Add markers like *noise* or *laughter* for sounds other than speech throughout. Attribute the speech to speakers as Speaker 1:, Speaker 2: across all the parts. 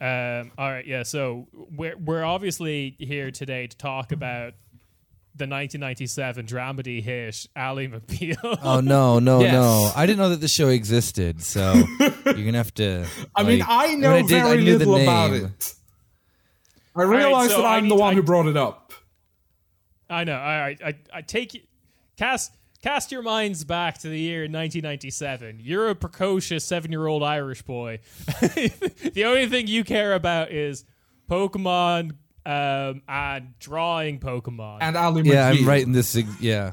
Speaker 1: Um, all right, yeah. So we're we're obviously here today to talk about the 1997 dramedy hit Ally McBeal.
Speaker 2: Oh no, no,
Speaker 3: Yes.
Speaker 2: no! I didn't know that the show existed, so
Speaker 4: *laughs*
Speaker 2: you're gonna have to.
Speaker 4: I mean,
Speaker 2: like-
Speaker 4: I
Speaker 2: mean,
Speaker 4: know
Speaker 2: did-
Speaker 4: very
Speaker 2: knew the
Speaker 4: little about
Speaker 2: name.
Speaker 4: it. I realize
Speaker 1: so
Speaker 4: that
Speaker 1: I
Speaker 4: I'm
Speaker 1: need
Speaker 4: the
Speaker 1: to-
Speaker 4: one
Speaker 1: I-
Speaker 4: who brought it up.
Speaker 1: I know. All right, I I take it- cast cast your minds back to the year 1997. You're a precocious seven year old Irish boy. *laughs* the only thing you care about is Pokemon um, and drawing Pokemon.
Speaker 4: And Ali
Speaker 2: Yeah,
Speaker 4: McGee.
Speaker 2: I'm writing this. ex-
Speaker 4: *laughs*
Speaker 2: Yeah,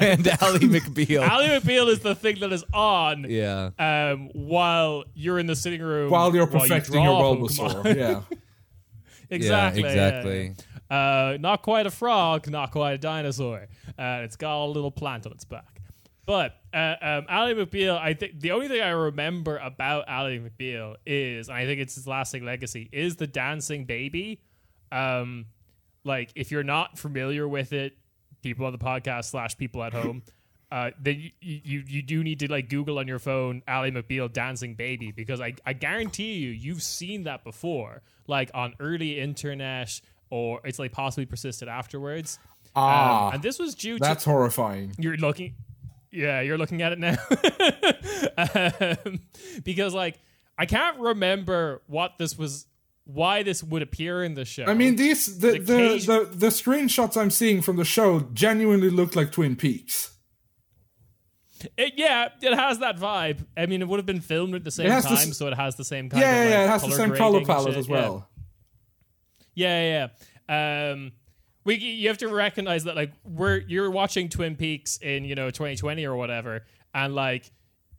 Speaker 2: and Ally McBeal.
Speaker 1: Ally McBeal is the thing that is on
Speaker 2: yeah,
Speaker 1: um, while you're in the sitting room
Speaker 4: While you're
Speaker 1: you
Speaker 4: perfecting
Speaker 1: draw
Speaker 4: your
Speaker 1: Pokemon. *laughs*
Speaker 4: Bulbasaur. yeah.
Speaker 1: exactly.
Speaker 2: yeah,
Speaker 1: yeah.
Speaker 2: exactly.
Speaker 1: Uh, not quite a frog, not quite a dinosaur. Uh, it's got a little plant on its back. But uh, um, Ally McBeal, I think the only thing I remember about Ally McBeal is, and I think it's his lasting legacy, is the dancing baby. Um, like, if you're not familiar with it, people on the podcast slash people at home, uh, then you, you you do need to like Google on your phone Ally McBeal dancing baby because I I guarantee you you've seen that before, like on early internet or it's like possibly persisted afterwards. Um,
Speaker 4: Ah,
Speaker 1: and this was due to
Speaker 4: that's horrifying.
Speaker 1: you're looking yeah you're looking at it now *laughs* um, because like i can't remember what this was why this would appear in the show
Speaker 4: I mean, these the the,
Speaker 1: The cage-
Speaker 4: the the screenshots I'm seeing from the show genuinely look like Twin Peaks.
Speaker 1: it, yeah it has that vibe i mean it would have been filmed at the same
Speaker 4: It has
Speaker 1: time
Speaker 4: the s-
Speaker 1: so it has the same
Speaker 4: Yeah,
Speaker 1: kind of
Speaker 4: yeah,
Speaker 1: like,
Speaker 4: yeah, it has the
Speaker 1: color
Speaker 4: same
Speaker 1: grading
Speaker 4: color
Speaker 1: and
Speaker 4: palette
Speaker 1: shit,
Speaker 4: as
Speaker 1: yeah. *laughs*
Speaker 4: well.
Speaker 1: Yeah, yeah. yeah. Um, we you have to recognize that like we're you're watching Twin Peaks in you know 2020 or whatever, and like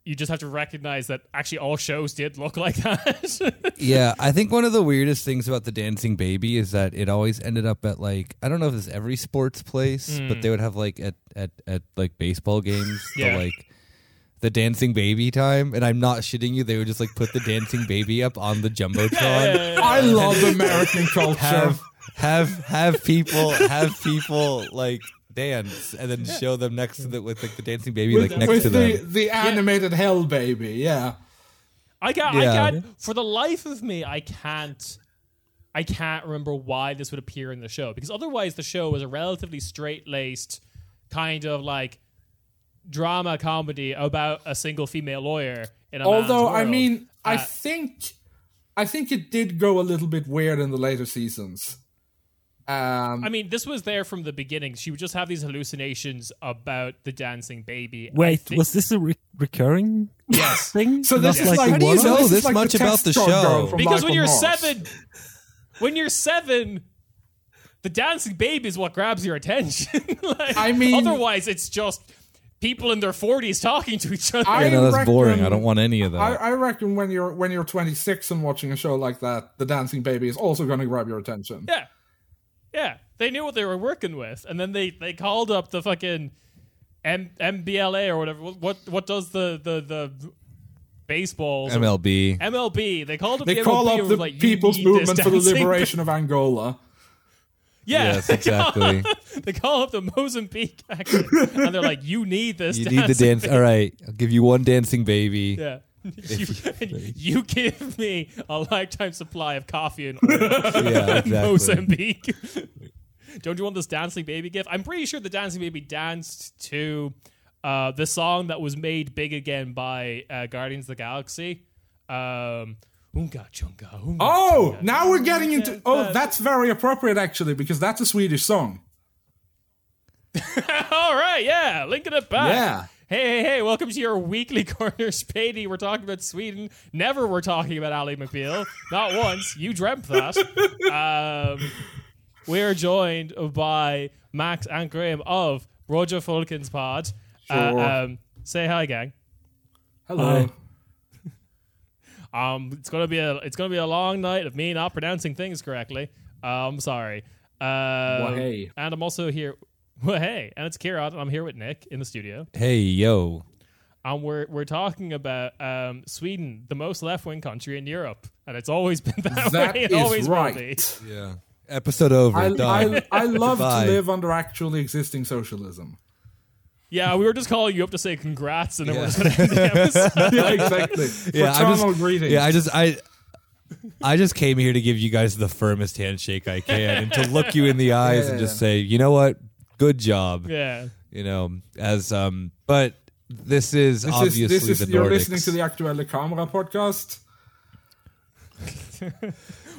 Speaker 1: you just have to recognize that actually all shows did look like that. *laughs*
Speaker 2: Yeah, I think one of the weirdest things about the dancing baby is that it always ended up at like I don't know if it's every sports place, but
Speaker 4: Hmm.
Speaker 2: they would have like at at at like baseball games,
Speaker 1: Yeah.
Speaker 2: the, like the dancing baby time. And I'm not shitting you; they would just like put the dancing baby up
Speaker 4: *laughs*
Speaker 2: on the jumbotron.
Speaker 4: I love American culture.
Speaker 2: *laughs* have have
Speaker 4: *laughs*
Speaker 2: have people have people like dance and then show them next to the with like the dancing baby like next
Speaker 4: with
Speaker 2: to
Speaker 4: the,
Speaker 2: them.
Speaker 4: the animated Hell Baby, yeah.
Speaker 1: I can't. I
Speaker 2: Yeah.
Speaker 1: can't. For the life of me, I can't. I can't remember why this would appear in the show because otherwise the show was a relatively straight laced kind of like drama comedy about a single female lawyer. In a man's
Speaker 4: Although I
Speaker 1: world.
Speaker 4: mean, I
Speaker 1: Uh,
Speaker 4: think I think it did go a little bit weird in the later seasons. Um,
Speaker 1: I mean, this was there from the beginning. She would just have these hallucinations about the dancing baby. I
Speaker 3: Wait,
Speaker 1: thi-
Speaker 3: was this a re- recurring
Speaker 4: *laughs*
Speaker 3: thing?
Speaker 4: so this
Speaker 3: Not
Speaker 4: is like,
Speaker 2: How do you
Speaker 4: so
Speaker 2: know
Speaker 4: is
Speaker 2: this
Speaker 4: like
Speaker 2: much
Speaker 4: the
Speaker 2: about
Speaker 4: text
Speaker 2: the
Speaker 4: chart
Speaker 2: show?
Speaker 4: girl from
Speaker 1: because when
Speaker 4: Michael
Speaker 1: you're
Speaker 4: Mars.
Speaker 1: seven, when you're seven, the dancing baby is what grabs your attention. *laughs* Like,
Speaker 4: I mean-
Speaker 1: otherwise it's just people in their forties talking to each other.
Speaker 4: I
Speaker 2: Yeah, no, that's boring. I
Speaker 4: reckon-
Speaker 2: don't want any of that.
Speaker 4: I, I reckon when you're when you're 26 and watching a show like that, the dancing baby is also going to grab your attention.
Speaker 1: *laughs* yeah, yeah. They knew what they were working with, and then they they called up the fucking M- MBLA or whatever. What what, what does the the the baseballs
Speaker 2: *laughs*
Speaker 1: or
Speaker 2: MLB.
Speaker 1: MLB. They called up
Speaker 4: They
Speaker 1: the
Speaker 4: call
Speaker 1: MLB
Speaker 4: up
Speaker 1: and
Speaker 4: the
Speaker 1: was like, "You
Speaker 4: People's
Speaker 1: need this
Speaker 4: Movement for the
Speaker 1: dancing
Speaker 4: Liberation of Angola.
Speaker 1: *laughs* Yeah,
Speaker 2: Yes,
Speaker 4: *laughs*
Speaker 2: exactly.
Speaker 1: *laughs* they call up the Mozambique
Speaker 2: *laughs*
Speaker 1: action, and they're like, "You need this.
Speaker 2: You need the dance. All right, I'll give you one dancing baby.
Speaker 1: *laughs* Yeah. You,
Speaker 2: *laughs*
Speaker 1: you give me a lifetime supply of coffee and oil,
Speaker 2: Yeah,
Speaker 1: *laughs*
Speaker 2: exactly.
Speaker 1: Mozambique. *laughs* Don't you want this dancing baby gift? I'm pretty sure the dancing baby danced to uh, the song that was made big again by uh, Guardians of the Galaxy. Um, Oonga chunga, oonga
Speaker 4: Oh,
Speaker 1: chunga.
Speaker 4: now we're getting into. Oh,
Speaker 1: that-
Speaker 4: that's very appropriate actually, because that's a Swedish song.
Speaker 1: All right, yeah, linking it back.
Speaker 4: Yeah.
Speaker 1: Hey, hey, hey, welcome to your weekly *laughs* corner, Spady. We're talking about Sweden. Never we're talking about Ali McBeal. Not once. You dreamt that. Um, we are joined by Max and Graham of Roger Fulkin's Pod.
Speaker 4: Sure.
Speaker 1: Uh, um, say hi, gang.
Speaker 4: Hello.
Speaker 3: Hi.
Speaker 1: Um, it's gonna be a it's gonna be a long night of me not pronouncing things correctly. Uh, I'm sorry. Uh,
Speaker 4: Wahey.
Speaker 1: and I'm also here. Well, hey, and it's Kieran, and I'm here with Nick in the studio.
Speaker 2: Hey, yo.
Speaker 1: and we're we're talking about um, Sweden, the most left wing country in Europe, and it's always been that,
Speaker 4: That
Speaker 1: way. It
Speaker 4: is
Speaker 1: *laughs* always will
Speaker 4: right.
Speaker 1: be.
Speaker 2: Yeah. Episode over.
Speaker 4: I,
Speaker 2: done.
Speaker 4: I,
Speaker 2: *laughs*
Speaker 4: I love
Speaker 2: Goodbye.
Speaker 4: to live under actually existing socialism. *laughs*
Speaker 1: Yeah, we were just calling you up to say congrats, and then
Speaker 2: Yeah.
Speaker 4: *laughs*
Speaker 1: we're just going to end the episode.
Speaker 4: yeah, exactly.
Speaker 2: *laughs* yeah, I'm
Speaker 4: Fraternal
Speaker 2: just,
Speaker 4: greetings.
Speaker 2: Yeah, I just I I just came here to give you guys the firmest handshake I can and to look you in the eyes and just say, you know what? Good job.
Speaker 1: Yeah.
Speaker 2: You know, as um but this is
Speaker 4: This
Speaker 2: obviously
Speaker 4: is, this is
Speaker 2: the
Speaker 4: you're
Speaker 2: Nordics.
Speaker 4: listening to the Actuelle Camera podcast.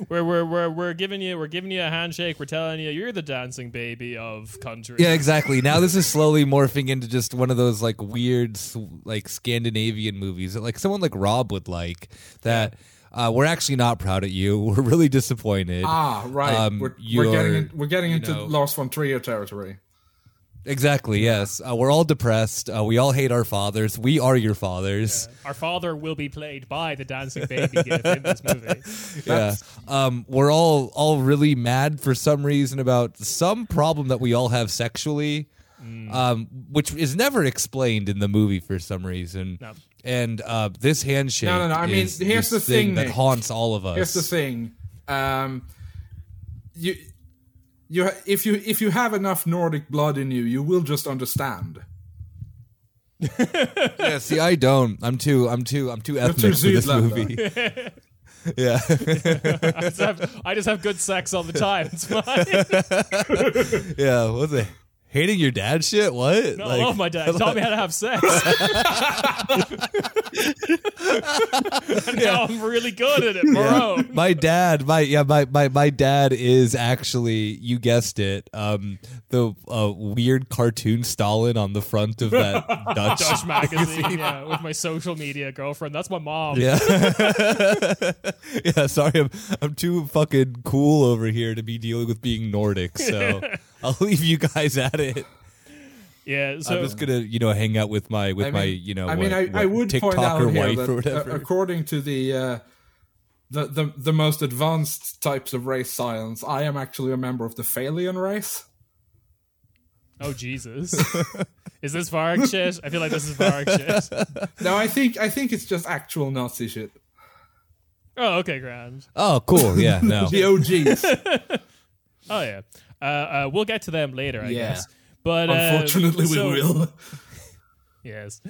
Speaker 1: We're, we're, we're, we're giving you we're giving you a handshake. We're telling you you're the dancing baby of country.
Speaker 2: yeah, exactly. Now this is slowly morphing into just one of those like weird, s- like Scandinavian movies that like someone like Rob would like. That uh, we're actually not proud of you. *laughs* We're really disappointed.
Speaker 4: Ah, right.
Speaker 2: Um,
Speaker 4: we're, we're
Speaker 2: you're-
Speaker 4: getting in, we're getting into
Speaker 2: know-
Speaker 4: Lars von Trier territory.
Speaker 2: Exactly. Yes, uh, we're all depressed. Uh, we all hate our fathers. We are your fathers.
Speaker 1: Our father will be played by the dancing baby gif in this movie.
Speaker 2: Yeah. Um, we're all all really mad for some reason about some problem that we all have sexually,
Speaker 4: Mm.
Speaker 2: um, which is never explained in the movie for some reason.
Speaker 1: No.
Speaker 2: And uh, this handshake.
Speaker 4: No, no, no, I mean,
Speaker 2: is
Speaker 4: here's
Speaker 2: this
Speaker 4: the thing,
Speaker 2: that
Speaker 4: Nick.
Speaker 2: haunts all of us.
Speaker 4: Here's the thing. Um, you you ha- if you if you have enough Nordic blood in you, you will just understand.
Speaker 2: Yeah, see, I don't. I'm too. I'm too. I'm too ethnic
Speaker 4: too
Speaker 2: for this
Speaker 4: Zoolander.
Speaker 2: movie. *laughs* yeah. *laughs*
Speaker 1: I just have, I just have good sex all the time. It's fine.
Speaker 2: yeah. What the hating your dad shit? What?
Speaker 1: I
Speaker 4: oh
Speaker 1: love my dad. He taught me how to have sex. *laughs* and now I'm really good at it, bro.
Speaker 2: *laughs* my dad my yeah my, my my dad is actually you guessed it um the uh, weird cartoon stalin on the front of
Speaker 3: *laughs*
Speaker 2: that dutch *laughs*
Speaker 1: Dutch magazine, yeah, with my social media girlfriend. That's my mom.
Speaker 2: yeah yeah *laughs* sorry I'm, I'm too fucking cool over here to be dealing with being nordic
Speaker 3: *laughs*
Speaker 2: so i'll leave you guys at it
Speaker 1: Yeah, so
Speaker 2: i'm just gonna you know hang out with my with
Speaker 4: I mean,
Speaker 2: my you know
Speaker 4: I mean,
Speaker 2: what-
Speaker 4: I, I
Speaker 2: what
Speaker 4: would point out
Speaker 2: tiktoker
Speaker 4: here
Speaker 2: wife
Speaker 4: that,
Speaker 2: or
Speaker 4: uh,
Speaker 2: whatever
Speaker 4: *laughs* according to the, uh, the the the most advanced types of race science, I am actually a member of the Phalian race.
Speaker 1: oh Jesus, is this Varg shit? I feel like this is Varg shit.
Speaker 4: No, I think I think it's just actual Nazi shit.
Speaker 1: Oh, okay, grand.
Speaker 2: oh cool yeah
Speaker 4: *laughs*
Speaker 2: no
Speaker 4: The
Speaker 2: *laughs*
Speaker 4: OGs,
Speaker 3: Uh,
Speaker 1: Oh yeah, uh, uh, we'll get to them later, I
Speaker 4: Yeah.
Speaker 1: guess. But uh,
Speaker 4: unfortunately,
Speaker 1: so-
Speaker 4: we will.
Speaker 1: Yes.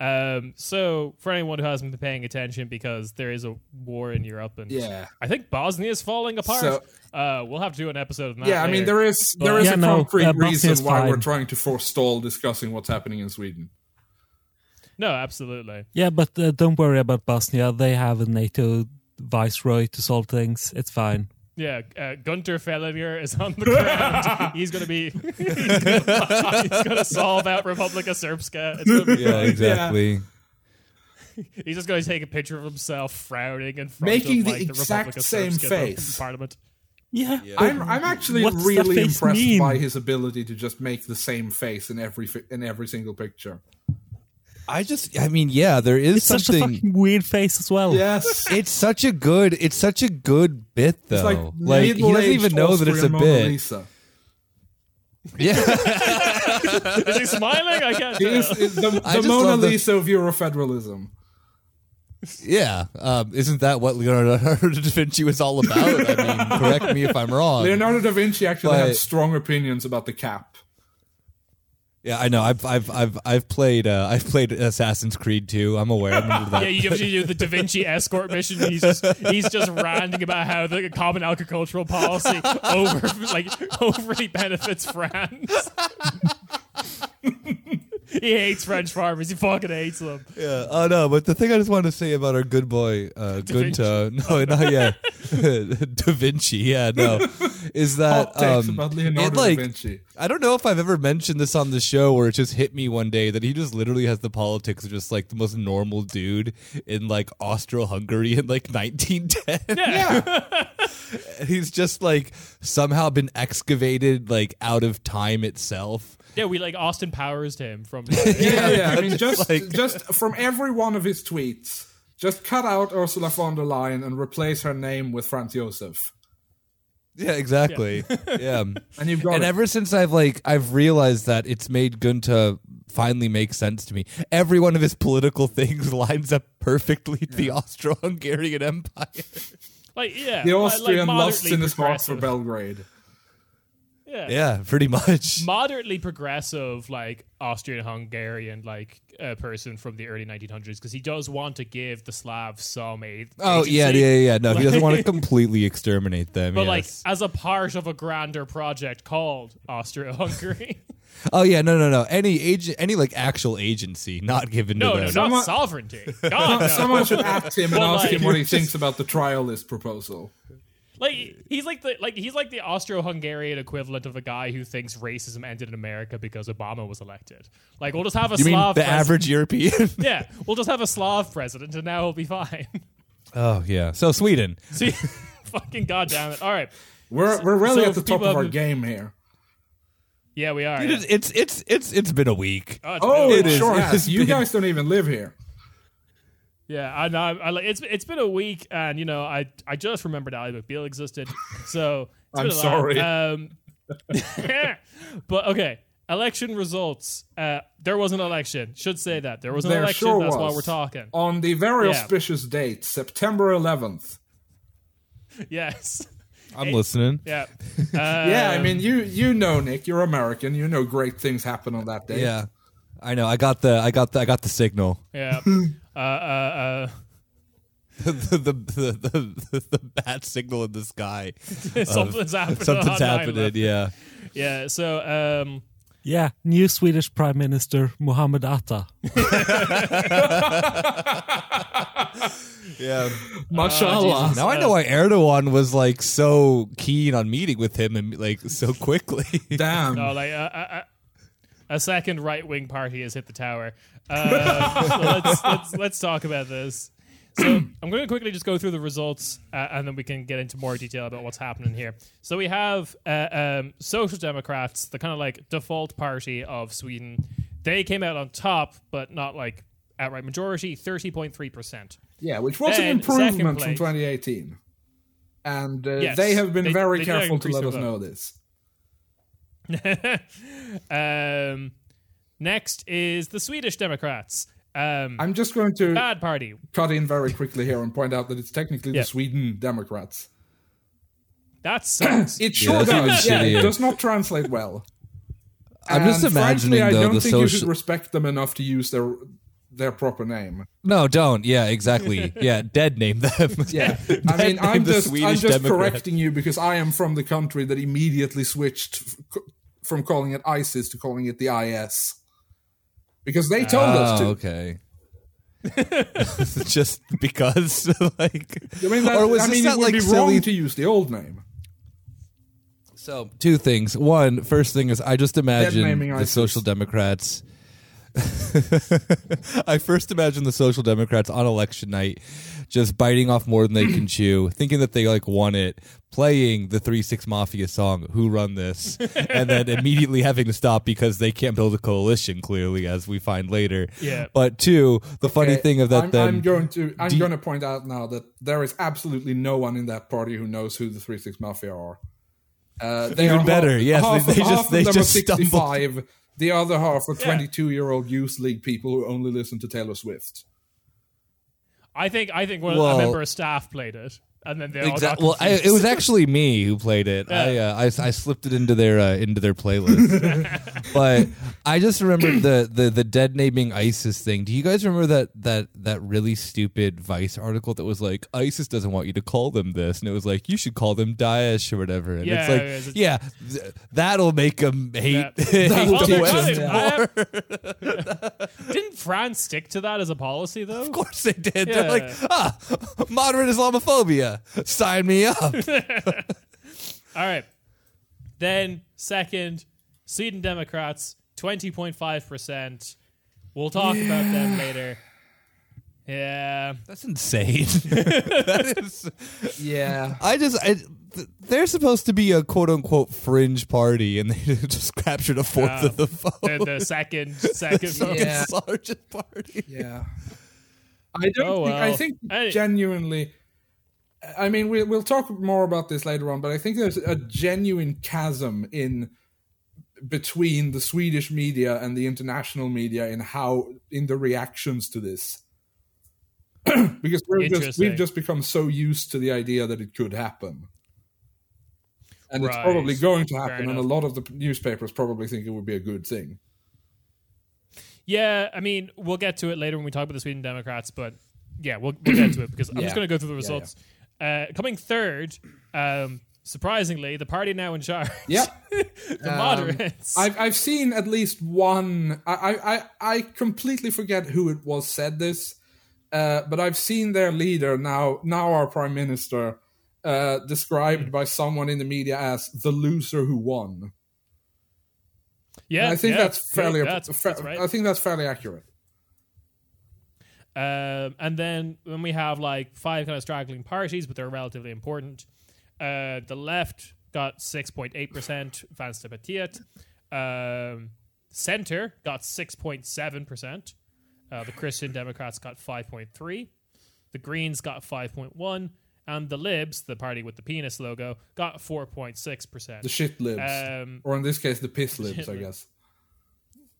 Speaker 1: Um, so for anyone who hasn't been paying attention, because there is a war in Europe, and
Speaker 4: Yeah.
Speaker 1: I think Bosnia is falling apart.
Speaker 4: So-
Speaker 1: uh, we'll have to do an episode on that.
Speaker 4: Yeah, I mean,
Speaker 1: later.
Speaker 4: there is there is
Speaker 3: Yeah,
Speaker 4: a
Speaker 3: no,
Speaker 4: concrete
Speaker 3: uh, Bosnia's
Speaker 4: reason why we're
Speaker 3: fine.
Speaker 4: trying to forestall discussing what's happening in Sweden.
Speaker 1: no, absolutely.
Speaker 3: Yeah, but uh, don't worry about Bosnia. They have a NATO viceroy to solve things. It's fine.
Speaker 1: Yeah, uh, Gunter Fellinger is on the ground.
Speaker 4: *laughs*
Speaker 1: he's gonna be. *laughs* He's gonna, he's gonna solve out Republika Srpska. It's gonna be
Speaker 2: yeah
Speaker 1: fine.
Speaker 2: exactly
Speaker 1: He's just gonna take a picture of himself frowning and
Speaker 4: Making
Speaker 1: of,
Speaker 4: the
Speaker 1: like,
Speaker 4: exact
Speaker 1: Republika
Speaker 4: same
Speaker 1: Srpska
Speaker 4: face.
Speaker 1: Parliament.
Speaker 3: Yeah.
Speaker 4: I'm I'm actually
Speaker 3: What's that
Speaker 4: really
Speaker 3: face
Speaker 4: impressed
Speaker 3: mean?
Speaker 4: by his ability to just make the same face in every fi- in every single picture.
Speaker 2: I just, I mean, yeah, there is
Speaker 3: It's such a
Speaker 2: something.
Speaker 3: fucking weird face as well. *laughs*
Speaker 4: Yes.
Speaker 2: it's such a good, it's such a good bit though.
Speaker 4: like,
Speaker 2: like, he doesn't even know that it's a bit. *laughs* Yeah,
Speaker 1: Is he smiling? I can't.
Speaker 4: He
Speaker 1: tell.
Speaker 4: is is the,
Speaker 2: I
Speaker 4: the
Speaker 2: just
Speaker 4: Mona
Speaker 2: love the-
Speaker 4: Lisa of Eurofederalism.
Speaker 2: yeah. Um, isn't that what Leonardo *laughs* da Vinci was all about? I mean, correct me if I'm wrong.
Speaker 4: Leonardo da Vinci actually had
Speaker 2: But-
Speaker 4: strong opinions about the cap.
Speaker 2: yeah, I know. I've, I've, I've, I've played, uh, I've played Assassin's Creed 2. I'm aware. I remember that.
Speaker 1: Yeah, you have to do the Da Vinci escort mission. He's just he's just ranting about how the common agricultural policy *laughs* over like overly benefits France. *laughs* he hates French farmers. He fucking hates them.
Speaker 2: *laughs* Yeah. Oh no, but the thing I just wanted to say about our good boy uh, *laughs*
Speaker 1: Vinci.
Speaker 2: Gunta, no, not yet, Da Vinci. Yeah, no, is that
Speaker 4: Hot takes
Speaker 2: um,
Speaker 4: about Leonardo
Speaker 2: it,
Speaker 4: da
Speaker 2: like, *laughs*
Speaker 4: Vinci.
Speaker 2: I don't know if I've ever mentioned this on the show, where it just hit me one day that he just literally has the politics of just like the most normal dude in like Austro-Hungary in like 1910.
Speaker 4: Yeah,
Speaker 2: And *laughs* he's just like somehow been excavated like out of time itself.
Speaker 1: Yeah, we like Austin Powers him from.
Speaker 4: yeah, yeah. I mean, just
Speaker 2: like- *laughs*
Speaker 4: just from every one of his tweets, just cut out Ursula von der Leyen and replace her name with Franz Josef,
Speaker 2: Yeah, exactly. yeah.
Speaker 4: and you've got
Speaker 2: and
Speaker 4: it.
Speaker 2: ever since I've like I've realized that it's made Gunta finally make sense to me. Every one of his political things *laughs* lines up perfectly to the Austro-Hungarian Empire.
Speaker 1: like yeah,
Speaker 4: the
Speaker 1: like-
Speaker 4: Austrian
Speaker 1: like
Speaker 4: lost
Speaker 1: moderately
Speaker 4: in his mark for
Speaker 1: progressive.
Speaker 4: Belgrade.
Speaker 1: Yeah.
Speaker 2: *laughs* Yeah, pretty much.
Speaker 1: moderately progressive like Austrian Hungarian like uh, person from the early 1900s because he does want to give the Slavs some aid.
Speaker 2: Oh yeah,
Speaker 1: agency,
Speaker 2: yeah, yeah. No, he
Speaker 1: *laughs*
Speaker 2: doesn't want to completely exterminate them.
Speaker 1: But
Speaker 2: yes.
Speaker 1: like as a part of a grander project called *laughs* Austria-Hungary.
Speaker 2: oh yeah, no, no, no. Any agent, any like actual agency, not given
Speaker 1: no, no,
Speaker 2: to them.
Speaker 1: not
Speaker 4: Someone- *laughs*
Speaker 1: sovereignty. God, no.
Speaker 4: Someone should ask him and
Speaker 1: Well,
Speaker 4: ask
Speaker 1: like-
Speaker 4: him what he thinks about the trial list proposal.
Speaker 1: Like he's like the like he's like the Austro-Hungarian equivalent of a guy who thinks racism ended in America because Obama was elected. Like we'll just have a
Speaker 2: You mean
Speaker 1: Slav
Speaker 2: the
Speaker 1: president.
Speaker 2: average European?
Speaker 1: *laughs*
Speaker 2: *laughs*
Speaker 1: yeah, we'll just have a Slav president and now we'll be fine. *laughs*
Speaker 2: oh yeah. So Sweden.
Speaker 1: See, *laughs* fucking goddamn it! All right,
Speaker 4: We're we're really
Speaker 1: so
Speaker 4: at the top
Speaker 1: people
Speaker 4: of our
Speaker 1: have-
Speaker 4: game here.
Speaker 1: yeah, we are.
Speaker 2: It
Speaker 1: yeah.
Speaker 2: is- It's it's it's it's been a week.
Speaker 1: Oh, it's
Speaker 4: Oh,
Speaker 1: been-
Speaker 4: it
Speaker 2: is.
Speaker 4: sure
Speaker 2: It's
Speaker 4: has. You
Speaker 2: been-
Speaker 4: guys don't even live here.
Speaker 1: yeah. I know. I, I, like- it's it's been a week, and you know, I I just remembered Ali McBeal existed, so it's
Speaker 4: I'm
Speaker 1: been a lot.
Speaker 4: sorry.
Speaker 1: Um, *laughs* but okay, election results. Uh, there was an election. Should say that there was an
Speaker 4: There
Speaker 1: election.
Speaker 4: sure
Speaker 1: That's
Speaker 4: was. Oh.
Speaker 1: why we're talking.
Speaker 4: On the very
Speaker 1: Yeah.
Speaker 4: auspicious date, September 11th.
Speaker 1: Yes. *laughs*
Speaker 2: I'm listening.
Speaker 1: Yeah.
Speaker 4: yeah, I
Speaker 1: Um,
Speaker 4: mean, you you know, Nick, you're American. You know, great things happen on that day.
Speaker 2: Yeah. I know. I got the I got the I got the signal. *laughs*
Speaker 4: *laughs*
Speaker 1: Yeah. Uh, uh, uh, *laughs*
Speaker 2: the, the, the, the, the, the bat signal in the
Speaker 1: *laughs*
Speaker 2: sky.
Speaker 1: something's
Speaker 4: Uh,
Speaker 1: happening. on
Speaker 2: Something's happening.
Speaker 1: 9/11. *laughs*
Speaker 2: Yeah.
Speaker 1: Yeah. So, um,
Speaker 3: Yeah, new Swedish Prime Minister Mohammed Atta. Uh,
Speaker 2: Yeah.
Speaker 4: Mashallah.
Speaker 2: Oh, Now I know why Erdogan was like so keen on meeting with him and like so quickly. *laughs*
Speaker 4: Damn.
Speaker 1: no, like, uh, uh, uh, a second right wing party has hit the tower. Uh, so let's, let's let's talk about this. So I'm going to quickly just go through the results, uh, and then we can get into more detail about what's happening here. So we have uh, um, Social Democrats, the kind of like default party of Sweden. They came out on top, but not like outright majority, thirty point three percent. *laughs*
Speaker 4: Yeah, which was an
Speaker 1: Then, second
Speaker 4: improvement from
Speaker 1: place.
Speaker 4: 2018. And uh,
Speaker 1: Yes,
Speaker 4: they have been
Speaker 1: they-
Speaker 4: very
Speaker 1: they did
Speaker 4: careful to
Speaker 1: increase
Speaker 4: let
Speaker 1: their
Speaker 4: us
Speaker 1: vote.
Speaker 4: know this.
Speaker 1: um, next is the Swedish Democrats. Um,
Speaker 4: I'm just going to
Speaker 1: bad party.
Speaker 4: cut in very quickly here and point out that it's technically
Speaker 1: Yeah.
Speaker 4: the Sweden Democrats.
Speaker 1: That sucks.
Speaker 4: It sure
Speaker 2: that's even
Speaker 4: does. Yeah, it
Speaker 2: shittier.
Speaker 4: does not translate well.
Speaker 2: *laughs* I'm just
Speaker 4: And
Speaker 2: imagining,
Speaker 4: frankly, I
Speaker 2: though,
Speaker 4: don't
Speaker 2: the
Speaker 4: think you should
Speaker 2: social-
Speaker 4: respect them enough to use their their proper name.
Speaker 2: no, don't. Yeah, exactly. Yeah, dead name them. *laughs*
Speaker 4: Yeah, I mean,
Speaker 2: named
Speaker 4: I'm
Speaker 2: the
Speaker 4: just I'm
Speaker 2: Swedish
Speaker 4: just
Speaker 2: Democrat.
Speaker 4: correcting you because I am from the country that immediately switched f- c- from calling it ISIS to calling it the IS because they told us
Speaker 2: Oh,
Speaker 4: to.
Speaker 2: okay. *laughs* Just because, *laughs* like,
Speaker 4: I mean, that,
Speaker 2: or was
Speaker 4: I
Speaker 2: this
Speaker 4: mean,
Speaker 2: that
Speaker 4: it would
Speaker 2: like
Speaker 4: be
Speaker 2: silly
Speaker 4: wrong to use the old name.
Speaker 2: So two things. One, first thing is I just imagine
Speaker 4: naming
Speaker 2: the
Speaker 4: ISIS.
Speaker 2: Social Democrats. *laughs* I first imagine the Social Democrats on election night just biting off more than they
Speaker 4: *clears throat*
Speaker 2: can chew, thinking that they like won it, playing the Three Six Mafia song "Who Run
Speaker 4: *laughs*
Speaker 2: This," and then immediately having to stop because they can't build a coalition. Clearly, as we find later.
Speaker 1: Yeah.
Speaker 2: But two, the funny
Speaker 4: Okay,
Speaker 2: thing of that
Speaker 4: I'm,
Speaker 2: then
Speaker 4: I'm going to I'm
Speaker 2: Do-
Speaker 4: going to point out now that there is absolutely no one in that party who knows who the Three Six Mafia are. Uh, they
Speaker 2: Even
Speaker 4: are
Speaker 2: better,
Speaker 4: Half,
Speaker 2: yes, they-
Speaker 4: half,
Speaker 2: they
Speaker 4: half
Speaker 2: just-
Speaker 4: of
Speaker 2: they
Speaker 4: them
Speaker 2: just
Speaker 4: are
Speaker 2: stumbled.
Speaker 4: 65. The other half are 22 year old youth league people who only listen to Taylor Swift.
Speaker 1: I think I think one
Speaker 2: Well-
Speaker 1: a member of staff played it, and then they all
Speaker 2: Exactly. Well,
Speaker 1: got
Speaker 2: I, it was actually me who played it. I, uh, I I slipped it into their uh, into their playlist.
Speaker 1: *laughs*
Speaker 2: but I just remembered the, the the dead naming ISIS thing. Do you guys remember that that that really stupid Vice article that was like ISIS doesn't want you to call them this, and it was like you should call them Daesh or whatever. And
Speaker 1: Yeah,
Speaker 2: it's
Speaker 1: it's-
Speaker 2: like yeah, th- that'll make them hate,
Speaker 1: That-
Speaker 2: *laughs* hate
Speaker 1: Well,
Speaker 2: the
Speaker 1: they
Speaker 2: West
Speaker 1: got it. I
Speaker 2: more.
Speaker 1: have-
Speaker 2: *laughs*
Speaker 1: Didn't France stick to that as a policy though?
Speaker 2: Of course they did. They're
Speaker 1: Yeah.
Speaker 2: like ah, moderate Islamophobia. Sign me
Speaker 1: *laughs*
Speaker 2: up.
Speaker 1: All right. Then second, Sweden Democrats, twenty point five percent. We'll talk about them later. Yeah.
Speaker 2: That's insane. *laughs* that is.
Speaker 4: Yeah.
Speaker 2: I just I, th- they're supposed to be a quote unquote fringe party, and they *laughs* just captured a fourth
Speaker 1: Yeah.
Speaker 2: of the vote.
Speaker 1: The,
Speaker 2: *laughs*
Speaker 1: the second second
Speaker 2: Fucking
Speaker 4: Yeah.
Speaker 2: largest party.
Speaker 4: Yeah. I don't
Speaker 1: Oh,
Speaker 4: think, I
Speaker 1: well.
Speaker 4: think
Speaker 1: I-
Speaker 4: genuinely I mean we we'll talk more about this later on, but I think there's a genuine chasm in between the Swedish media and the international media in how in the reactions to this. *clears throat* because we're just,
Speaker 1: Interesting.
Speaker 4: we've just become so used to the idea that it could happen. and it's
Speaker 1: Right.
Speaker 4: probably going to
Speaker 1: Fair
Speaker 4: happen. And a
Speaker 1: enough.
Speaker 4: lot of the p- newspapers probably think it would be a good thing.
Speaker 1: Yeah, I mean, we'll get to it later when we talk about the Sweden Democrats, but yeah, we'll, we'll get to it because I'm
Speaker 4: Yeah.
Speaker 1: just going to go through the
Speaker 4: Yeah, yeah.
Speaker 1: results. Uh, coming third, um, surprisingly, the party now in charge.
Speaker 4: Yeah.
Speaker 1: *laughs*
Speaker 4: Um,
Speaker 1: the moderates.
Speaker 4: I've I've seen at least one. I I I- I completely forget who it was said this, uh, but I've seen their leader now now our prime minister uh,
Speaker 1: Hmm.
Speaker 4: described by someone in the media as the loser who won.
Speaker 1: yeah,
Speaker 4: I think
Speaker 1: yeah,
Speaker 4: that's fairly.
Speaker 1: yeah, that's,
Speaker 4: fa-
Speaker 1: that's right.
Speaker 4: I think that's fairly accurate.
Speaker 1: Um, and then when we have like five kind of straggling parties, but they're relatively important. Uh, the left got 6.8%, Vans de Batiet. Um, center got 6.7%. Uh, the Christian Democrats got 5.3. The Greens got 5.1. And the Libs, the party with the penis logo, got 4.6%.
Speaker 4: The shit libs,
Speaker 1: Um,
Speaker 4: or in this case, the piss libs. I guess.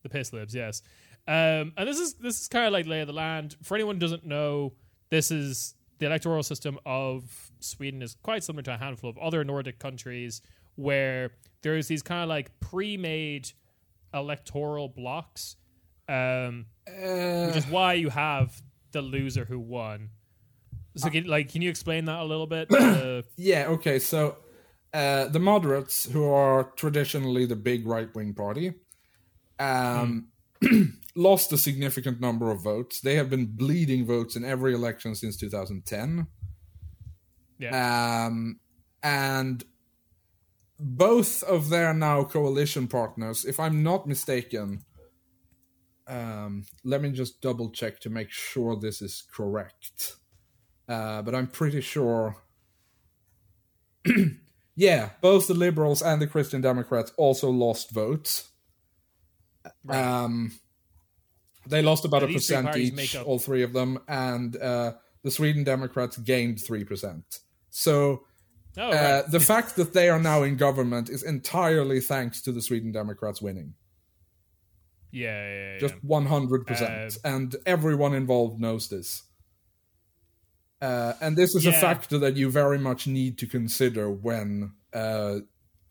Speaker 1: the piss libs yes um, and this is this is kind of like lay of the land for anyone who doesn't know this is the electoral system of sweden is quite similar to a handful of other nordic countries where there's these kind of like pre-made electoral blocks um, which
Speaker 4: Uh.
Speaker 1: is why you have the loser who won
Speaker 4: Uh.
Speaker 1: so can, like can you explain that a little
Speaker 4: *coughs*
Speaker 1: bit uh,
Speaker 4: Yeah, okay. So uh, the moderates, who are traditionally the big right wing party, um, *clears throat* lost a significant number of votes. They have been bleeding votes in every election since 2010.
Speaker 1: yeah
Speaker 4: Um, and both of their now coalition partners, if I'm not mistaken, um, let me just double check to make sure this is correct. Uh, but I'm pretty sure. *clears throat* yeah, both the Liberals and the Christian Democrats also lost votes. Um, they lost about
Speaker 1: Do
Speaker 4: a
Speaker 1: these three
Speaker 4: percent
Speaker 1: parties
Speaker 4: each,
Speaker 1: make up-
Speaker 4: all three of them, and uh, the Sweden Democrats gained three percent. So
Speaker 1: oh,
Speaker 4: uh,
Speaker 1: right.
Speaker 4: the fact that they are now in government is entirely thanks to the Sweden Democrats winning,
Speaker 1: yeah, yeah, yeah, Um,
Speaker 4: just one hundred percent, and everyone involved knows this. Uh, and this is a
Speaker 1: Yeah.
Speaker 4: factor that you very much need to consider when uh, *clears throat*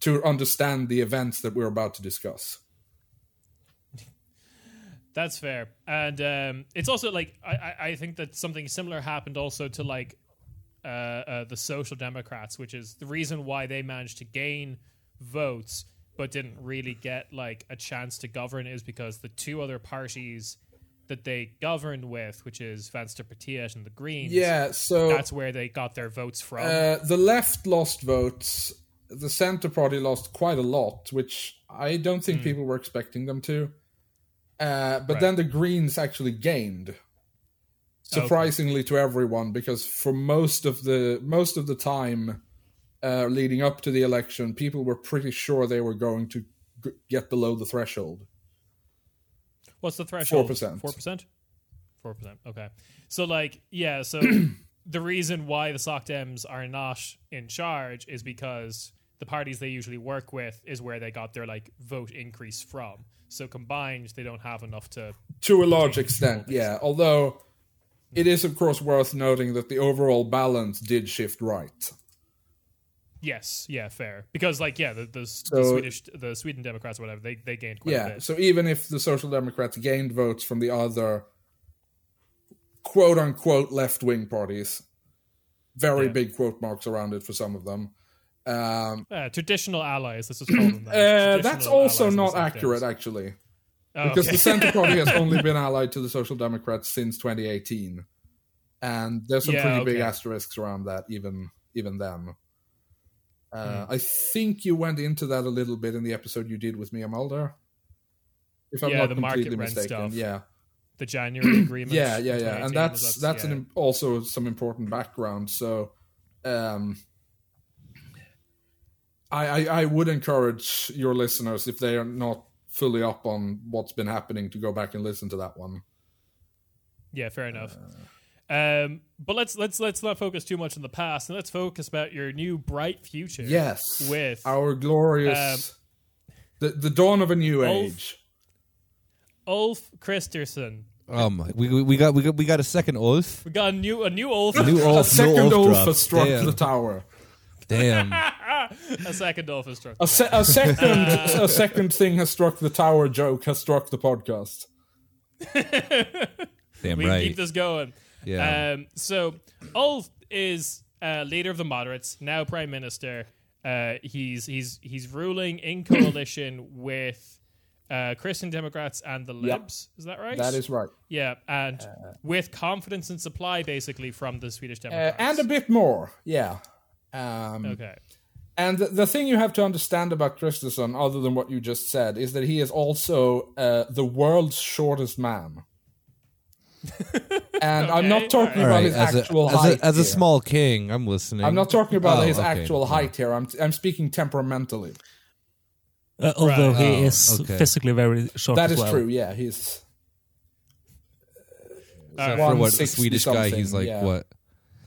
Speaker 4: to understand the events that we're about to discuss.
Speaker 1: That's fair, and um, it's also like I- I, I think that something similar happened also to like uh, uh, the Social Democrats, which is the reason why they managed to gain votes but didn't really get like a chance to govern is because the two other parties that they governed with, which is Vänsterpartiet and the Greens,
Speaker 4: Yeah, so
Speaker 1: that's where they got their votes from.
Speaker 4: Uh, the left lost votes. The Centre Party lost quite a lot, which I don't think people were expecting them to. Uh, but then the Greens actually gained, surprisingly to everyone, because for most of the most of the time uh, leading up to the election, people were pretty sure they were going to g- get below the threshold.
Speaker 1: What's the threshold?
Speaker 4: 4%.
Speaker 1: Four percent. Four percent. Okay. So like yeah.
Speaker 4: *clears throat*
Speaker 1: So the reason why the sock Dems are not in charge is because the parties they usually work with is where they got their like vote increase from. So combined, they don't have enough to.
Speaker 4: to a large extent, yeah. Although it is, of course, worth noting that the overall balance did shift right.
Speaker 1: Yes. Yeah. Fair. Because like yeah, the, the, s- the
Speaker 4: So-
Speaker 1: Swedish the Sweden Democrats or whatever they they gained quite a
Speaker 4: yeah.
Speaker 1: bit.
Speaker 4: So even if the Social Democrats gained votes from the other quote unquote left wing parties, very
Speaker 1: Yeah.
Speaker 4: big quote marks around it for some of them. Um,
Speaker 1: Uh, traditional allies. Let's just
Speaker 4: *clears throat*
Speaker 1: call them that.
Speaker 4: uh,
Speaker 1: Traditional
Speaker 4: that's also
Speaker 1: allies of the
Speaker 4: not
Speaker 1: Soc Dems.
Speaker 4: accurate, actually,
Speaker 1: Oh,
Speaker 4: because
Speaker 1: okay.
Speaker 4: the Centre Party has only been allied to the Social Democrats since 2018, and there's some
Speaker 1: Yeah,
Speaker 4: pretty big
Speaker 1: okay.
Speaker 4: asterisks around that, even even then. Uh,
Speaker 1: Hmm.
Speaker 4: I think you went into that a little bit in the episode you did with Mia Mulder, if I'm
Speaker 1: Yeah,
Speaker 4: not
Speaker 1: the market
Speaker 4: completely
Speaker 1: rent
Speaker 4: mistaken.
Speaker 1: stuff.
Speaker 4: Yeah.
Speaker 1: *laughs* the
Speaker 4: *clears throat*
Speaker 1: January agreement.
Speaker 4: yeah yeah
Speaker 1: in
Speaker 4: yeah
Speaker 1: 2018,
Speaker 4: and that's that's
Speaker 1: yeah.
Speaker 4: an, im- also some important background so um I, I i would encourage your listeners if they are not fully up on what's been happening to go back and listen to that one
Speaker 1: Yeah, fair
Speaker 4: Uh,
Speaker 1: enough. um, but let's let's let's not focus too much on the past, and let's focus about your new bright future.
Speaker 4: yes
Speaker 1: with um,
Speaker 4: our glorious the, the dawn of a new
Speaker 1: Ulf-
Speaker 4: age
Speaker 1: Ulf Christensen.
Speaker 2: Oh my! We, we, we got we got we got a second
Speaker 1: *laughs*
Speaker 2: Ulf.
Speaker 1: We got a new a new Ulf.
Speaker 2: New
Speaker 4: a
Speaker 2: Ulf.
Speaker 4: second
Speaker 2: no
Speaker 4: Ulf
Speaker 2: Ulf
Speaker 4: has
Speaker 2: drops.
Speaker 4: struck the
Speaker 2: Damn.
Speaker 4: tower
Speaker 2: Damn.
Speaker 1: a second off is struck.
Speaker 4: A, se- a second,
Speaker 1: *laughs*
Speaker 4: a second thing has struck the tower. Joke has struck the podcast.
Speaker 2: *laughs* Damn
Speaker 1: we can
Speaker 2: right.
Speaker 1: keep this going.
Speaker 2: Yeah.
Speaker 1: Um, so Ulf is uh, leader of the moderates, now prime minister. Uh, he's he's he's ruling
Speaker 4: *coughs*
Speaker 1: in coalition with uh, Christian Democrats and the
Speaker 4: Yep.
Speaker 1: Libs. Is that right?
Speaker 4: That is right,
Speaker 1: Yeah, and with confidence and supply, basically from the Swedish
Speaker 4: uh,
Speaker 1: Democrats.
Speaker 4: and a bit more. Yeah. Um,
Speaker 1: okay.
Speaker 4: And the, the thing you have to understand about Christensen, other than what you just said, is that he is also uh, the world's shortest man. and I'm
Speaker 1: Okay,
Speaker 4: not talking
Speaker 1: all
Speaker 2: All
Speaker 4: about
Speaker 2: right,
Speaker 4: his
Speaker 2: as a,
Speaker 4: actual
Speaker 2: as,
Speaker 4: height.
Speaker 2: a, as
Speaker 4: here.
Speaker 2: a small king, I'm listening.
Speaker 4: I'm not talking about
Speaker 2: Oh,
Speaker 4: his
Speaker 2: okay.
Speaker 4: actual height here. I'm I'm speaking temperamentally.
Speaker 3: Uh, although he
Speaker 2: Oh,
Speaker 3: is
Speaker 2: okay.
Speaker 3: physically very short.
Speaker 4: That is
Speaker 3: as well.
Speaker 4: true. Yeah, he's
Speaker 1: All right.
Speaker 2: For what
Speaker 4: 160
Speaker 2: a Swedish guy, he's like
Speaker 4: something, yeah.
Speaker 2: what?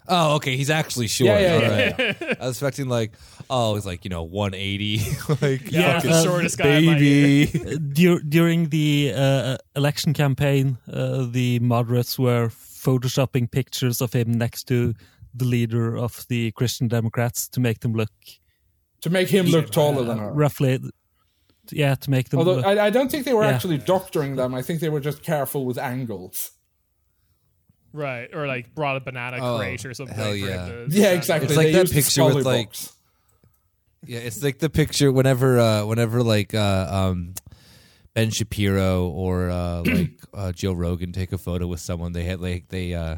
Speaker 2: Oh, okay, he's actually short.
Speaker 4: Yeah, yeah,
Speaker 2: All
Speaker 4: yeah,
Speaker 2: right. I was expecting like, oh, he's like you know 180, *laughs* like
Speaker 1: Yeah, *laughs*
Speaker 2: fucking
Speaker 1: the
Speaker 3: uh,
Speaker 1: shortest guy. in my year.
Speaker 2: baby.
Speaker 3: *laughs* Dur- during the uh, election campaign, uh, the moderates were photoshopping pictures of him next to the leader of the Christian Democrats to make them look
Speaker 4: to make him look taller than
Speaker 2: Ah.
Speaker 4: her.
Speaker 3: roughly, yeah, to make them
Speaker 4: Although
Speaker 3: look.
Speaker 4: I, I don't think they were
Speaker 3: Yeah.
Speaker 4: actually doctoring them. I think they were just careful with angles.
Speaker 1: Right, or like brought a banana
Speaker 2: Oh,
Speaker 1: crate or something.
Speaker 2: hell
Speaker 1: for him
Speaker 2: yeah.
Speaker 1: to-
Speaker 4: Yeah, exactly.
Speaker 2: It's like
Speaker 4: They
Speaker 2: that
Speaker 4: used the
Speaker 2: picture with,
Speaker 4: Scully
Speaker 2: like,
Speaker 4: box.
Speaker 2: Yeah, it's like the picture whenever uh whenever like uh um Ben Shapiro or uh like uh Joe Rogan take a photo with someone they had like they uh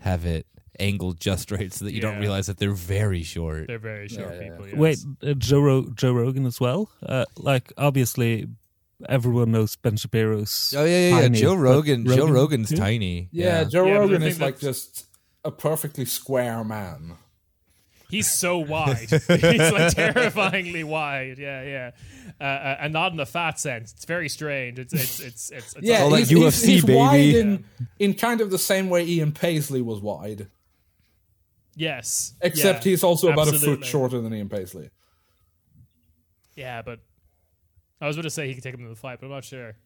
Speaker 2: have it angled just right so that you
Speaker 1: Yeah.
Speaker 2: don't realize that they're very short.
Speaker 1: They're very short people. yes.
Speaker 3: Wait, uh, Joe, Ro- Joe Rogan as well? Uh, like, obviously, everyone knows Ben Shapiro's.
Speaker 2: oh yeah, yeah, yeah.
Speaker 3: tiny,
Speaker 2: Joe
Speaker 3: but
Speaker 2: Rogan, Joe
Speaker 3: Rogan
Speaker 2: Rogan's
Speaker 3: too?
Speaker 2: tiny.
Speaker 4: Yeah, Joe
Speaker 1: Yeah, but I
Speaker 4: Rogan
Speaker 1: think
Speaker 4: is like
Speaker 1: that's-
Speaker 4: just a perfectly square man.
Speaker 1: He's so wide.
Speaker 4: *laughs*
Speaker 1: He's like terrifyingly wide. Yeah, yeah. Uh, uh, and not in the fat sense. It's very strange. It's it's it's it's, it's
Speaker 4: Yeah,
Speaker 2: all that
Speaker 4: he's,
Speaker 2: UFC,
Speaker 4: he's, he's wide
Speaker 2: baby.
Speaker 4: in, in kind of the same way Ian Paisley was wide,
Speaker 1: yes.
Speaker 4: except
Speaker 1: yeah,
Speaker 4: he's also about a
Speaker 1: absolutely.
Speaker 4: foot shorter than Ian Paisley.
Speaker 1: Yeah, but I was going to say he could take him in the fight, but I'm not sure.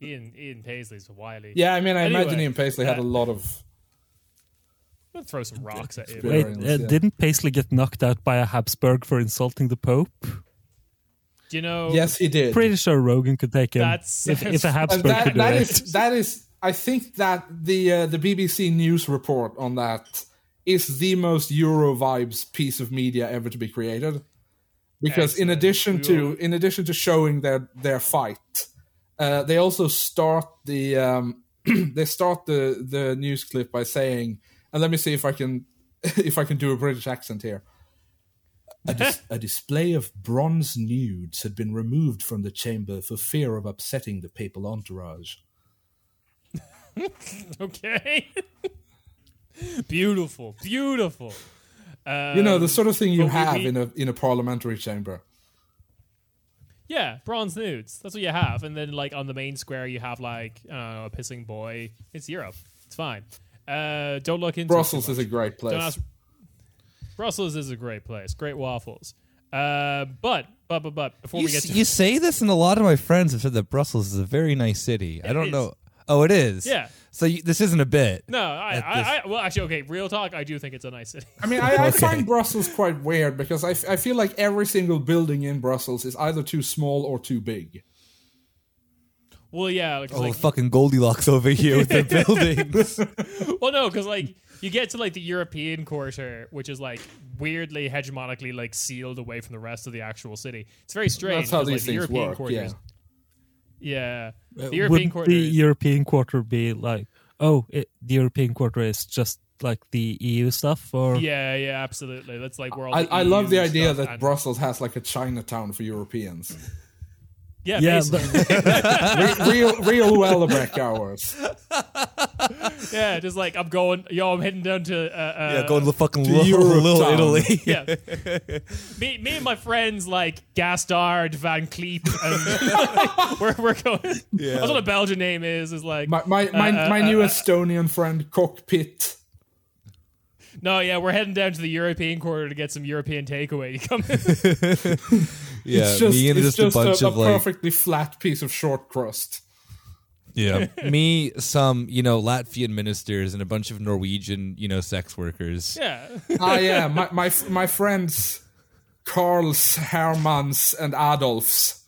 Speaker 1: Ian Ian Paisley's wily.
Speaker 4: Yeah, I mean, I imagine
Speaker 1: Anyway,
Speaker 4: Ian Paisley had a lot of.
Speaker 1: I'm gonna throw some rocks at him.
Speaker 3: Wait,
Speaker 4: Rogan
Speaker 3: uh,
Speaker 4: was, yeah.
Speaker 3: didn't Paisley get knocked out by a Habsburg for insulting the Pope?
Speaker 1: Do you know?
Speaker 4: Yes, he did.
Speaker 3: Pretty sure Rogan could take him.
Speaker 1: That's-
Speaker 3: if, if a
Speaker 4: And
Speaker 3: Habsburg
Speaker 4: *laughs* that,
Speaker 3: could do
Speaker 4: that
Speaker 3: it.
Speaker 4: is that is. I think that the uh, the BBC news report on that is the most Euro vibes piece of media ever to be created, because
Speaker 1: Excellent.
Speaker 4: in addition
Speaker 1: We
Speaker 4: to
Speaker 1: will-
Speaker 4: in addition to showing their their fight, uh, they also start the um, *clears throat* they start the the news clip by saying, and let me see if I can *laughs* if I can do a British accent here. A, dis-
Speaker 1: *laughs*
Speaker 4: a display of bronze nudes had been removed from the chamber for fear of upsetting the papal entourage.
Speaker 1: *laughs* Okay. *laughs* beautiful. Beautiful. Um,
Speaker 4: You know the sort of thing you
Speaker 1: but we-
Speaker 4: have
Speaker 1: we-
Speaker 4: in a in a parliamentary chamber.
Speaker 1: Yeah, bronze nudes. That's what you have. And then like on the main square, you have like I don't know, a pissing boy. It's Europe. It's fine. Uh, don't look into it too
Speaker 4: Brussels is
Speaker 1: much.
Speaker 4: a great place.
Speaker 1: Don't ask- Brussels is a great place. Great waffles. Uh, but but but but before
Speaker 2: You,
Speaker 1: we get
Speaker 2: s-
Speaker 1: to
Speaker 2: you say this, and a lot of my friends have said that Brussels is a very nice city. I don't
Speaker 1: is.
Speaker 2: know. Oh, it is.
Speaker 1: Yeah.
Speaker 2: So you, this isn't a bit.
Speaker 1: no, I,
Speaker 2: at
Speaker 1: I, I well actually okay. Real talk. I do think it's a nice city. *laughs*
Speaker 4: I mean, I, I find Brussels quite weird because I, f- I feel like every single building in Brussels is either too small or too big.
Speaker 1: well, yeah. Like, 'cause,
Speaker 2: Oh,
Speaker 1: like,
Speaker 2: fucking Goldilocks over here with the buildings.
Speaker 1: well, no, because like you get to like the European quarter, which is like weirdly hegemonically like sealed away from the rest of the actual city. It's very strange.
Speaker 4: That's how
Speaker 1: 'cause, like,
Speaker 4: these
Speaker 1: the
Speaker 4: things
Speaker 1: European
Speaker 4: work.
Speaker 1: quarter
Speaker 4: Yeah.
Speaker 1: is- Yeah. The
Speaker 3: Uh,
Speaker 1: European
Speaker 3: would
Speaker 1: quarter.
Speaker 3: the
Speaker 1: is-
Speaker 3: European quarter be like, oh, it, the European quarter is just like the EU stuff, or
Speaker 1: yeah, yeah, absolutely. That's like where all
Speaker 4: I,
Speaker 1: the
Speaker 4: I love
Speaker 1: EU
Speaker 4: the idea
Speaker 1: stuff
Speaker 4: that
Speaker 1: E and-
Speaker 4: Brussels has like a Chinatown
Speaker 2: *laughs*
Speaker 4: for Europeans.
Speaker 1: yeah,
Speaker 3: yeah,
Speaker 1: basically.
Speaker 3: but,
Speaker 4: Re- real, real Wellebeck hours.
Speaker 1: *laughs* yeah, just like I'm going, yo, I'm heading down to uh, uh,
Speaker 2: yeah, go to the fucking
Speaker 4: to
Speaker 2: little,
Speaker 4: Europe
Speaker 2: little
Speaker 4: town.
Speaker 2: Italy.
Speaker 1: yeah.
Speaker 4: *laughs*
Speaker 1: me, me and my friends like Gastard, Van Cleep, and *laughs* we're we're going.
Speaker 2: Yeah.
Speaker 1: That's what a Belgian name is. Is like
Speaker 4: My my my,
Speaker 1: uh,
Speaker 4: my
Speaker 1: uh,
Speaker 4: new Estonian friend Cockpit.
Speaker 1: no, yeah, we're heading down to the European quarter to get some European takeaway. You come,
Speaker 2: Yeah,
Speaker 4: it's just,
Speaker 2: Uh, me and
Speaker 4: it's
Speaker 2: just, a bunch
Speaker 4: a,
Speaker 2: of like
Speaker 4: perfectly flat piece of short crust.
Speaker 2: *laughs* yeah, me some you know Latvian ministers and a bunch of Norwegian you know sex workers.
Speaker 1: yeah,
Speaker 4: Ah, yeah, my my my friends. Karls, Hermans, and Adolfs.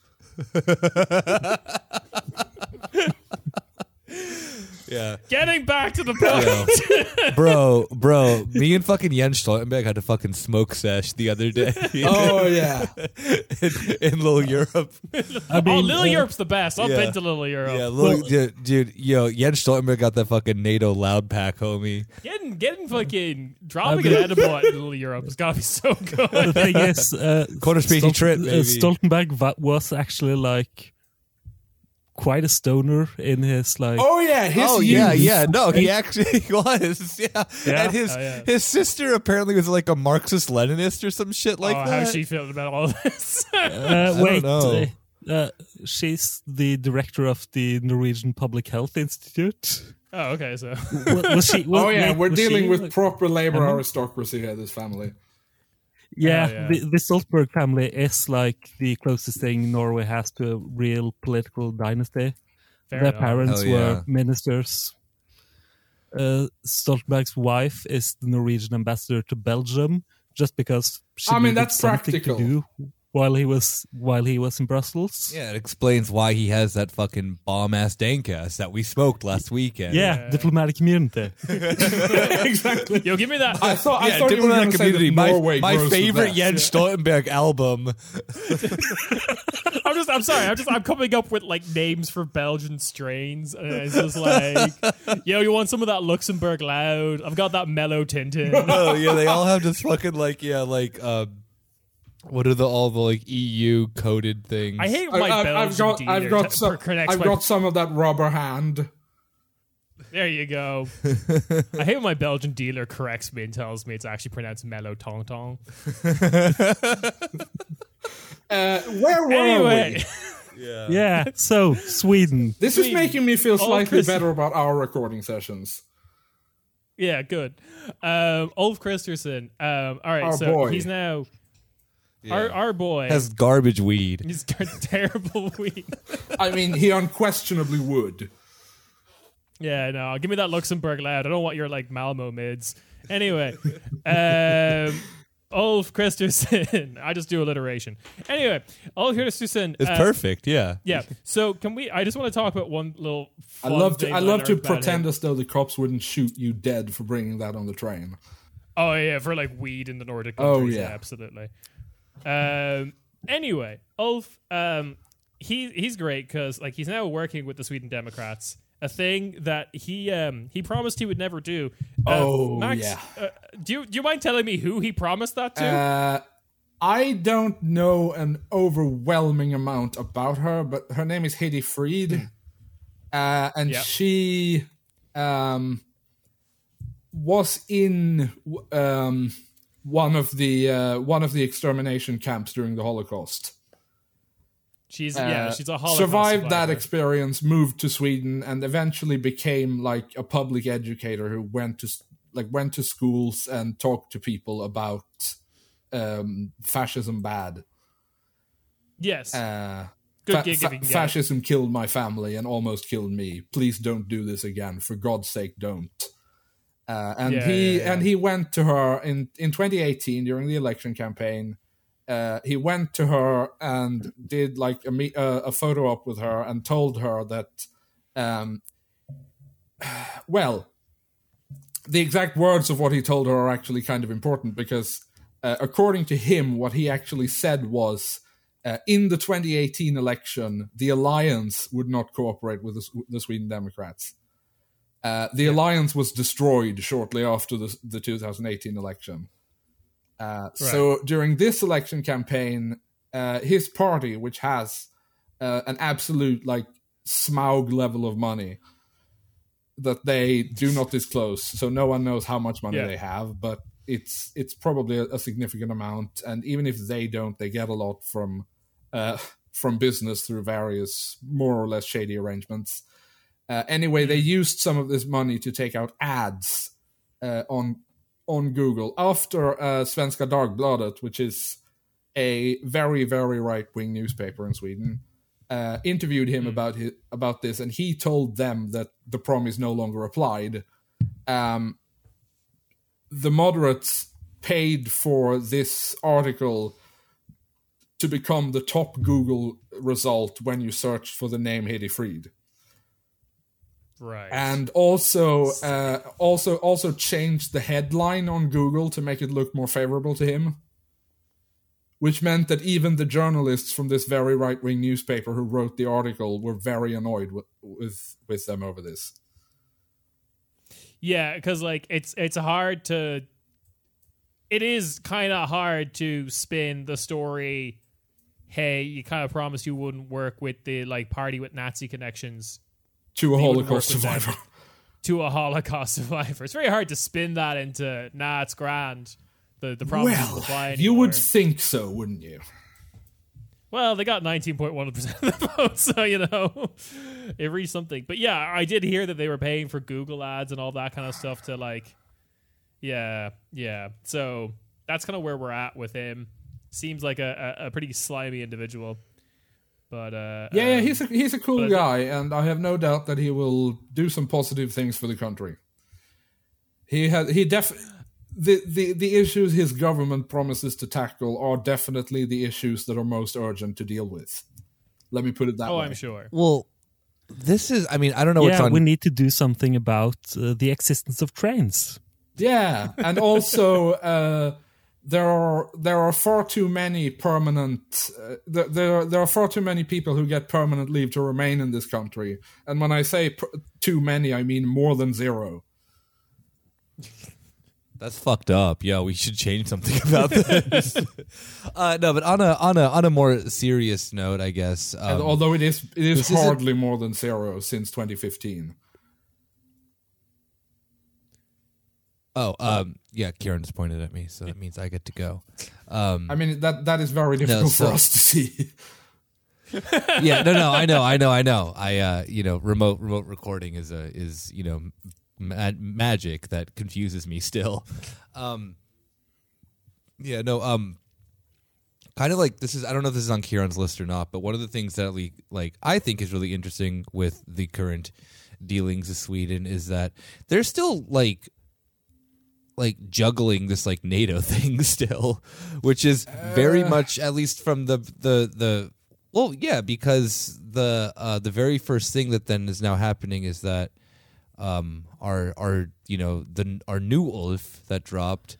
Speaker 2: Yeah.
Speaker 1: *laughs* Getting back to the point.
Speaker 2: *laughs* bro, bro, me and fucking Jens Stoltenberg had a fucking smoke sesh the other *laughs* day
Speaker 4: Oh yeah,
Speaker 2: in, in Little Europe.
Speaker 3: *laughs* I
Speaker 1: oh,
Speaker 3: mean,
Speaker 1: Little
Speaker 3: uh,
Speaker 1: Europe's the best. I've
Speaker 2: yeah.
Speaker 1: been to Little Europe.
Speaker 2: Yeah, little, dude, dude, yo, Jens Stoltenberg got that fucking NATO loud pack, homie.
Speaker 1: Getting getting fucking dropping an edible at Little Europe has got to be so good.
Speaker 4: *laughs*
Speaker 3: the thing is, uh,
Speaker 2: Quarter speedy trip,
Speaker 3: uh,
Speaker 2: baby.
Speaker 3: Stoltenberg va- was actually like quite a stoner in his like.
Speaker 4: oh yeah. His
Speaker 2: oh yeah,
Speaker 4: youth.
Speaker 2: yeah. No, he actually *laughs* was. Yeah,
Speaker 3: Yeah?
Speaker 2: and his
Speaker 1: Oh, yeah.
Speaker 2: his sister apparently was like a Marxist Leninist or some shit like
Speaker 1: oh,
Speaker 2: that.
Speaker 1: how she feeling about all this? *laughs*
Speaker 3: uh, wait,
Speaker 2: know.
Speaker 3: uh, uh, she's the director of the Norwegian Public Health Institute.
Speaker 1: oh, okay. So
Speaker 3: Wa- was she? wa-
Speaker 4: *laughs* Oh yeah,
Speaker 3: wait,
Speaker 4: we're
Speaker 3: was
Speaker 4: dealing
Speaker 3: she,
Speaker 4: with
Speaker 3: like-
Speaker 4: proper labor aristocracy here. This family.
Speaker 3: yeah,
Speaker 1: Oh, yeah.
Speaker 3: The, the Stoltenberg family is like the closest thing Norway has to a real political dynasty.
Speaker 1: fair
Speaker 3: Their
Speaker 1: enough.
Speaker 3: parents
Speaker 2: Hell
Speaker 3: were
Speaker 2: Oh, yeah.
Speaker 3: ministers. Uh, Stoltenberg's wife is the Norwegian ambassador to Belgium, just because she
Speaker 4: I mean,
Speaker 3: needed
Speaker 4: that's
Speaker 3: something
Speaker 4: practical.
Speaker 3: to do while he was while he was in Brussels.
Speaker 2: yeah, it explains why he has that fucking bomb ass dankas that we smoked last weekend.
Speaker 3: Yeah,
Speaker 1: Yeah.
Speaker 3: diplomatic immunity.
Speaker 4: exactly.
Speaker 1: Yo, give me that.
Speaker 4: *laughs* I thought. I
Speaker 2: yeah,
Speaker 4: thought you were
Speaker 2: diplomatic
Speaker 4: going to say
Speaker 2: community.
Speaker 4: that
Speaker 2: My,
Speaker 4: Norway
Speaker 2: my
Speaker 4: grows the
Speaker 2: favorite
Speaker 4: best.
Speaker 2: Jens Stoltenberg
Speaker 4: *laughs*
Speaker 2: album.
Speaker 1: I'm just. I'm sorry. I'm just. I'm coming up with like names for Belgian strains, and it's
Speaker 4: *laughs*
Speaker 1: just like, yo, you want some of that Luxembourg loud? I've got that mellow Tintin.
Speaker 2: oh yeah, they all have this fucking like yeah like um, what are the all the like EU coded things?
Speaker 1: I hate
Speaker 4: I-
Speaker 1: my
Speaker 4: I've,
Speaker 1: Belgian
Speaker 4: I've got,
Speaker 1: dealer
Speaker 4: I've got
Speaker 1: t-
Speaker 4: some,
Speaker 1: connects
Speaker 4: I've
Speaker 1: my-
Speaker 4: got some of that rubber hand.
Speaker 1: There you
Speaker 4: *laughs*
Speaker 1: go. I hate when my Belgian dealer corrects me and tells me it's actually pronounced mellow tong
Speaker 4: *laughs*
Speaker 1: tong.
Speaker 4: Uh, where were we?
Speaker 1: Anyway, *laughs*
Speaker 2: yeah.
Speaker 3: *laughs* yeah,
Speaker 2: *laughs*
Speaker 3: so Sweden.
Speaker 4: This is
Speaker 1: Sweden.
Speaker 4: making me feel slightly
Speaker 1: Christ-
Speaker 4: better about our recording sessions.
Speaker 1: yeah, good. Um, Ulf Christensen. Um, all right,
Speaker 4: Our
Speaker 1: so
Speaker 4: boy.
Speaker 1: he's now our our boy.
Speaker 2: has garbage weed.
Speaker 1: *laughs* he's got terrible *laughs* week.
Speaker 4: I mean, he unquestionably would.
Speaker 1: Yeah, no, give me that Luxembourg loud. I don't want your like Malmo mids.
Speaker 4: *laughs*
Speaker 1: Anyway, um, Ulf Christensen. *laughs* I just do alliteration. Anyway, Ulf Christensen.
Speaker 2: It's
Speaker 1: uh,
Speaker 2: perfect. Yeah.
Speaker 1: Yeah. So can we? I just want to talk about one little.
Speaker 4: I
Speaker 1: Fun
Speaker 4: love to.
Speaker 1: thing
Speaker 4: I
Speaker 1: that
Speaker 4: love to
Speaker 1: learned about him.
Speaker 4: pretend as though the cops wouldn't shoot you dead for bringing that on the train.
Speaker 1: Oh yeah, for like weed in the Nordic
Speaker 4: Oh,
Speaker 1: countries. yeah.
Speaker 4: yeah.
Speaker 1: absolutely. Um, anyway, Ulf, um, he he's great because like he's now working with the Sweden Democrats, a thing that he um he promised he would never do. Uh,
Speaker 4: Oh,
Speaker 1: Max,
Speaker 4: yeah.
Speaker 1: Uh, do you do you mind telling me who he promised that to?
Speaker 4: Uh, I don't know an overwhelming amount about her, but her name is Hedy
Speaker 1: Hmm.
Speaker 4: Freed, uh, and
Speaker 1: Yep.
Speaker 4: she um, was in w- um, one of the uh, one of the extermination camps during the Holocaust.
Speaker 1: she's yeah,
Speaker 4: Uh,
Speaker 1: she's a Holocaust
Speaker 4: survived that
Speaker 1: survivor.
Speaker 4: experience, moved to Sweden, and eventually became like a public educator who went to s- like went to schools and talked to people about um, fascism bad.
Speaker 1: yes,
Speaker 4: Uh,
Speaker 1: Good
Speaker 4: fa-
Speaker 1: gig if
Speaker 4: fa-
Speaker 1: you can get it.
Speaker 4: fascism killed my family and almost killed me. Please don't do this again. For God's sake, don't. Uh, and
Speaker 1: Yeah,
Speaker 4: he
Speaker 1: yeah, yeah.
Speaker 4: and he went to her in in 2018 during the election campaign. Uh, he went to her and did like a, me- uh, a photo op with her and told her that, um, *sighs* well, the exact words of what he told her are actually kind of important because, uh, according to him, what he actually said was uh, in the 2018 election, the alliance would not cooperate with the, S- the Sweden Democrats. Uh, the alliance was destroyed shortly after the, the 2018 election. Uh, So during this election campaign, uh, his party, which has uh, an absolute like smaug level of money that they do not disclose, so no one knows how much money
Speaker 1: Yeah.
Speaker 4: they have, but it's it's probably a, a significant amount. And even if they don't, they get a lot from uh, *laughs* from business through various more or less shady arrangements. Uh, anyway, they used some of this money to take out ads uh, on on Google after uh, Svenska Dagbladet, which is a very very right wing newspaper in Sweden, uh, interviewed him about his, about this, and he told them that the prom is no longer applied. Um, the moderates paid for this article to become the top Google result when you search for the name Hedi Fried.
Speaker 1: Right.
Speaker 4: And also, uh, also, also changed the headline on Google to make it look more favorable to him. Which meant that even the journalists from this very right-wing newspaper who wrote the article were very annoyed with with, with them over this.
Speaker 1: yeah, because like it's it's hard to. It is kind of hard to spin the story. Hey, you kind of promised you wouldn't work with the like party with Nazi connections
Speaker 4: To a
Speaker 1: wouldn't
Speaker 4: Holocaust
Speaker 1: work with that.
Speaker 4: survivor.
Speaker 1: to a Holocaust *laughs* survivor. It's very hard to spin that into nah, it's grand. The the problem doesn't apply
Speaker 4: you
Speaker 1: anymore."
Speaker 4: would think so, wouldn't you?
Speaker 1: Well, they got 19.1% of the *laughs* vote, so, you know, *laughs* it reached something. But yeah, I did hear that they were paying for Google ads and all that kind of stuff to, like, yeah, yeah. So that's kind of where we're at with him. Seems like a, a, a pretty slimy individual. But, uh,
Speaker 4: Yeah, yeah,
Speaker 1: um,
Speaker 4: he's a, he's a cool
Speaker 1: but-
Speaker 4: guy, and I have no doubt that he will do some positive things for the country. He has he def the, the the issues his government promises to tackle are definitely the issues that are most urgent to deal with. Let me put it that
Speaker 1: oh,
Speaker 4: way.
Speaker 1: I'm sure.
Speaker 2: Well, this is. I mean, I don't know what's
Speaker 3: yeah,
Speaker 2: Oh, on.
Speaker 3: we need to do something about uh, the existence of trains.
Speaker 4: Yeah,
Speaker 1: *laughs*
Speaker 4: and also uh, there are there are far too many permanent uh, there, there are, there are far too many people who get permanent leave to remain in this country. And when I say per- too many, I mean more than zero.
Speaker 2: That's fucked up. Yeah, we should change something about this. *laughs* uh, no, but on a on a on a more serious note, I guess.
Speaker 4: And
Speaker 2: Um,
Speaker 4: although it is it is
Speaker 2: this isn't-
Speaker 4: hardly more than zero since 2015.
Speaker 2: oh, um, yeah, Kieran's pointed at me, so that means I get to go. Um,
Speaker 4: I mean that that is very difficult
Speaker 2: so-
Speaker 4: for us to see. *laughs*
Speaker 2: yeah, no, no, I know, I know, I know. I, uh, you know, remote remote recording is a is you know ma- magic that confuses me still. Um, yeah, no, um, kind of like this is I don't know if this is on Kieran's list or not, but one of the things that we like I think is really interesting with the current dealings of Sweden is that they're still like like juggling this like NATO *laughs* thing still, which is very much at least from the the the well yeah because the uh, the very first thing that then is now happening is that um our our you know the our new Ulf that dropped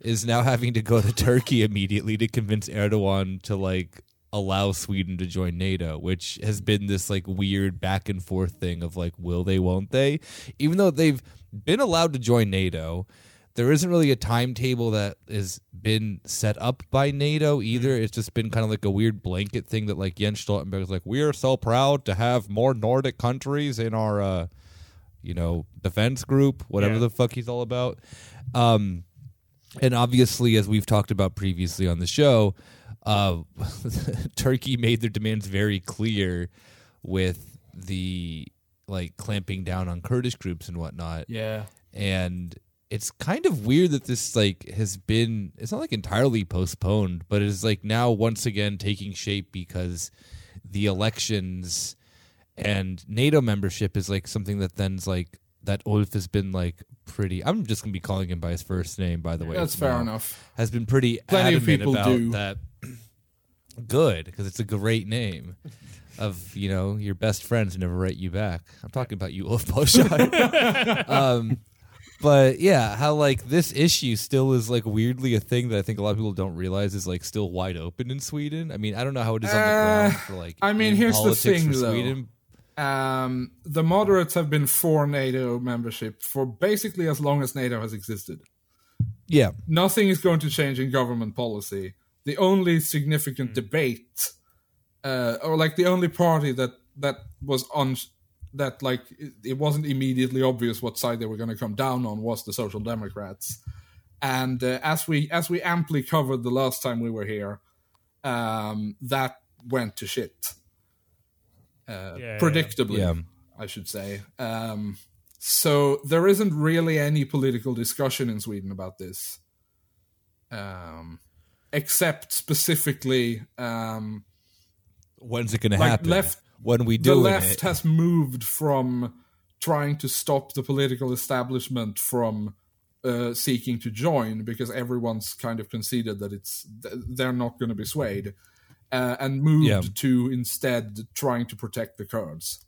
Speaker 2: is now having to go to Turkey immediately to convince Erdogan to like allow Sweden to join NATO, which has been this like weird back and forth thing of like will they won't they even though they've been allowed to join NATO there isn't really a timetable that has been set up by NATO either. It's just been kind of like a weird blanket thing that like Jens Stoltenberg is like, we are so proud to have more Nordic countries in our, uh, you know, defense group, whatever
Speaker 1: Yeah.
Speaker 2: the fuck he's all about. Um, and obviously, as we've talked about previously on the show, uh, *laughs* Turkey made their demands very clear with the like clamping down on Kurdish groups and whatnot
Speaker 4: Yeah.
Speaker 2: and it's kind of weird that this like has been it's not like entirely postponed but it's like now once again taking shape because the elections and nato membership is like something that then's like that Ulf has been like pretty. I'm just gonna be calling him by his first name, by the way.
Speaker 4: That's
Speaker 2: from
Speaker 4: fair
Speaker 2: now
Speaker 4: enough.
Speaker 2: has been pretty
Speaker 4: Plenty of
Speaker 2: adamant
Speaker 4: people
Speaker 2: about
Speaker 4: do.
Speaker 2: that. Good, because it's a great name of you know your best friends who never write you back. I'm talking about you, Ulf Boschai. *laughs* um, but yeah, how like this issue still is like weirdly a thing that I think a lot of people don't realize is like still wide open in Sweden. I mean, I don't know how it is on the
Speaker 4: Uh,
Speaker 2: ground for like.
Speaker 4: I mean,
Speaker 2: in
Speaker 4: here's the
Speaker 2: politics
Speaker 4: thing,
Speaker 2: for
Speaker 4: though.
Speaker 2: Sweden.
Speaker 4: Um, the moderates have been for NATO membership for basically as long as NATO has existed.
Speaker 2: Yeah,
Speaker 4: nothing is going to change in government policy. The only significant debate, uh, or like the only party that that was on that like it- it wasn't immediately obvious what side they were going to come down on was the Social Democrats. And uh, as we as we amply covered the last time we were here, um, that went to shit. Uh,
Speaker 1: Yeah.
Speaker 4: predictably,
Speaker 2: Yeah.
Speaker 4: I should say. Um, so there isn't really any political discussion in Sweden about this, um, except specifically um,
Speaker 2: when's it gonna
Speaker 4: Like,
Speaker 2: happen?
Speaker 4: left-
Speaker 2: when we
Speaker 4: the
Speaker 2: do
Speaker 4: left
Speaker 2: it.
Speaker 4: has moved from trying to stop the political establishment from uh, seeking to join because everyone's kind of conceded that it's th- they're not going to be swayed, uh, and moved
Speaker 2: Yeah.
Speaker 4: to instead trying to protect the Kurds.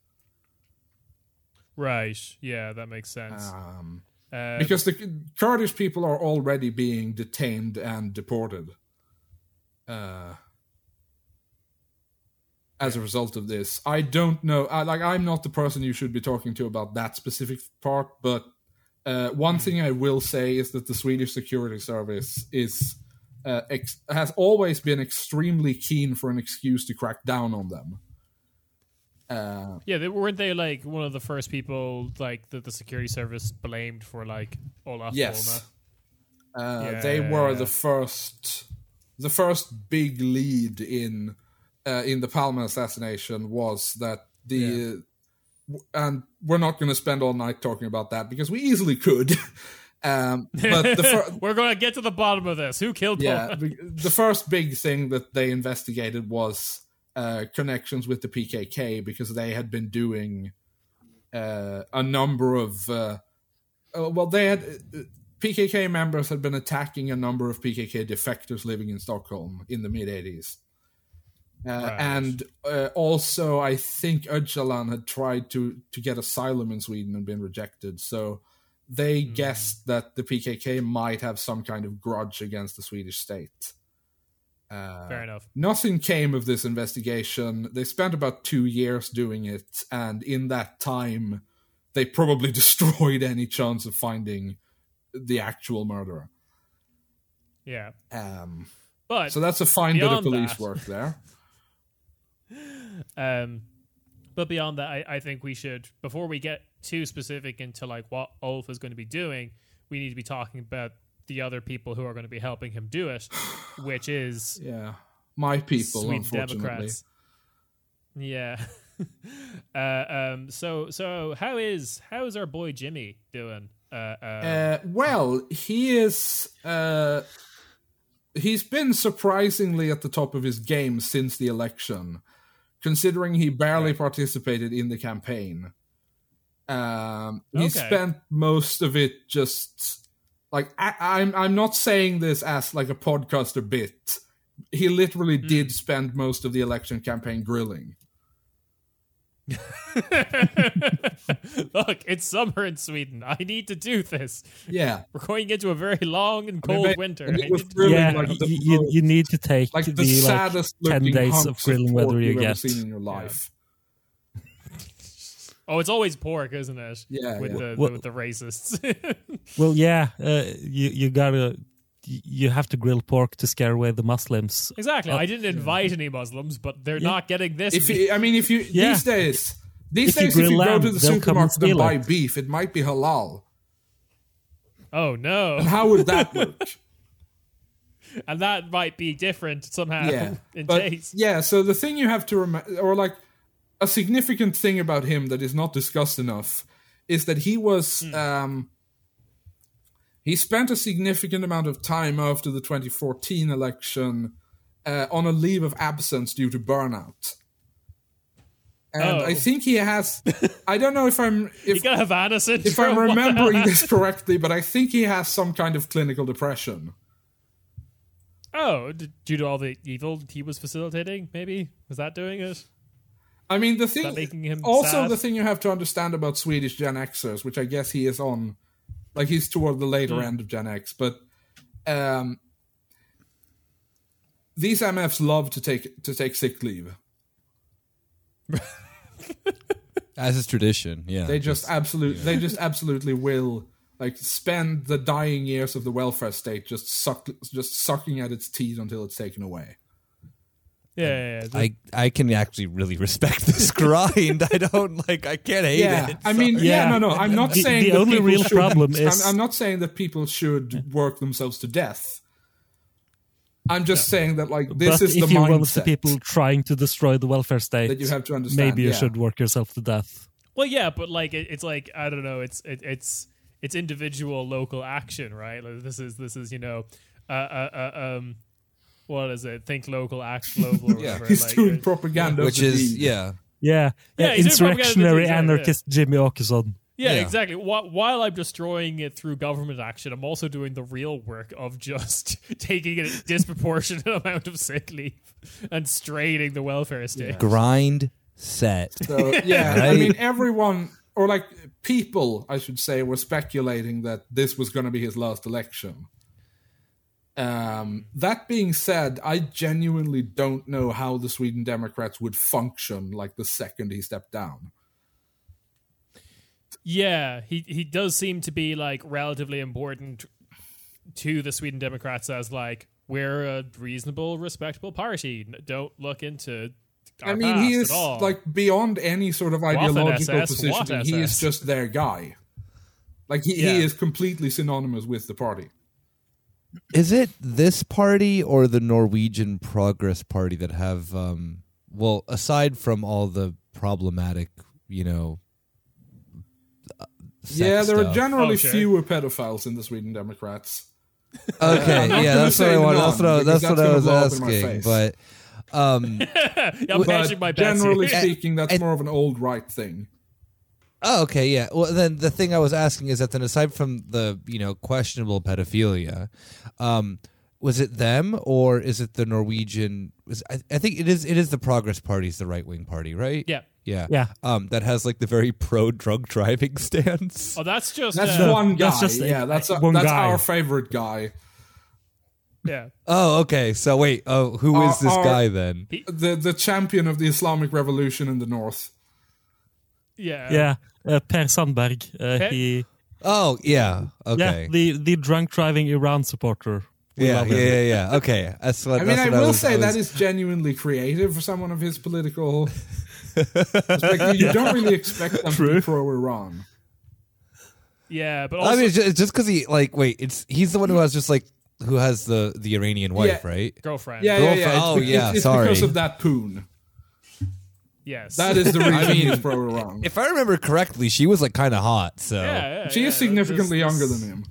Speaker 1: Right. Yeah, that makes sense.
Speaker 4: Um,
Speaker 1: Um,
Speaker 4: because the Kurdish people are already being detained and deported uh, as a result of this. I don't know. I, like, I'm not the person you should be talking to about that specific part, but uh, one thing I will say is that the Swedish Security Service is. Uh, ex- has always been extremely keen for an excuse to crack down on them. Uh,
Speaker 1: yeah, they, weren't they like one of the first people like that the security service blamed for like Olaf
Speaker 4: Yes.
Speaker 1: Palme?
Speaker 4: Uh,
Speaker 1: Yeah,
Speaker 4: they
Speaker 1: yeah,
Speaker 4: were
Speaker 1: yeah.
Speaker 4: the first the first big lead in uh, in the Palma assassination was that the w- and we're not going to spend all night talking about that because we easily could. *laughs* um, but the fir-
Speaker 1: *laughs* We're going to get to the bottom of this. Who killed
Speaker 4: yeah,
Speaker 1: Palme?
Speaker 4: be- the first big thing that they investigated was uh, connections with the PKK because they had been doing uh, a number of uh, uh, well, they had uh, PKK members had been attacking a number of PKK defectors living in Stockholm in the mid '80s. Uh,
Speaker 1: Right.
Speaker 4: And uh, also, I think Öcalan had tried to to get asylum in Sweden and been rejected. So they
Speaker 1: Hmm.
Speaker 4: guessed that the PKK might have some kind of grudge against the Swedish state. Uh,
Speaker 1: Fair enough.
Speaker 4: nothing came of this investigation. They spent about two years doing it, and in that time, they probably *laughs* destroyed any chance of finding the actual murderer.
Speaker 1: Yeah.
Speaker 4: Um,
Speaker 1: But
Speaker 4: so that's a fine bit of
Speaker 1: Beyond
Speaker 4: police
Speaker 1: that-
Speaker 4: work there.
Speaker 1: *laughs* Um, but beyond that, I, I think we should, before we get too specific into like what Ulf is going to be doing, we need to be talking about the other people who are going to be helping him do
Speaker 4: *sighs*
Speaker 1: it, which is
Speaker 4: Yeah, my people,
Speaker 1: Sweet
Speaker 4: unfortunately.
Speaker 1: Democrats. Yeah. *laughs* uh, um. So so how is how is our boy Jimmy doing? Uh. uh
Speaker 4: Uh, well, he is. Uh, he's been surprisingly at the top of his game since the election, considering he barely participated in the campaign. Um, he
Speaker 1: Okay.
Speaker 4: spent most of it just like I, I'm. I'm not saying this as like a podcaster bit. He literally
Speaker 3: Hmm.
Speaker 4: did spend most of the election campaign grilling.
Speaker 1: *laughs* Look, it's summer in Sweden. I need to do this.
Speaker 4: Yeah,
Speaker 1: *laughs* We're going into a very long and
Speaker 4: I mean,
Speaker 1: cold
Speaker 4: ba-
Speaker 1: winter. *laughs*
Speaker 4: and
Speaker 1: I
Speaker 4: it was
Speaker 1: need to-
Speaker 4: grilling
Speaker 3: yeah,
Speaker 4: like
Speaker 3: you,
Speaker 4: the
Speaker 3: you,
Speaker 4: most-
Speaker 3: you need to take
Speaker 4: like the,
Speaker 3: the like,
Speaker 4: saddest
Speaker 3: 10
Speaker 4: looking
Speaker 3: days
Speaker 4: hunks
Speaker 3: of grilling
Speaker 4: pork
Speaker 3: weather you
Speaker 4: you've ever
Speaker 3: get.
Speaker 4: seen in your life.
Speaker 1: oh, it's always pork, isn't it?
Speaker 4: Yeah,
Speaker 1: with
Speaker 4: yeah.
Speaker 1: the
Speaker 3: Well-
Speaker 1: with the racists. *laughs*
Speaker 3: Well, yeah, uh, you you gotta you you have to grill pork to scare away the Muslims.
Speaker 1: exactly. I didn't invite any Muslims, but they're not getting this.
Speaker 4: If you, I mean, if you
Speaker 3: Yeah.
Speaker 4: these days, these
Speaker 3: If you
Speaker 4: days, if you
Speaker 3: grill
Speaker 4: go
Speaker 3: lamb,
Speaker 4: to the
Speaker 3: they'll come and
Speaker 4: supermarket and
Speaker 3: steal
Speaker 4: buy
Speaker 3: it.
Speaker 4: beef, it might be halal.
Speaker 1: oh no, *laughs*
Speaker 4: How would
Speaker 3: *laughs*
Speaker 4: that work?
Speaker 1: and that might be different somehow
Speaker 3: *laughs*
Speaker 4: yeah,
Speaker 1: *laughs* in
Speaker 4: but
Speaker 1: taste.
Speaker 4: yeah. So the thing you have to remember, or like a significant thing about him that is not discussed enough, is that he was.
Speaker 3: Hmm.
Speaker 4: Um, he spent a significant amount of time after the 2014 election uh, on a leave of absence due to burnout. And
Speaker 1: Oh.
Speaker 4: I think he
Speaker 3: *laughs*
Speaker 4: has. I don't know if I'm. If,
Speaker 1: You got Havana syndrome.
Speaker 4: if I'm
Speaker 1: *laughs* what the
Speaker 4: remembering
Speaker 1: hell?
Speaker 4: this correctly, but I think he has some kind of clinical depression.
Speaker 1: oh, d- due to all the evil he was facilitating, maybe was that doing it?
Speaker 4: I mean, the thing,
Speaker 1: that making him
Speaker 4: also
Speaker 1: sad?
Speaker 4: the thing you have to understand about Swedish Gen Xers, which I guess he is on, like he's toward the later
Speaker 1: Hmm.
Speaker 4: end of Gen X, but um, these MFs love to take to take sick leave.
Speaker 2: As is tradition. Yeah.
Speaker 4: They just absolutely they
Speaker 1: *laughs*
Speaker 4: just absolutely will like spend the dying years of the welfare state just suck just sucking at its teeth until it's taken away.
Speaker 1: Yeah, yeah, yeah. The-
Speaker 2: I, I can actually really respect
Speaker 4: *laughs*
Speaker 2: this grind. I don't like. I can't hate
Speaker 4: yeah,
Speaker 2: it.
Speaker 4: I mean, yeah.
Speaker 3: Yeah.
Speaker 4: no, no. I'm not
Speaker 3: The-
Speaker 4: saying
Speaker 3: the
Speaker 4: that
Speaker 3: only
Speaker 4: people
Speaker 3: real
Speaker 4: should-
Speaker 3: problem
Speaker 4: I'm-
Speaker 3: is-
Speaker 4: I'm, not saying that people should work themselves to death. I'm just saying that like this
Speaker 3: but
Speaker 4: is
Speaker 3: if
Speaker 4: the
Speaker 3: you're one of the
Speaker 4: mindset
Speaker 3: people trying to destroy the welfare state,
Speaker 4: that you have to understand.
Speaker 3: maybe you
Speaker 4: yeah.
Speaker 3: should work yourself to death.
Speaker 1: well, yeah, but like it, it's like I don't know. It's it, it's it's individual local action, right? Like, this is this is you know, uh, uh, uh, um, what is it? Think local, act global, or
Speaker 4: *laughs* Yeah,
Speaker 1: whatever.
Speaker 4: *laughs* he's
Speaker 1: like,
Speaker 4: doing
Speaker 1: uh,
Speaker 4: propaganda, of
Speaker 2: Which
Speaker 4: the
Speaker 2: is
Speaker 4: deed.
Speaker 2: yeah.
Speaker 3: Yeah,
Speaker 1: Yeah,
Speaker 3: Uh,
Speaker 1: he's doing propaganda
Speaker 3: insurrectionary
Speaker 1: things, yeah, yeah.
Speaker 3: anarchist Jimmy Åkesson.
Speaker 1: Yeah,
Speaker 2: Yeah.
Speaker 1: exactly. Wh- while I'm destroying it through government action, I'm also doing the real work of just *laughs* taking a disproportionate *laughs* amount of sick leave and straining the welfare state.
Speaker 2: Grind set.
Speaker 4: So yeah, I
Speaker 2: Right.
Speaker 4: mean everyone or like people, I should say, were speculating that this was going to be his last election. Um, that being said, I genuinely don't know how the Sweden Democrats would function like the second he stepped down.
Speaker 1: Yeah, he he does seem to be like relatively important to the Sweden Democrats as like we're a reasonable, respectable party. N- Don't look into. Our
Speaker 4: I mean,
Speaker 1: past
Speaker 4: he is
Speaker 1: at all.
Speaker 4: like beyond any sort of ideological
Speaker 1: SS,
Speaker 4: positioning.
Speaker 1: what
Speaker 4: He is
Speaker 1: SS?
Speaker 4: just their guy. Like he,
Speaker 1: Yeah.
Speaker 4: he is completely synonymous with the party.
Speaker 2: Is it this party or the Norwegian Progress Party that have, um, well, aside from all the problematic, you know, uh, sex
Speaker 4: yeah, there are
Speaker 2: stuff.
Speaker 4: generally
Speaker 1: Oh, sure.
Speaker 4: fewer pedophiles in the Sweden Democrats.
Speaker 2: Okay, yeah,
Speaker 4: gonna
Speaker 2: that's what
Speaker 4: say
Speaker 2: I wanted.
Speaker 4: none,
Speaker 2: That's what I,
Speaker 4: because
Speaker 2: that's what
Speaker 4: that's
Speaker 2: I was
Speaker 4: gonna blow up in my
Speaker 2: asking. But um,
Speaker 1: I'm hedging my
Speaker 4: But
Speaker 1: bets here.
Speaker 4: generally speaking, that's
Speaker 2: and-
Speaker 4: more of an old right thing.
Speaker 2: oh, okay, yeah. Well, then the thing I was asking is that then aside from the you know questionable pedophilia, um, was it them or is it the Norwegian? Was I, I think it is. It is the Progress Party, is the right wing party, right?
Speaker 1: Yeah.
Speaker 2: yeah,
Speaker 3: Yeah.
Speaker 2: Um, that has like the very pro drug driving *laughs* stance.
Speaker 1: Oh, that's just
Speaker 4: That's
Speaker 1: uh,
Speaker 4: one guy.
Speaker 3: that's just a-
Speaker 4: yeah, that's
Speaker 3: one
Speaker 4: that's
Speaker 3: guy.
Speaker 4: our favorite guy.
Speaker 1: yeah.
Speaker 2: Oh, okay. So wait, oh, who
Speaker 4: Our-
Speaker 2: is this
Speaker 4: our-
Speaker 2: guy then?
Speaker 4: The the champion of the Islamic Revolution in the north.
Speaker 1: Yeah.
Speaker 3: Yeah, uh, Per Sandberg. Uh,
Speaker 1: Per-
Speaker 3: He,
Speaker 2: Oh, yeah. Okay.
Speaker 3: yeah, the the drunk driving Iran supporter. We
Speaker 2: Yeah,
Speaker 3: love
Speaker 2: yeah,
Speaker 3: him.
Speaker 2: yeah, yeah. Okay, that's what.
Speaker 4: I mean,
Speaker 2: that's
Speaker 4: I
Speaker 2: what
Speaker 4: will
Speaker 2: was-
Speaker 4: say
Speaker 2: I was-
Speaker 4: that is genuinely creative for someone of his political. perspective. You don't really expect them to be pro Iran.
Speaker 1: Yeah, but
Speaker 2: I
Speaker 1: also
Speaker 2: mean, it's ju- it's just because he like wait, it's he's the one who has just like who has the the Iranian wife,
Speaker 4: Yeah.
Speaker 2: right?
Speaker 1: girlfriend.
Speaker 4: Yeah, yeah, yeah.
Speaker 2: Girlfriend-
Speaker 4: It's,
Speaker 2: oh,
Speaker 4: it's-
Speaker 2: yeah,
Speaker 4: It's,
Speaker 2: sorry.
Speaker 4: because of that poon.
Speaker 1: Yes.
Speaker 4: That is the reason he's pro Iran.
Speaker 2: If I remember correctly, she was like kind of hot. So
Speaker 1: Yeah, yeah,
Speaker 4: She
Speaker 1: yeah,
Speaker 4: is significantly
Speaker 1: this-
Speaker 4: younger
Speaker 1: this-
Speaker 4: than him.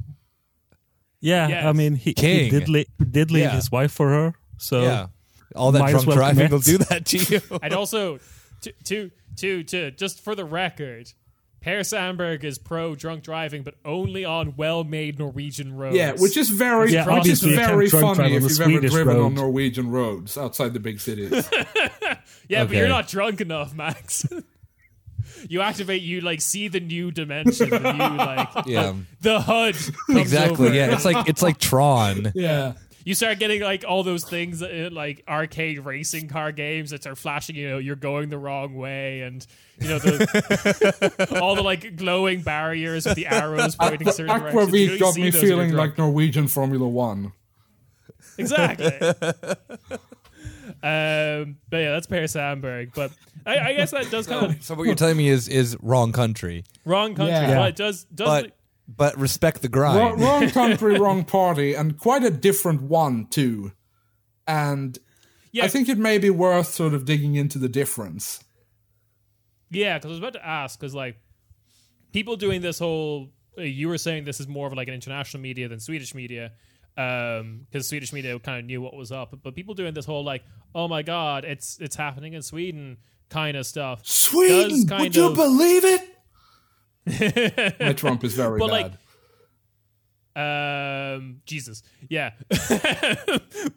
Speaker 3: Yeah,
Speaker 1: Yes.
Speaker 3: I mean, he, he
Speaker 2: King.
Speaker 3: did li- he did leave
Speaker 2: Yeah.
Speaker 3: his wife for her. So
Speaker 2: Yeah. all that
Speaker 3: Might as
Speaker 2: drunk
Speaker 3: well
Speaker 2: driving
Speaker 3: connect.
Speaker 2: will do that to
Speaker 4: *laughs*
Speaker 2: you.
Speaker 1: And also, to, to to to just for the record, Per Sandberg is pro drunk driving, but only on well-made Norwegian roads.
Speaker 4: Yeah, which is very,
Speaker 3: Yeah,
Speaker 4: which is
Speaker 3: obviously you can't
Speaker 4: very
Speaker 3: drunk drive
Speaker 4: funny if
Speaker 3: on the
Speaker 4: you've ever
Speaker 3: Swedish
Speaker 4: driven on
Speaker 3: road.
Speaker 4: Norwegian roads outside the
Speaker 1: *laughs*
Speaker 4: big cities.
Speaker 1: yeah, but you're
Speaker 2: okay.
Speaker 1: not drunk enough, Max. *laughs* you activate. You like see the new dimension. The new like
Speaker 2: yeah,
Speaker 1: the HUD. comes
Speaker 2: exactly.
Speaker 1: over.
Speaker 2: Yeah, it's like it's like
Speaker 4: *laughs*
Speaker 2: Tron.
Speaker 4: yeah.
Speaker 1: You start getting like all those things uh, like arcade racing car games that start flashing. You know, you're going the wrong way, and you know the, all the *laughs* like glowing barriers with the arrows pointing certain directions. You
Speaker 4: Aquavit
Speaker 1: only
Speaker 4: got
Speaker 1: see
Speaker 4: me
Speaker 1: those when you're
Speaker 4: feeling
Speaker 1: drunk.
Speaker 4: like Norwegian Formula One.
Speaker 1: Exactly.
Speaker 4: *laughs*
Speaker 1: um, but yeah, that's Per Sandberg. But I, I guess that does
Speaker 4: *laughs*
Speaker 1: kind of
Speaker 2: So what you're telling me is is wrong country,
Speaker 1: wrong country.
Speaker 4: Yeah.
Speaker 1: But it does does
Speaker 2: but but respect the grind.
Speaker 4: Wrong,
Speaker 1: *laughs*
Speaker 4: wrong country, wrong party, and quite a different one too. And
Speaker 1: yeah
Speaker 4: I think it may be worth sort of digging into the difference.
Speaker 1: yeah. Because I was about to ask because like people doing this whole uh, you were saying this is more of like an international media than Swedish media because Swedish media kind of knew what was up. But people doing this whole like oh my god it's it's happening in Sweden kind of stuff. does
Speaker 4: Sweden,
Speaker 1: kind
Speaker 4: would you
Speaker 1: of-
Speaker 4: believe it?
Speaker 1: *laughs*
Speaker 4: My Trump is very
Speaker 1: But,
Speaker 4: bad.
Speaker 1: like, um jesus yeah *laughs*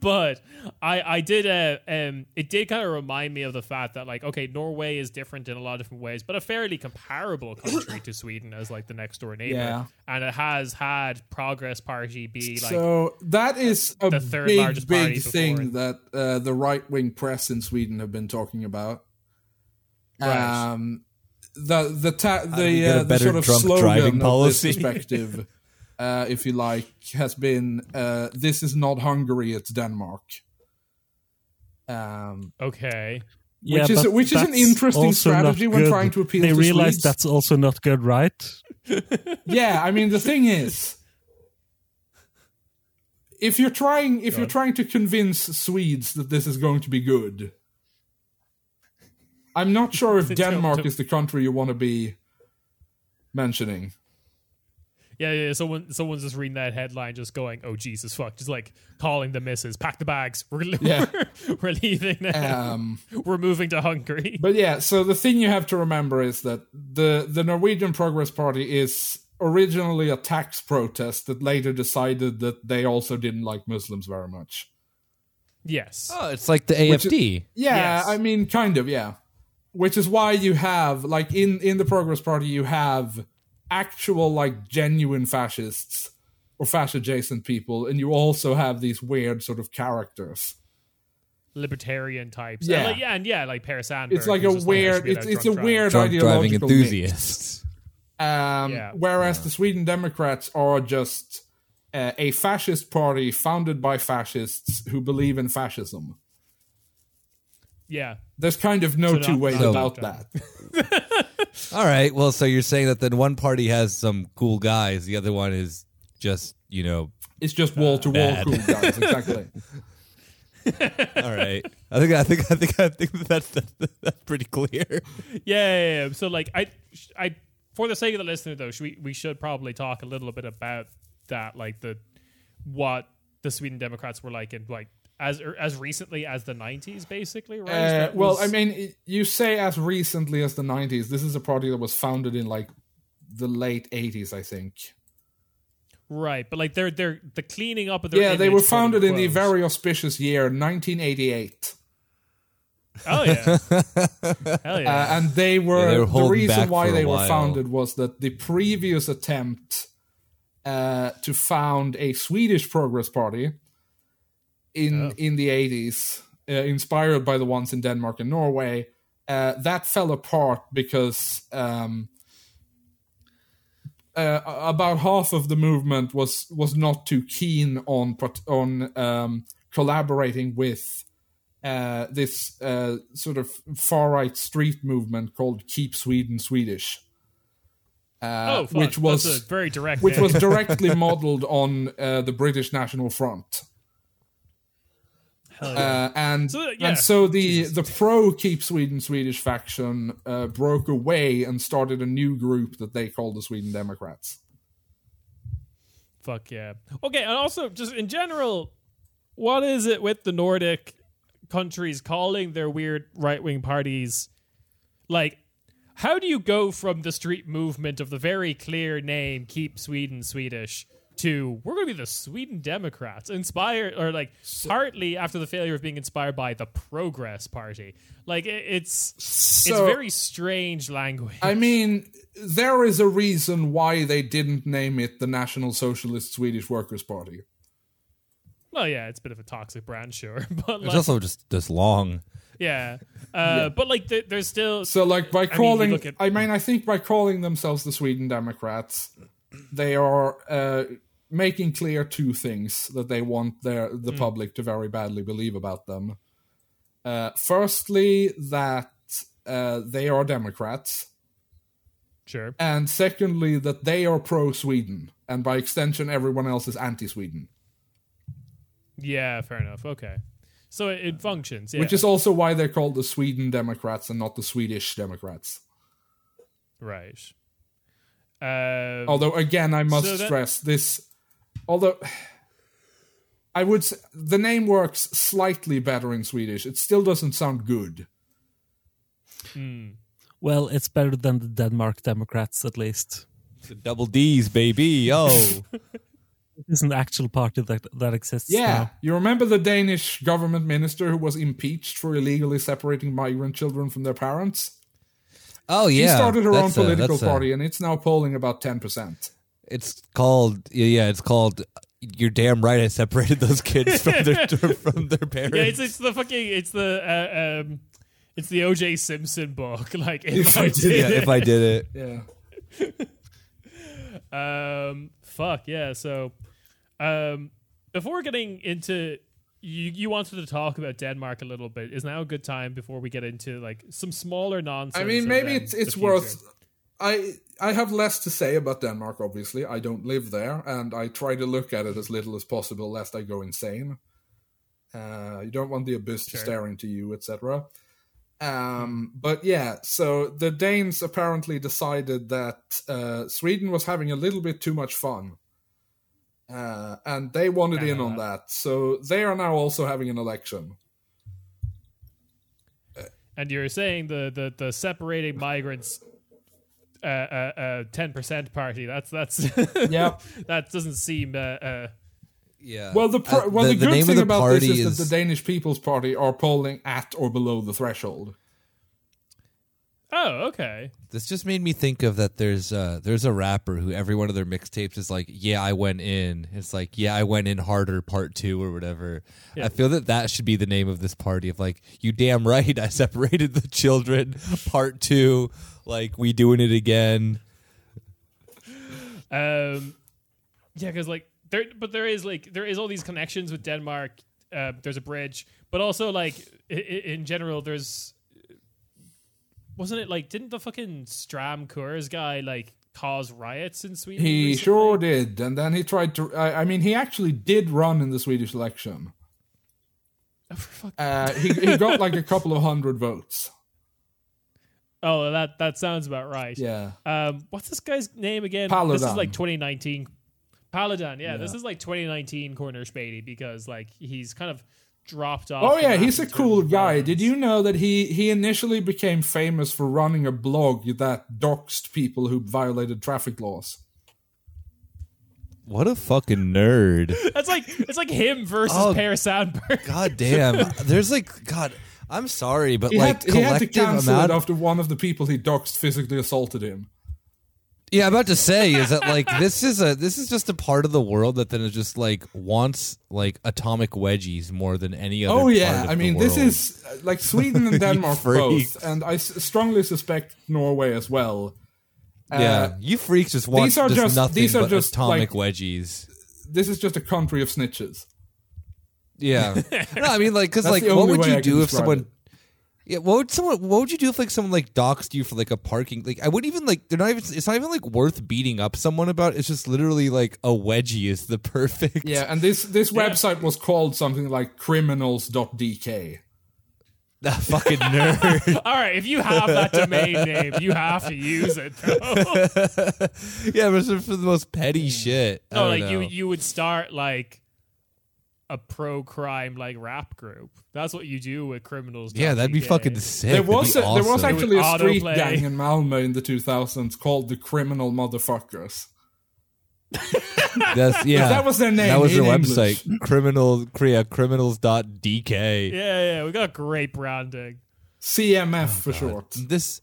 Speaker 1: but i i did uh um it did kind of remind me of the fact that like okay norway is different in a lot of different ways but a fairly comparable country to sweden as like the next door neighbor
Speaker 4: Yeah.
Speaker 1: and it has had progress party be like
Speaker 4: so that is a
Speaker 1: the third
Speaker 4: big,
Speaker 1: largest party
Speaker 4: big
Speaker 1: before
Speaker 4: thing
Speaker 1: it.
Speaker 4: that uh, the right wing press in Sweden have been talking about.
Speaker 1: Right.
Speaker 4: Um, the the ta-
Speaker 2: we
Speaker 4: the,
Speaker 2: get a
Speaker 4: uh, the
Speaker 2: better
Speaker 4: sort of
Speaker 2: drunk
Speaker 4: slogan
Speaker 2: driving
Speaker 4: of this
Speaker 2: policy? *laughs*
Speaker 4: perspective, uh, if you like, has been uh, "This is not Hungary, it's Denmark." Um,
Speaker 1: okay
Speaker 3: Yeah,
Speaker 4: Which is-
Speaker 3: but
Speaker 4: which is an
Speaker 3: that's
Speaker 4: interesting
Speaker 3: also not
Speaker 4: strategy when
Speaker 3: good.
Speaker 4: trying to appeal
Speaker 3: They
Speaker 4: to
Speaker 3: realize
Speaker 4: Swedes.
Speaker 3: that's also not good, right?
Speaker 4: yeah, I mean the thing is, if you're trying if you're trying to convince Swedes that this is going to be good, I'm not sure if
Speaker 1: Don't-
Speaker 4: Denmark
Speaker 1: don't-
Speaker 4: is the country you want to be mentioning.
Speaker 1: Yeah, yeah, yeah. Someone, someone's just reading that headline, just going, "Oh Jesus, fuck!" Just like calling the missus, pack the bags, we're,
Speaker 4: Yeah.
Speaker 1: we're, *laughs* we're leaving now.
Speaker 4: Um,
Speaker 1: we're moving to Hungary. *laughs*
Speaker 4: But yeah, so the thing you have to remember is that the the Norwegian Progress Party is originally a tax protest that later decided that they also didn't like Muslims very much.
Speaker 1: yes,
Speaker 2: Oh, it's like the
Speaker 4: Which-
Speaker 2: AFD.
Speaker 4: Yeah,
Speaker 1: Yes.
Speaker 4: I mean kind of, yeah. Which is why you have like in in the Progress Party you have actual like genuine fascists or fascist adjacent people and you also have these weird sort of characters.
Speaker 1: libertarian types.
Speaker 4: Yeah.
Speaker 1: and like, yeah, and yeah, like Per Sandberg.
Speaker 4: It's like a
Speaker 1: who's just there should
Speaker 4: weird
Speaker 1: be
Speaker 4: it's
Speaker 1: allowed
Speaker 4: it's a
Speaker 1: drunk driving.
Speaker 4: weird
Speaker 2: Drunk driving
Speaker 4: ideological mix.
Speaker 2: enthusiasts. *laughs*
Speaker 4: Um,
Speaker 1: Yeah.
Speaker 4: Whereas the Sweden Democrats are just uh, a fascist party founded by fascists who believe in fascism.
Speaker 1: Yeah,
Speaker 4: There's kind of no
Speaker 1: So
Speaker 4: two
Speaker 1: not-
Speaker 4: ways
Speaker 1: not
Speaker 4: about that.
Speaker 1: left-right.
Speaker 2: All right. Well, so you're saying that then one party has some cool guys, the other one is just you know.
Speaker 4: It's just wall to wall
Speaker 2: bad.
Speaker 4: cool guys, exactly.
Speaker 2: All
Speaker 4: *laughs*
Speaker 2: right. I think I think I think I think that's that's, that's pretty clear.
Speaker 1: yeah, yeah, yeah. So like I, sh- I for the sake of the listener though, should we we should probably talk a little bit about that, like the what the Sweden Democrats were like in like as er, as recently as the nineties, basically, right?
Speaker 4: Uh,
Speaker 1: That
Speaker 4: well,
Speaker 1: was-
Speaker 4: I mean, y- you say as recently as the 90s. This is a party that was founded in like the late 80s, I think.
Speaker 1: right, but like they're they're the cleaning up of their
Speaker 4: Yeah, they
Speaker 1: image,
Speaker 4: were
Speaker 1: quote,
Speaker 4: founded in the
Speaker 1: unquote.
Speaker 4: very auspicious year 1988.
Speaker 1: oh yeah,
Speaker 4: *laughs*
Speaker 1: hell yeah.
Speaker 4: Uh, and they were,
Speaker 2: they were
Speaker 4: the
Speaker 2: holding
Speaker 4: reason
Speaker 2: back
Speaker 4: why
Speaker 2: for a
Speaker 4: they were
Speaker 2: while.
Speaker 4: founded was that the previous attempt uh, to found a Swedish Progress Party in
Speaker 1: Oh.
Speaker 4: in the eighties, uh, inspired by the ones in Denmark and Norway, uh, that fell apart because um, uh, about half of the movement was was not too keen on part- on um, collaborating with uh, this uh, sort of far right street movement called Keep Sweden Swedish, uh,
Speaker 1: oh, fuck.
Speaker 4: which was
Speaker 1: That's a very direct,
Speaker 4: which
Speaker 1: name.
Speaker 4: was directly modeled on uh, the British National Front. Uh, and
Speaker 1: So, yeah.
Speaker 4: and so the the pro keep Sweden Swedish faction uh, broke away and started a new group that they called the Sweden Democrats.
Speaker 1: Fuck yeah. Okay, and also just in general, what is it with the Nordic countries calling their weird right wing parties like how do you go from the street movement of the very clear name keep Sweden Swedish to we're gonna be the Sweden Democrats inspired or like partly after the failure of being inspired by the Progress Party. Like it, it's it's
Speaker 4: So-
Speaker 1: very strange language.
Speaker 4: I mean, there is a reason why they didn't name it the National Socialist Swedish Workers' Party.
Speaker 1: well yeah, it's a bit of a toxic brand, sure. *laughs* But
Speaker 2: It's
Speaker 1: like,
Speaker 2: also just just long.
Speaker 4: *laughs*
Speaker 1: yeah. Uh, But like th- there's still
Speaker 4: So, like, by
Speaker 1: you
Speaker 4: calling, I mean,
Speaker 1: look at-
Speaker 4: I, think by calling themselves the Sweden Democrats, they are uh, making clear two things that they want their
Speaker 1: Mm.
Speaker 4: the public to very badly believe about them. Uh, firstly, that uh, they are Democrats,
Speaker 1: sure.
Speaker 4: and secondly, that they are pro Sweden, and by extension, everyone else is anti Sweden.
Speaker 1: Yeah, fair enough. Okay. So it, it functions, yeah.
Speaker 4: Which is also why they're called the Sweden Democrats and not the Swedish Democrats.
Speaker 1: right. Um,
Speaker 4: Although, again, I must
Speaker 1: So that-
Speaker 4: stress this. Although I would, s- the name works slightly better in Swedish. It still doesn't sound good.
Speaker 3: Well, it's better than the Denmark Democrats, at least.
Speaker 2: The double D's, baby. Oh,
Speaker 3: It's an actual party that that exists.
Speaker 4: Yeah,
Speaker 3: now.
Speaker 4: you remember the Danish government minister who was impeached for illegally separating migrant children from their parents?
Speaker 2: *laughs* oh yeah.
Speaker 4: she started her own
Speaker 2: That's a-
Speaker 4: political
Speaker 2: that's a-
Speaker 4: party, and it's now polling about ten percent.
Speaker 2: It's called yeah, yeah, it's called You're damn right I separated those *laughs* kids from their from their parents.
Speaker 1: yeah, it's, it's the fucking it's the uh, um it's the OJ Simpson book. *laughs* Like if I
Speaker 2: yeah,
Speaker 1: did
Speaker 2: if I did it.
Speaker 4: Yeah.
Speaker 1: it. Um fuck, yeah. So um before getting into you you wanted to talk about Denmark a little bit. Is now a good time before we get into like some smaller nonsense?
Speaker 4: I mean,
Speaker 1: and
Speaker 4: maybe
Speaker 1: then
Speaker 4: it's
Speaker 1: the
Speaker 4: it's
Speaker 1: future?
Speaker 4: worth. I I have less to say about Denmark. Obviously, I don't live there, and I try to look at it as little as possible, lest I go insane. Uh, you don't want the abyss to stare into you, etc. Um, but yeah, so the Danes apparently decided that uh, Sweden was having a little bit too much fun. Uh, and they wanted
Speaker 1: Yeah,
Speaker 4: in
Speaker 1: I know
Speaker 4: on that. So they are now also having an election.
Speaker 1: And you're saying the the, the separating migrants uh uh uh ten percent party. That's that's *laughs*
Speaker 4: Yeah.
Speaker 1: that doesn't seem uh, uh
Speaker 2: Yeah.
Speaker 4: Well, the, pro-
Speaker 2: Uh,
Speaker 4: well, the, good
Speaker 2: name of
Speaker 4: thing
Speaker 2: the
Speaker 4: about this
Speaker 2: party
Speaker 4: is, that the Danish People's Party are polling at or below the threshold.
Speaker 1: oh okay.
Speaker 2: This just made me think of that. There's uh, there's a rapper who every one of their mixtapes is like, yeah, I went in. It's like, yeah, I went in harder, part two or whatever. I feel that that should be the name of this party. Of like, you damn right, I *laughs* separated the children, part two. Like we doing it again.
Speaker 1: Um, yeah, because like there, but there is like there is all these connections with Denmark. Uh, there's a bridge, but also like in, in general, there's wasn't it like didn't the fucking Stram Kurs guy like cause riots in Sweden?
Speaker 4: He
Speaker 1: recently?
Speaker 4: sure did. And then he tried to. I, I mean, he actually did run in the Swedish election. Uh, he, he got like a couple of hundred votes.
Speaker 1: Oh, that that sounds about right.
Speaker 4: Yeah.
Speaker 1: Um, what's this guy's name again? This is
Speaker 4: Paludan.
Speaker 1: like 2019. Paladin. Yeah, this is like 2019 Corner Spady because like he's kind of dropped off.
Speaker 4: Oh
Speaker 1: the
Speaker 4: yeah,
Speaker 1: map
Speaker 4: he's
Speaker 1: in
Speaker 4: a
Speaker 1: terms
Speaker 4: cool
Speaker 1: of
Speaker 4: guy.
Speaker 1: relevance.
Speaker 4: Did you know that he he initially became famous for running a blog that doxed people who violated traffic laws?
Speaker 2: What a fucking
Speaker 4: *laughs*
Speaker 2: nerd.
Speaker 1: That's like it's like him versus
Speaker 2: Oh,
Speaker 1: Per Sandberg. *laughs*
Speaker 2: God damn. There's like, God. I'm sorry, but
Speaker 4: He,
Speaker 2: like
Speaker 4: had, he had to
Speaker 2: collective
Speaker 4: cancel
Speaker 2: amount.
Speaker 4: it after one of the people he doxed physically assaulted him.
Speaker 2: Yeah, I'm about to say is that like this is a this is just a part of the world that then is just like wants like atomic wedgies more than any other.
Speaker 4: Oh yeah,
Speaker 2: part of
Speaker 4: I
Speaker 2: the
Speaker 4: mean this
Speaker 2: world.
Speaker 4: is uh, like Sweden
Speaker 2: *laughs*
Speaker 4: and Denmark
Speaker 2: freaks.
Speaker 4: both, and I s- strongly suspect Norway as well. Uh,
Speaker 2: yeah. You freaks just want
Speaker 4: these are
Speaker 2: just
Speaker 4: just-
Speaker 2: nothing
Speaker 4: these are
Speaker 2: but
Speaker 4: just,
Speaker 2: atomic
Speaker 4: like-
Speaker 2: wedgies.
Speaker 4: This is just a country of snitches. *laughs*
Speaker 2: Yeah, no, I mean like because
Speaker 4: That's
Speaker 2: like
Speaker 4: the
Speaker 2: what
Speaker 4: only
Speaker 2: would
Speaker 4: way
Speaker 2: you
Speaker 4: I can
Speaker 2: do if
Speaker 4: describe
Speaker 2: someone?
Speaker 4: it.
Speaker 2: Yeah, what would someone? What would you do if like someone like doxed you for like a parking? Like I wouldn't even like. They're not even. It's not even like worth beating up someone about. It's just literally like a wedgie is the perfect.
Speaker 4: Yeah, and this this website was called something like criminals.dk.
Speaker 2: *laughs* that fucking nerd.
Speaker 1: All right, if you have that
Speaker 4: *laughs*
Speaker 1: domain name, you have to use it. Though.
Speaker 2: *laughs* yeah, but it's for the most petty shit. I
Speaker 1: No,
Speaker 2: don't
Speaker 1: *laughs* like you
Speaker 2: know.
Speaker 1: you would start like a pro crime like rap group. That's what you do with criminals.
Speaker 2: Yeah, that'd be
Speaker 1: TK.
Speaker 2: fucking sick.
Speaker 4: There
Speaker 2: That'd
Speaker 4: was
Speaker 2: be
Speaker 4: a, there was
Speaker 1: *laughs*
Speaker 2: awesome.
Speaker 4: actually a
Speaker 1: With
Speaker 4: street
Speaker 1: autoplay.
Speaker 4: gang in Malmo in the 2000s called the Criminal Motherfuckers.
Speaker 2: That's, yeah,
Speaker 4: that was their name
Speaker 2: That was
Speaker 4: in
Speaker 2: their
Speaker 4: English.
Speaker 2: website. Criminal Korea criminals.dk.
Speaker 1: Yeah, yeah, we got great branding.
Speaker 4: CMF
Speaker 2: Oh, *laughs*
Speaker 4: for short.
Speaker 2: This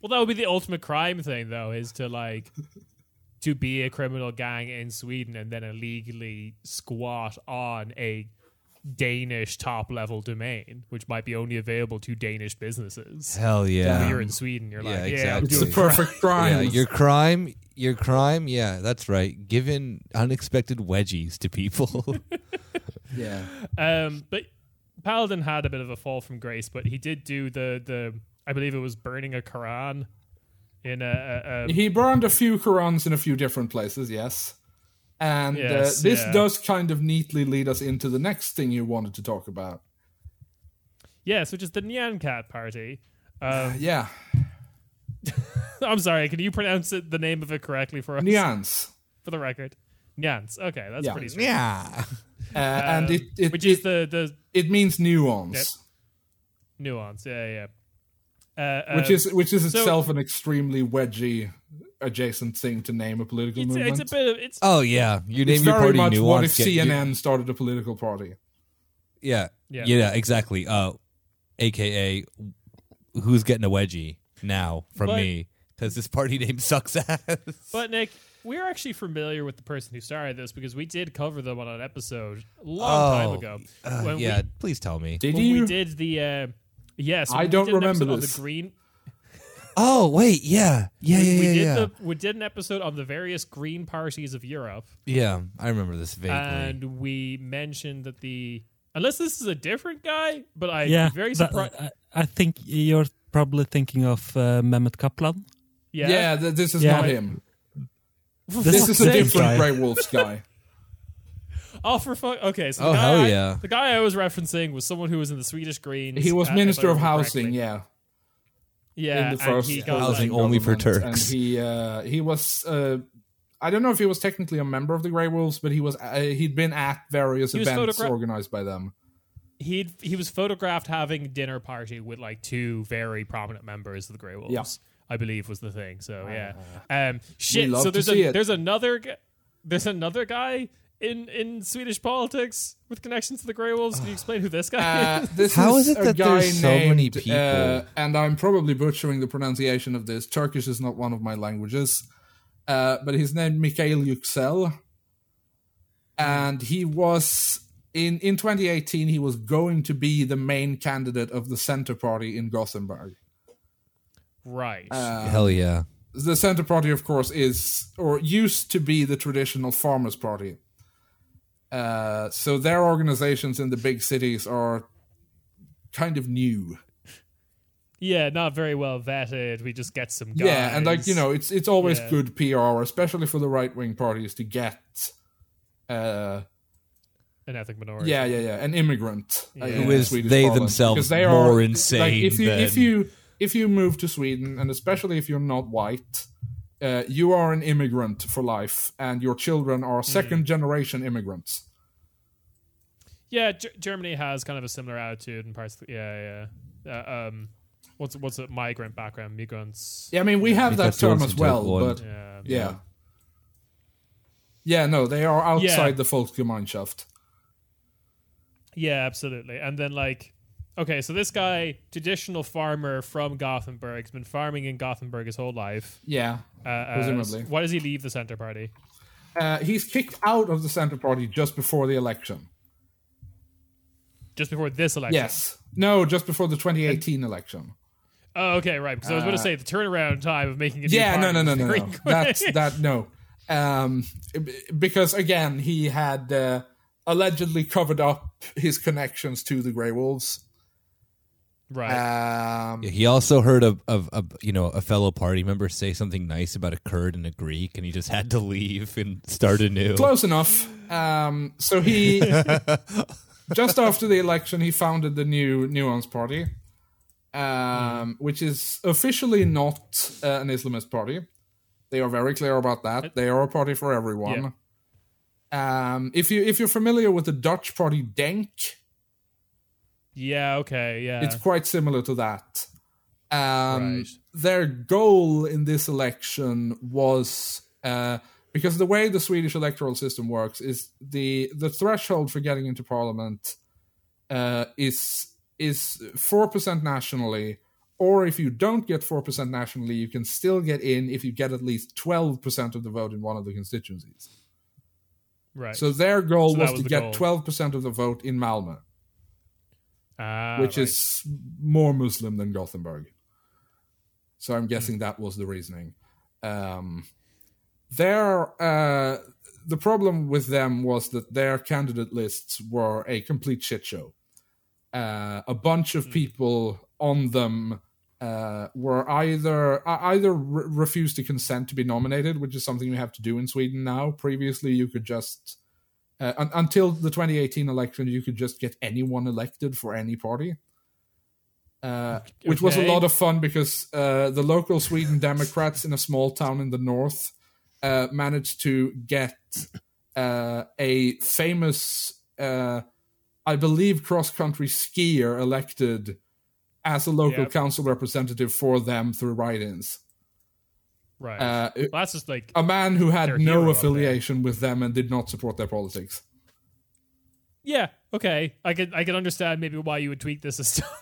Speaker 1: Well, that would be the ultimate crime thing, though, is to like *laughs* to be a criminal gang in Sweden and then illegally squat on a Danish top level domain, which might be only available to Danish businesses.
Speaker 2: hell
Speaker 1: But
Speaker 2: yeah.
Speaker 1: you're in Sweden, you're
Speaker 2: Yeah,
Speaker 1: like, yeah, I'm
Speaker 2: exactly.
Speaker 4: It's
Speaker 1: doing
Speaker 4: the perfect
Speaker 2: Yeah,
Speaker 4: crime.
Speaker 2: your crime, your crime. Yeah, that's right. Giving unexpected wedgies to people.
Speaker 4: Yeah.
Speaker 1: Um, but Paladin had a bit of a fall from grace, but he did do the the I believe it was burning a Quran in a,
Speaker 2: *laughs*
Speaker 1: a, a
Speaker 4: He burned a few Qurans in a few different places, yes. And
Speaker 1: Yes,
Speaker 4: uh, this
Speaker 1: yeah.
Speaker 4: does kind of neatly lead us into the next thing you wanted to talk about.
Speaker 1: yes, which is the Nyan Cat party. *laughs* Um,
Speaker 4: Uh, Yeah,
Speaker 1: I'm sorry, can you pronounce it, the name of it correctly for us?
Speaker 4: nuance.
Speaker 1: for the record. Nyans. Okay, that's
Speaker 4: *laughs* Yeah.
Speaker 1: pretty straight.
Speaker 2: yeah.
Speaker 4: Uh, and it it,
Speaker 1: Um, Which
Speaker 4: it,
Speaker 1: is the the
Speaker 4: it means nuance,
Speaker 1: nuance. Yeah, yeah. Uh,
Speaker 4: which
Speaker 1: um,
Speaker 4: is which is
Speaker 1: so-
Speaker 4: itself an extremely wedgy adjacent thing to name a political
Speaker 1: it's,
Speaker 4: movement. Uh,
Speaker 1: it's a bit of it's
Speaker 2: Oh yeah. You name
Speaker 4: it's
Speaker 2: your
Speaker 4: very
Speaker 2: party
Speaker 4: much
Speaker 2: nuance.
Speaker 4: what if
Speaker 2: get- you-
Speaker 4: CNN started a political party.
Speaker 2: yeah.
Speaker 1: Yeah.
Speaker 2: yeah. Exactly. Uh, AKA, who's getting a wedgie now from
Speaker 1: But-
Speaker 2: me? Because this party name sucks *laughs* ass.
Speaker 1: but Nick, we're actually familiar with the person who started this because we did cover them on an episode a long time
Speaker 2: Oh,
Speaker 1: ago.
Speaker 2: uh,
Speaker 1: when
Speaker 2: yeah. please tell me.
Speaker 1: we,
Speaker 4: Did
Speaker 1: when
Speaker 4: you?
Speaker 1: we did the uh, yes,
Speaker 4: I
Speaker 1: when we
Speaker 4: don't
Speaker 1: did an
Speaker 4: remember
Speaker 1: episode on
Speaker 4: this.
Speaker 1: the green.
Speaker 2: Oh wait, yeah, yeah, yeah,
Speaker 1: we
Speaker 2: yeah,
Speaker 1: did
Speaker 2: yeah.
Speaker 1: the we did an episode on the various green parties of Europe,
Speaker 2: yeah, I remember this vaguely.
Speaker 1: and we mentioned that the unless this is a different guy, but I'm
Speaker 3: yeah,
Speaker 1: very
Speaker 3: that-
Speaker 1: surprised.
Speaker 3: I, I think you're probably thinking of uh, Mehmet Kaplan.
Speaker 1: yeah,
Speaker 4: Yeah, th- this is
Speaker 3: Yeah.
Speaker 4: not him.
Speaker 3: This,
Speaker 4: This is a
Speaker 3: same
Speaker 4: different
Speaker 3: guy.
Speaker 4: Grey Wolves guy.
Speaker 1: oh, for fuck. Okay, so the
Speaker 2: Oh,
Speaker 1: guy,
Speaker 2: hell
Speaker 1: I,
Speaker 2: yeah.
Speaker 1: the guy I was referencing was someone who was in the Swedish Greens.
Speaker 4: He was
Speaker 1: uh, if I
Speaker 4: Minister of
Speaker 1: remember
Speaker 4: Housing,
Speaker 1: correctly.
Speaker 4: yeah.
Speaker 1: yeah,
Speaker 4: in the first
Speaker 1: Uh, and he got
Speaker 2: Housing
Speaker 1: like,
Speaker 2: only for
Speaker 4: government,
Speaker 2: Turks.
Speaker 4: And he uh, he was uh, I don't know if he was technically a member of the Grey Wolves, but he was uh, he'd been at various
Speaker 1: He was
Speaker 4: events
Speaker 1: photogra-
Speaker 4: organized
Speaker 1: *laughs*
Speaker 4: by them.
Speaker 1: he he was photographed having a dinner party with like two very prominent members of the Grey Wolves.
Speaker 4: Yeah.
Speaker 1: I believe was the thing. So yeah, um, shit.
Speaker 4: love
Speaker 1: So
Speaker 4: to
Speaker 1: there's
Speaker 4: see
Speaker 1: a,
Speaker 4: it.
Speaker 1: there's another gu- there's another guy in in Swedish politics with connections to the Grey Wolves. Can you explain who this guy
Speaker 4: Uh,
Speaker 1: is?
Speaker 4: this
Speaker 2: How
Speaker 4: is,
Speaker 2: is it
Speaker 4: a
Speaker 2: that
Speaker 4: guy
Speaker 2: there's so many
Speaker 4: named,
Speaker 2: people?
Speaker 4: uh, and I'm probably butchering the pronunciation of this. Turkish is not one of my languages, uh, but his name Mikhail Yüksel, and he was in in 2018 he was going to be the main candidate of the Centre Party in Gothenburg.
Speaker 1: Right.
Speaker 4: uh,
Speaker 2: Uh, Hell yeah.
Speaker 4: the Centre Party, of course, is or used to be the traditional Farmers Party. Uh, so their organizations in the big cities are kind of new.
Speaker 1: yeah, not very well vetted. We just get some guys.
Speaker 4: Yeah, and like you know, it's it's always
Speaker 1: Yeah.
Speaker 4: good PR, especially for the right wing parties, to get. Uh,
Speaker 1: an ethnic minority.
Speaker 4: yeah, yeah, yeah, an immigrant uh, in
Speaker 2: Who
Speaker 4: the
Speaker 2: is
Speaker 4: Swedish
Speaker 2: they
Speaker 4: parlance,
Speaker 2: themselves
Speaker 4: because they
Speaker 2: more
Speaker 4: are,
Speaker 2: insane
Speaker 4: Like, if you if
Speaker 2: than-
Speaker 4: you if you move to Sweden, and especially if you're not white, uh, you are an immigrant for life, and your children
Speaker 1: Mm.
Speaker 4: are second generation immigrants.
Speaker 1: yeah. G- Germany has kind of a similar attitude in parts. Of the, yeah, yeah. Uh, um, what's what's a migrant background? Migrants.
Speaker 4: Yeah, I mean we have that
Speaker 2: that's
Speaker 4: term
Speaker 2: also
Speaker 4: as well,
Speaker 2: type one.
Speaker 4: but yeah.
Speaker 1: Yeah.
Speaker 4: yeah, no, they are outside
Speaker 1: Yeah.
Speaker 4: the Volksgemeinschaft.
Speaker 1: Yeah, absolutely. And then like okay, so this guy, traditional farmer from Gothenburg, has been farming in Gothenburg his whole life.
Speaker 4: Yeah,
Speaker 1: Uh, uh,
Speaker 4: Presumably.
Speaker 1: Why does he leave the Centre Party?
Speaker 4: uh, he's kicked out of the Centre Party just before the election.
Speaker 1: Just before this election.
Speaker 4: Yes, no, just before the 2018 election.
Speaker 1: Oh, okay, right. Because I was going to say the turnaround time of making a new
Speaker 4: Uh, yeah
Speaker 1: party
Speaker 4: no no no
Speaker 1: is
Speaker 4: no
Speaker 1: very
Speaker 4: no
Speaker 1: quick.
Speaker 4: that's that no um b- because again he had uh, allegedly covered up his connections to the gray wolves
Speaker 1: *laughs* right.
Speaker 4: um
Speaker 2: He also heard of, of, of you know a fellow party member say something nice about a Kurd and a Greek, and he just had to leave and start anew.
Speaker 4: close enough um so he just after the election he founded the new nuance party
Speaker 1: Mm.
Speaker 4: um which is officially not uh, an islamist party they are very clear about that they are a party for everyone
Speaker 1: Yeah.
Speaker 4: Um, if you if you're familiar with the Dutch party Denk,
Speaker 1: yeah. Okay. Yeah.
Speaker 4: it's quite similar to that. Um,
Speaker 1: Right.
Speaker 4: Their goal in this election was uh, because the way the Swedish electoral system works is the the threshold for getting into parliament uh, is is four percent nationally, or if you don't get four percent nationally, you can still get in if you get at least twelve percent of the vote in one of the constituencies.
Speaker 1: right.
Speaker 4: So their goal
Speaker 1: So that
Speaker 4: was,
Speaker 1: was
Speaker 4: to
Speaker 1: the
Speaker 4: get
Speaker 1: goal.
Speaker 4: twelve percent of the vote in Malmo
Speaker 1: Ah,
Speaker 4: which
Speaker 1: right.
Speaker 4: is more Muslim than Gothenburg. So I'm guessing that was the reasoning. Um, their uh, the problem with them was that their candidate lists were a complete shit show. Uh, a bunch of people on them uh, were either uh, either re- refused to consent to be nominated, which is something you have to do in Sweden now. Previously, you could just uh, un- until the 2018 election, you could just get anyone elected for any party, uh, which was a
Speaker 1: Okay.
Speaker 4: lot of fun because uh, the local Sweden Democrats in a small town in the north uh, managed to get uh, a famous, uh, I believe, cross country skier elected as a local
Speaker 1: Yep.
Speaker 4: council representative for them through write ins.
Speaker 1: right.
Speaker 4: Uh,
Speaker 1: well, that's just like
Speaker 4: a man who
Speaker 1: Their
Speaker 4: had
Speaker 1: hero up
Speaker 4: no
Speaker 1: there.
Speaker 4: affiliation with them and did not support their politics.
Speaker 1: yeah. Okay. I could I could understand maybe why you would tweak this system. *laughs*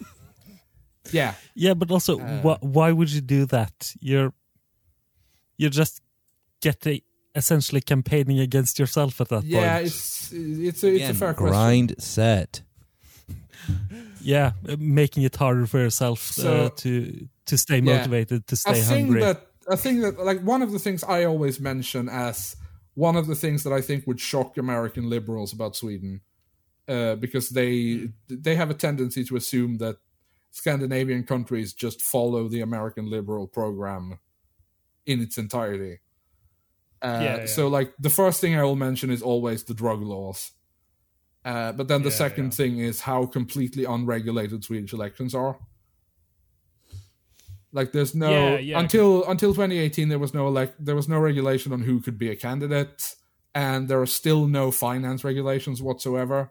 Speaker 4: Yeah.
Speaker 3: Yeah, but also,
Speaker 4: Uh.
Speaker 3: wh- why would you do that? You're you're just getting essentially campaigning against yourself at that
Speaker 4: Yeah,
Speaker 3: point.
Speaker 4: it's it's a, it's a
Speaker 2: Again,
Speaker 4: fair question.
Speaker 2: grind set.
Speaker 3: Yeah, uh, making it harder for yourself uh,
Speaker 4: So-
Speaker 3: to to stay
Speaker 4: Yeah.
Speaker 3: motivated, to
Speaker 4: A
Speaker 3: stay
Speaker 4: thing
Speaker 3: hungry.
Speaker 4: that a thing that like one of the things I always mention as one of the things that I think would shock American liberals about Sweden, uh, because they they have a tendency to assume that Scandinavian countries just follow the American liberal program in its entirety. Uh,
Speaker 1: Yeah, yeah.
Speaker 4: So, like, the first thing I will mention is always the drug laws. Uh, but then the
Speaker 1: Yeah,
Speaker 4: second
Speaker 1: yeah.
Speaker 4: thing is how completely unregulated Swedish elections are. Like there's no
Speaker 1: Yeah, yeah.
Speaker 4: until until 2018 there was no elect there was no regulation on who could be a candidate, and there are still no finance regulations whatsoever.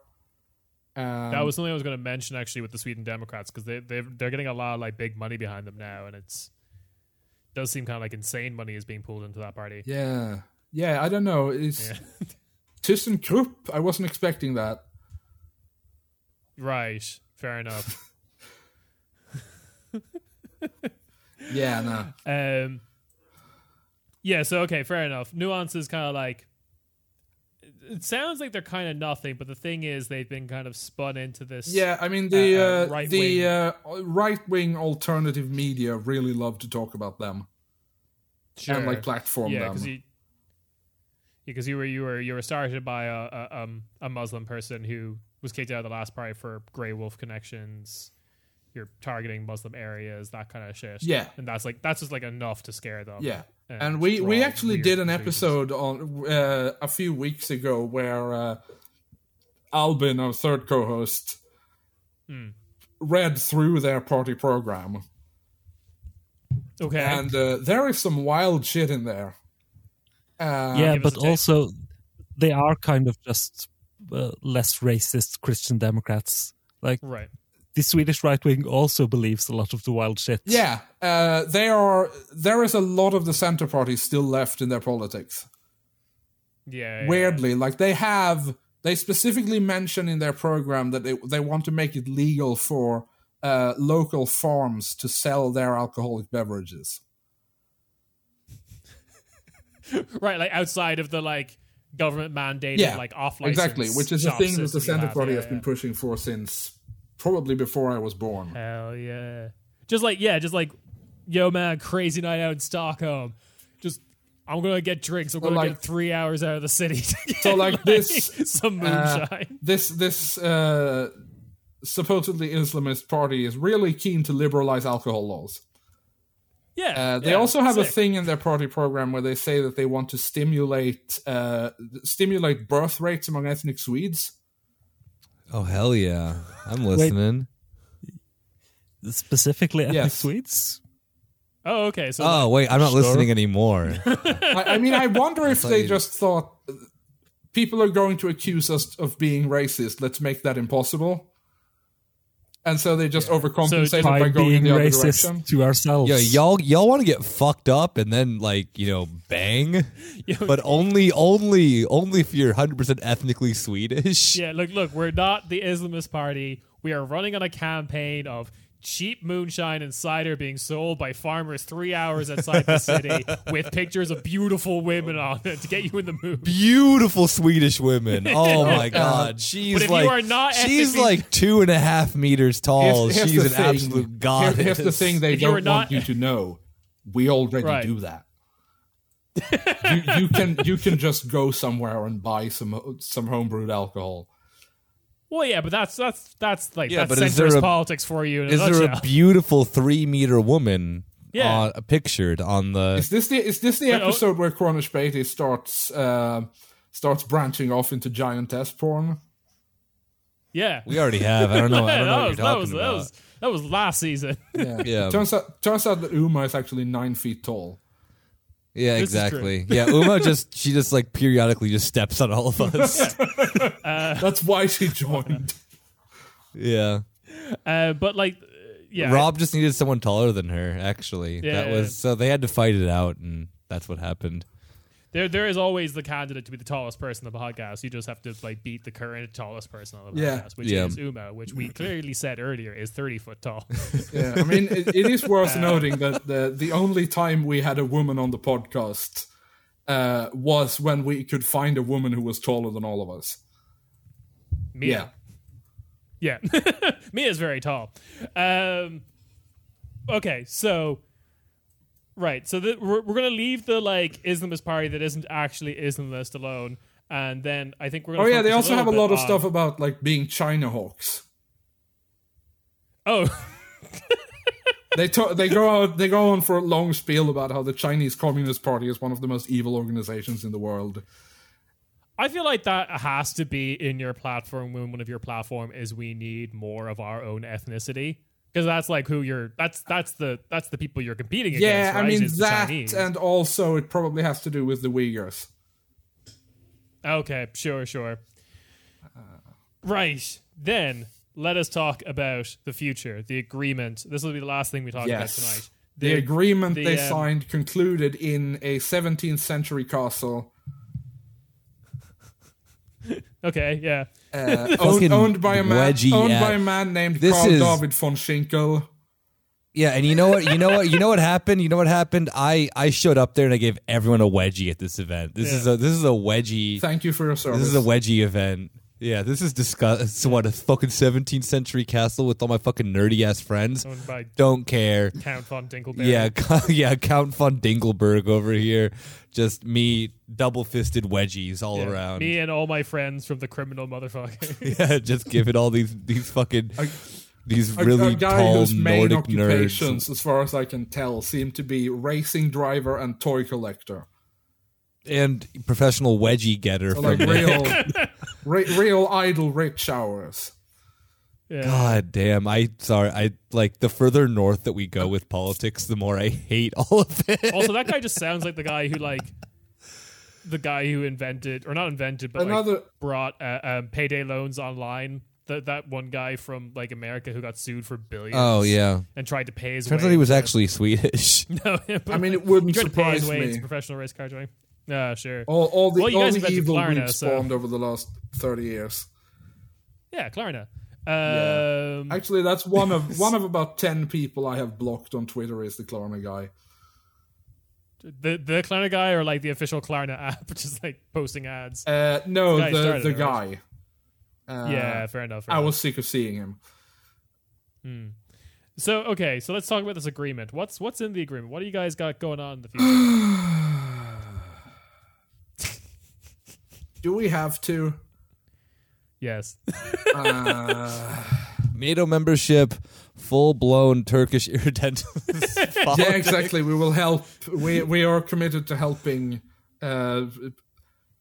Speaker 4: Um,
Speaker 1: That was something I was going to mention actually with the Sweden Democrats because they they they're getting a lot of like big money behind them now, and it's does seem kind of like insane money is being pulled into that party.
Speaker 4: yeah yeah I don't know it's
Speaker 1: Yeah.
Speaker 4: *laughs* ThyssenKrupp I wasn't expecting that
Speaker 1: Right. Fair enough. *laughs*
Speaker 4: yeah
Speaker 1: *laughs*
Speaker 4: no
Speaker 1: um. Yeah. So okay. Fair enough. Nuance is kind of like. It sounds like they're kind of nothing, but the thing is, they've been kind of spun into this.
Speaker 4: Yeah, I mean the
Speaker 1: uh,
Speaker 4: uh,
Speaker 1: right-wing.
Speaker 4: the uh, right wing alternative media really love to talk about them
Speaker 1: sure.
Speaker 4: and like platform
Speaker 1: yeah,
Speaker 4: them.
Speaker 1: because you, because you were you were you were started by a, a um a Muslim person who was kicked out of the last party for Grey Wolf connections. You're targeting Muslim areas, that kind of shit.
Speaker 4: Yeah.
Speaker 1: and that's like that's just like enough to scare them.
Speaker 4: yeah,
Speaker 1: Uh,
Speaker 4: and we we
Speaker 1: draw
Speaker 4: actually
Speaker 1: weird
Speaker 4: did an
Speaker 1: conclusions.
Speaker 4: episode on uh, a few weeks ago where uh, Albin, our third co-host,
Speaker 1: Hmm.
Speaker 4: read through their party program,
Speaker 1: Okay,
Speaker 4: and uh, there is some wild shit in there. Uh,
Speaker 3: yeah,
Speaker 1: give us
Speaker 3: but
Speaker 1: a take.
Speaker 3: also they are kind of just uh, less racist Christian Democrats. Like
Speaker 1: right.
Speaker 3: the Swedish right wing also believes a lot of the wild shit.
Speaker 4: Yeah, uh, they are. There is a lot of the center party still left in their politics.
Speaker 1: Yeah, yeah,
Speaker 4: weirdly like they have they specifically mention in their program that they, they want to make it legal for uh, local farms to sell their alcoholic beverages
Speaker 1: yeah. right. Like outside of the like government mandated
Speaker 4: Yeah,
Speaker 1: like off license
Speaker 4: exactly which is a
Speaker 1: shop
Speaker 4: thing that the
Speaker 1: system you
Speaker 4: center
Speaker 1: have.
Speaker 4: party
Speaker 1: Yeah,
Speaker 4: has been
Speaker 1: yeah.
Speaker 4: pushing for since probably before i was born
Speaker 1: Hell yeah. Just like, yeah, just like, yo, man, crazy night out in Stockholm. Just, I'm going to get drinks. I'm
Speaker 4: Well,
Speaker 1: going to
Speaker 4: like-
Speaker 1: get three hours out of the city to get *laughs*
Speaker 4: so like *laughs* this
Speaker 1: some
Speaker 4: uh,
Speaker 1: moonshine.
Speaker 4: this this uh, supposedly islamist party is really keen to liberalize alcohol laws
Speaker 1: yeah.
Speaker 4: Uh, they
Speaker 1: yeah,
Speaker 4: also have a
Speaker 1: sick.
Speaker 4: thing in their party program where they say that they want to stimulate uh, stimulate birth rates among ethnic Swedes.
Speaker 2: Oh hell yeah! I'm listening.
Speaker 3: Specifically ethnic
Speaker 4: Yes.
Speaker 3: Swedes.
Speaker 1: Oh, okay. So,
Speaker 2: Oh wait, I'm not
Speaker 3: Sure.
Speaker 2: listening anymore.
Speaker 4: I, I mean, I wonder if
Speaker 2: thought
Speaker 4: they
Speaker 2: you-
Speaker 4: just thought uh, people are going to accuse us of being racist. Let's make that impossible. And so they just overcompensated
Speaker 1: So
Speaker 4: by
Speaker 3: By
Speaker 4: going in
Speaker 3: being
Speaker 4: the other
Speaker 3: racist
Speaker 4: direction.
Speaker 3: to ourselves.
Speaker 2: yeah, y'all y'all want to get fucked up and then like you know
Speaker 1: *laughs*
Speaker 2: bang, but only only only if you're 100 percent ethnically
Speaker 1: *laughs*
Speaker 2: Swedish.
Speaker 1: yeah, look, look, we're not the Islamist party. We are running on a campaign of cheap moonshine and cider being sold by farmers three hours outside the city with pictures of beautiful women on it to get you in the mood.
Speaker 2: Beautiful Swedish
Speaker 1: *laughs*
Speaker 2: women. Oh my god, she's
Speaker 1: But if you
Speaker 2: like
Speaker 1: are not
Speaker 2: she's
Speaker 1: ethnically-
Speaker 2: like two and a half meters tall.
Speaker 4: Here's- here's
Speaker 2: she's
Speaker 4: the
Speaker 2: an
Speaker 4: thing.
Speaker 2: absolute
Speaker 4: Here-
Speaker 2: goddess.
Speaker 4: Here's the thing they
Speaker 1: If you were
Speaker 4: don't want
Speaker 1: not-
Speaker 4: you to know. We already
Speaker 1: Right.
Speaker 4: do that. you, you can you can just go somewhere and buy some some homebrewed alcohol.
Speaker 1: Well, yeah, but that's that's that's like
Speaker 2: Yeah,
Speaker 1: that's
Speaker 2: but is there
Speaker 1: centrist
Speaker 2: a-
Speaker 1: politics for you. In a
Speaker 2: Is there
Speaker 1: nutshell.
Speaker 2: a beautiful three meter woman?
Speaker 1: Yeah.
Speaker 2: on- pictured on the
Speaker 4: Is this the is this the
Speaker 1: But, oh-
Speaker 4: episode where Cornish Beatty starts uh, starts branching off into giantess porn?
Speaker 1: Yeah.
Speaker 2: We already have. I don't know. I
Speaker 1: Yeah, *laughs*
Speaker 2: don't know
Speaker 1: that
Speaker 2: what
Speaker 1: was,
Speaker 2: you're
Speaker 1: that
Speaker 2: talking
Speaker 1: was that
Speaker 2: about.
Speaker 1: was that was last season. *laughs*
Speaker 4: Yeah.
Speaker 2: Yeah.
Speaker 4: Turns out turns out that Uma is actually nine feet tall.
Speaker 2: yeah,
Speaker 1: This is true. *laughs*
Speaker 2: exactly. Yeah, Uma just she just like periodically just steps on all of
Speaker 1: *laughs*
Speaker 2: us.
Speaker 4: That's why she joined.
Speaker 2: yeah.
Speaker 1: uh, but like, uh, yeah,
Speaker 2: Rob just needed someone taller than her. Actually, that
Speaker 1: Yeah.
Speaker 2: was so they had to fight it out, and that's what happened.
Speaker 1: there there is always the candidate to be the tallest person on the podcast. You just have to like beat the current tallest person on the podcast,
Speaker 4: Yeah.
Speaker 1: which
Speaker 2: Yeah.
Speaker 1: is Uma, which we clearly said earlier is thirty foot tall.
Speaker 4: yeah, I mean, it, it
Speaker 1: *laughs*
Speaker 4: is worth noting that the the only time we had a woman on the podcast uh, was when we could find a woman who was taller than all of us.
Speaker 1: Mia, yeah, *laughs* Mia is very tall. Um, okay, so. Right, so the, we're, we're going to leave the like Islamist party that isn't actually Islamist alone, and then I think we're.
Speaker 4: Oh
Speaker 1: Gonna
Speaker 4: yeah, they
Speaker 1: focus
Speaker 4: also have a
Speaker 1: little
Speaker 4: lot of
Speaker 1: bit
Speaker 4: stuff about like being China hawks.
Speaker 1: on- Oh, *laughs*
Speaker 4: They to- they go out they go on for a long spiel about how the Chinese Communist Party is one of the most evil organizations in the world.
Speaker 1: I feel like that has to be in your platform when one of your platform is we need more of our own ethnicity because that's like who you're that's that's the that's the people you're competing
Speaker 4: Yeah,
Speaker 1: against.
Speaker 4: I
Speaker 1: right,
Speaker 4: mean
Speaker 1: is the
Speaker 4: that,
Speaker 1: Chinese.
Speaker 4: and also it probably has to do with the Uyghurs.
Speaker 1: Okay, sure, sure. Right. Then let us talk about the future, the agreement. This will be the last thing we talk
Speaker 4: Yes.
Speaker 1: about tonight.
Speaker 4: The, agreement
Speaker 1: Oh, the,
Speaker 4: they
Speaker 1: um,
Speaker 4: signed concluded in a 17th century castle
Speaker 1: Okay, yeah.
Speaker 4: uh,
Speaker 2: Fucking
Speaker 4: owned, owned by a man
Speaker 2: wedgie
Speaker 4: owned by
Speaker 2: ass.
Speaker 4: a man named
Speaker 2: This
Speaker 4: Carl
Speaker 2: is-
Speaker 4: David von Schinkel.
Speaker 2: Yeah, and you know what? You know what? You know what happened? You know what happened? I I showed up there and I gave everyone a wedgie at this event. This is
Speaker 1: Yeah.
Speaker 2: a this is a wedgie.
Speaker 4: Thank you for your
Speaker 2: This
Speaker 4: service.
Speaker 2: is a wedgie event. Yeah, this is disgust. It's what a fucking 17th century castle with all my fucking nerdy ass friends.
Speaker 1: Owned by
Speaker 2: Don't care.
Speaker 1: Count von Dinkelberg.
Speaker 2: Yeah, *laughs* co- yeah, Count von Dingleberg over here. Just me, double fisted wedgies all
Speaker 1: Yeah.
Speaker 2: around.
Speaker 1: Me and all my friends from the criminal motherfucker. *laughs*
Speaker 2: *laughs* yeah, just give it all these these fucking these
Speaker 4: a,
Speaker 2: really
Speaker 4: a guy
Speaker 2: tall
Speaker 4: whose main
Speaker 2: Nordic nerds.
Speaker 4: occupations, as far as I can tell, seem to be racing driver and toy collector.
Speaker 2: and professional wedgie getter
Speaker 4: So
Speaker 2: for
Speaker 4: like
Speaker 2: me.
Speaker 4: real, re- real idle rich hours.
Speaker 1: yeah.
Speaker 2: *laughs* God damn! I sorry. I like the further north that we go with politics, the more I hate all of it.
Speaker 1: Also, that guy just sounds like the guy who like the guy who invented or not invented, but like
Speaker 4: Another-
Speaker 1: brought uh, um, payday loans online. That that one guy from like America who got sued for billions.
Speaker 2: Oh yeah.
Speaker 1: and tried to pay his.
Speaker 2: *laughs* Turns
Speaker 1: way
Speaker 2: out he was
Speaker 1: into-
Speaker 2: actually Swedish.
Speaker 1: *laughs*
Speaker 2: *laughs*
Speaker 1: No, but-
Speaker 4: I mean, it wouldn't
Speaker 1: Good pays
Speaker 4: surprise
Speaker 1: way into
Speaker 4: me. Oh.
Speaker 1: professional race car driving. Ah, sure.
Speaker 4: All, all the,
Speaker 1: Well, you
Speaker 4: all
Speaker 1: guys
Speaker 4: the
Speaker 1: invented
Speaker 4: evil
Speaker 1: Klarna,
Speaker 4: we've
Speaker 1: so-
Speaker 4: spawned over the last 30 years.
Speaker 1: Yeah, Klarna.
Speaker 4: Yeah.
Speaker 1: Um,
Speaker 4: Actually, that's
Speaker 1: *laughs*
Speaker 4: one of one of about 10 people I have blocked on Twitter is the Klarna guy.
Speaker 1: the the Klarna guy or like the official Klarna *laughs* app, just like posting ads.
Speaker 4: Uh, no,
Speaker 1: This guy
Speaker 4: the,
Speaker 1: started
Speaker 4: the
Speaker 1: it, right?
Speaker 4: guy. Uh,
Speaker 1: yeah, fair enough. fair
Speaker 4: I
Speaker 1: enough.
Speaker 4: was sick of seeing him.
Speaker 1: So okay, so let's talk about this agreement. What's what's in the agreement? What do you guys got going on in the
Speaker 4: *gasps*
Speaker 1: future?
Speaker 4: Do we have to?
Speaker 1: yes.
Speaker 2: NATO membership, full blown Turkish *laughs* irredentist.
Speaker 4: *laughs* Yeah, exactly. We will help. We we are committed to helping uh,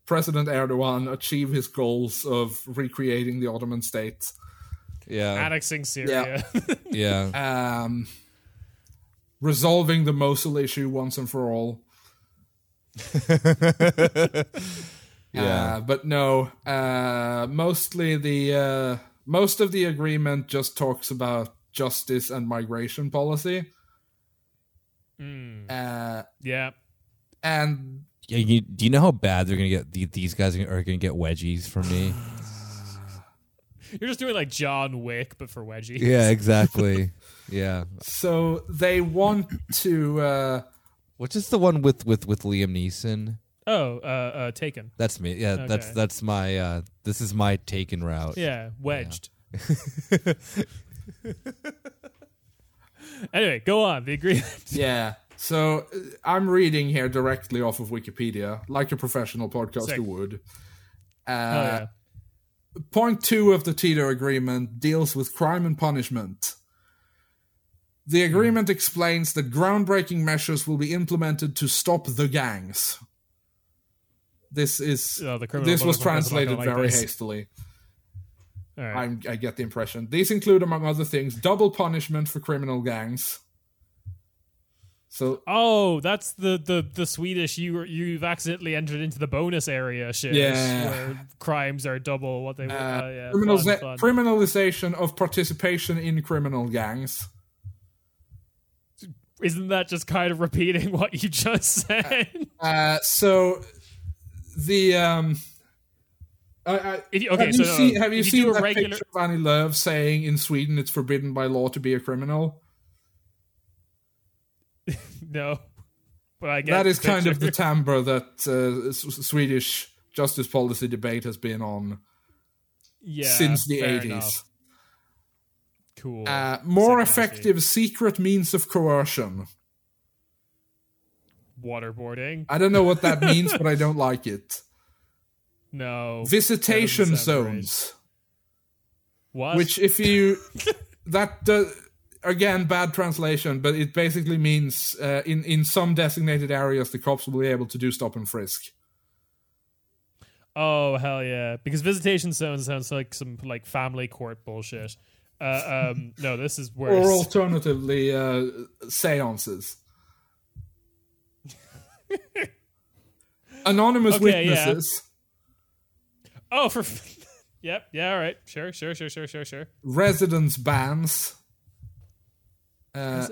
Speaker 4: President Erdogan achieve his goals of recreating the Ottoman state.
Speaker 2: yeah,
Speaker 1: Annexing Syria.
Speaker 2: yeah.
Speaker 4: Um, resolving the Mosul issue once and for all.
Speaker 2: Yeah.
Speaker 4: Uh, but no, uh, mostly the uh, most of the agreement just talks about justice and migration policy. Uh,
Speaker 1: *laughs* yeah.
Speaker 4: and
Speaker 2: Yeah, you, do you know how bad they're gonna get? the- These guys are gonna get wedgies from me.
Speaker 1: You're just doing like John Wick, but for Wedgie.
Speaker 2: *laughs* yeah, exactly. Yeah,
Speaker 4: so they want to. Uh,
Speaker 2: which is the one with with with Liam Neeson.
Speaker 1: Oh, uh, uh, Taken.
Speaker 2: That's me. Yeah, that's
Speaker 1: Okay.
Speaker 2: that's my. uh This is my taken route.
Speaker 1: Yeah, wedged.
Speaker 4: *laughs*
Speaker 1: anyway, go on. The agreement.
Speaker 4: Yeah. So uh, I'm reading here directly off of Wikipedia, like a professional podcaster
Speaker 1: Sick.
Speaker 4: would. *laughs* Uh,
Speaker 1: Oh, yeah.
Speaker 4: Point two of the Tito Agreement deals with crime and punishment. The
Speaker 1: Hmm.
Speaker 4: agreement explains that groundbreaking measures will be implemented to stop the gangs. This is
Speaker 1: Oh, the criminal
Speaker 4: this was
Speaker 1: motherfuckers are not
Speaker 4: translated
Speaker 1: gonna like
Speaker 4: very
Speaker 1: this.
Speaker 4: hastily.
Speaker 1: All right.
Speaker 4: I'm, I get the impression. These include, among other things, double punishment for criminal gangs. So
Speaker 1: Oh, that's the the the Swedish. You were- you've accidentally entered into the bonus area shit.
Speaker 4: Yeah.
Speaker 1: where crimes are double what they were.
Speaker 4: Uh,
Speaker 1: oh, yeah,
Speaker 4: criminals-
Speaker 1: fun, fun.
Speaker 4: criminalization of participation in criminal gangs.
Speaker 1: Isn't that just kind of repeating *laughs* what you just said?
Speaker 4: Uh, so the um, I, I,
Speaker 1: If you- okay,
Speaker 4: have
Speaker 1: so
Speaker 4: you
Speaker 1: no,
Speaker 4: seen
Speaker 1: no.
Speaker 4: have you
Speaker 1: If you
Speaker 4: seen
Speaker 1: do a
Speaker 4: that
Speaker 1: regular-
Speaker 4: picture of Annie Love saying in Sweden it's forbidden by law to be a criminal?
Speaker 1: no, but I guess
Speaker 4: that is kind of
Speaker 1: *laughs*
Speaker 4: the timbre that uh, S- S- Swedish justice policy debate has been on
Speaker 1: yeah,
Speaker 4: since the
Speaker 1: fair
Speaker 4: eighties.
Speaker 1: enough. Cool.
Speaker 4: Uh,
Speaker 1: Second
Speaker 4: more
Speaker 1: issue.
Speaker 4: effective secret means of coercion.
Speaker 1: Waterboarding.
Speaker 4: I don't know
Speaker 1: *laughs*
Speaker 4: what that means, but I don't like it.
Speaker 1: No.
Speaker 4: Visitation
Speaker 1: That doesn't sound great.
Speaker 4: zones.
Speaker 1: What?
Speaker 4: Which, if you that does again bad translation, but it basically means uh, in in some designated areas the cops will be able to do stop and frisk.
Speaker 1: Oh hell yeah! Because visitation zone sounds like some like family court bullshit. Uh,
Speaker 4: *laughs*
Speaker 1: um, no, this is worse.
Speaker 4: Or alternatively, uh, seances. Anonymous
Speaker 1: Okay, yeah.
Speaker 4: witnesses,
Speaker 1: *laughs* Oh, for *laughs* yep, yeah, all right, sure, sure, sure, sure, sure, sure.
Speaker 4: residence bans. Uh,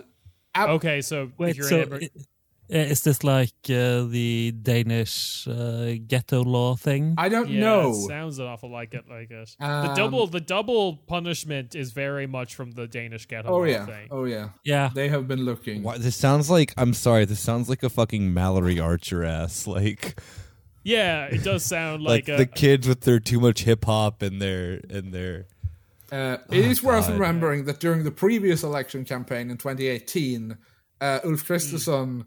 Speaker 4: ab-
Speaker 1: Okay, so if
Speaker 3: Wait,
Speaker 1: you're
Speaker 3: so
Speaker 1: in Edinburgh,
Speaker 3: i- i- is this like uh, the Danish uh, ghetto law thing?
Speaker 4: I don't
Speaker 1: yeah,
Speaker 4: know.
Speaker 1: it sounds an awful like it, like it. the
Speaker 4: Um,
Speaker 1: double, the double punishment is very much from the Danish ghetto.
Speaker 4: oh
Speaker 1: law
Speaker 4: yeah,
Speaker 1: thing.
Speaker 4: oh yeah.
Speaker 3: yeah,
Speaker 4: They have been looking.
Speaker 2: Why, this sounds like I'm sorry. This sounds like a fucking Mallory Archer ass. *laughs* Like
Speaker 1: yeah, it does
Speaker 4: *laughs*
Speaker 1: sound like,
Speaker 2: like,
Speaker 1: uh, a,
Speaker 2: the kids with their too much hip hop and their and their.
Speaker 4: Uh, it is worth
Speaker 2: Oh, God.
Speaker 4: remembering that during the previous election campaign in 2018, uh, Ulf Kristersson
Speaker 2: Mm.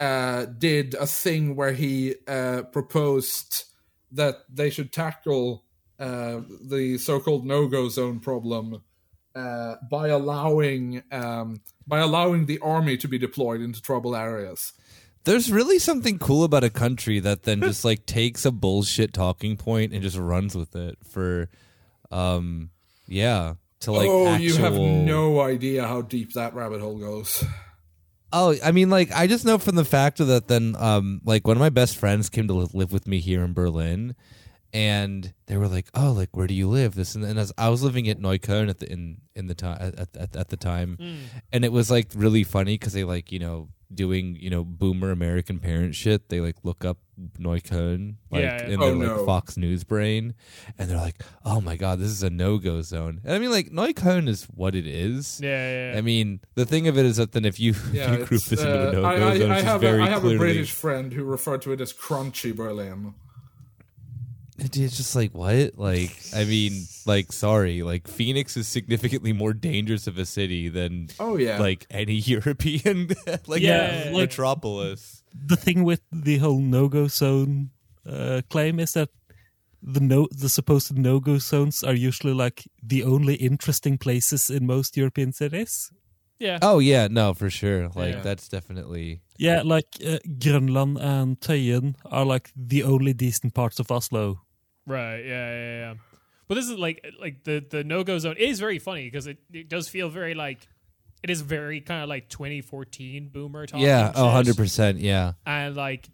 Speaker 4: uh, did a thing where he uh, proposed that they should tackle uh, the so-called no-go zone problem uh, by allowing um, by allowing the army to be deployed into trouble areas.
Speaker 2: There's really something cool about a country that then just like takes a bullshit talking point and just runs with it for, um, yeah, to like.
Speaker 4: oh, you have
Speaker 2: actual-
Speaker 4: no idea how deep that rabbit hole goes.
Speaker 2: Oh, I mean, like I just know from the fact of that. Then, um, like one of my best friends came to li- live with me here in Berlin, and they were like, "Oh, like where do you live?" This and, and as I was living at Neukölln at the in in the time at, at at the time,
Speaker 1: Mm.
Speaker 2: and it was like really funny because they like you know doing you know boomer American parent shit. They like look up Neukölln like
Speaker 1: Yeah, yeah.
Speaker 2: in
Speaker 4: Oh,
Speaker 2: their
Speaker 4: no.
Speaker 2: like Fox News brain, and they're like, "Oh my god, this is a no go zone." And I mean, like Neukölln is what it is.
Speaker 1: yeah, yeah, yeah.
Speaker 2: I mean, the thing of it is that then if you, *laughs*
Speaker 4: Yeah,
Speaker 2: if you group
Speaker 4: it's,
Speaker 2: this into
Speaker 4: uh,
Speaker 2: the no
Speaker 4: I,
Speaker 2: go
Speaker 4: I-
Speaker 2: zone,
Speaker 4: I
Speaker 2: it's just
Speaker 4: have, a,
Speaker 2: very
Speaker 4: I have
Speaker 2: clearly,
Speaker 4: a
Speaker 2: *laughs*
Speaker 4: British friend who referred to it as crunchy Berlin.
Speaker 2: It's just like what? Like, I mean, like, sorry, like Phoenix is significantly more dangerous of a city than
Speaker 4: Oh yeah,
Speaker 2: like any *laughs* European like
Speaker 1: Yeah, like-
Speaker 2: metropolis.
Speaker 3: the thing with the whole no-go zone uh, claim is that the no the supposed no-go zones are usually like the only interesting places in most European cities.
Speaker 1: yeah.
Speaker 2: Oh yeah, no, for sure. Like
Speaker 1: Yeah.
Speaker 2: that's definitely
Speaker 3: Yeah, like uh, Grønland and Tøyen are like the only decent parts of Oslo.
Speaker 1: Right. Yeah. Yeah. Yeah. But this is like like the the no go zone is very funny because it, it does feel very like it is very kind of like 2014 boomer talking.
Speaker 2: yeah,
Speaker 1: shit.
Speaker 2: oh, 100 percent, yeah.
Speaker 1: And like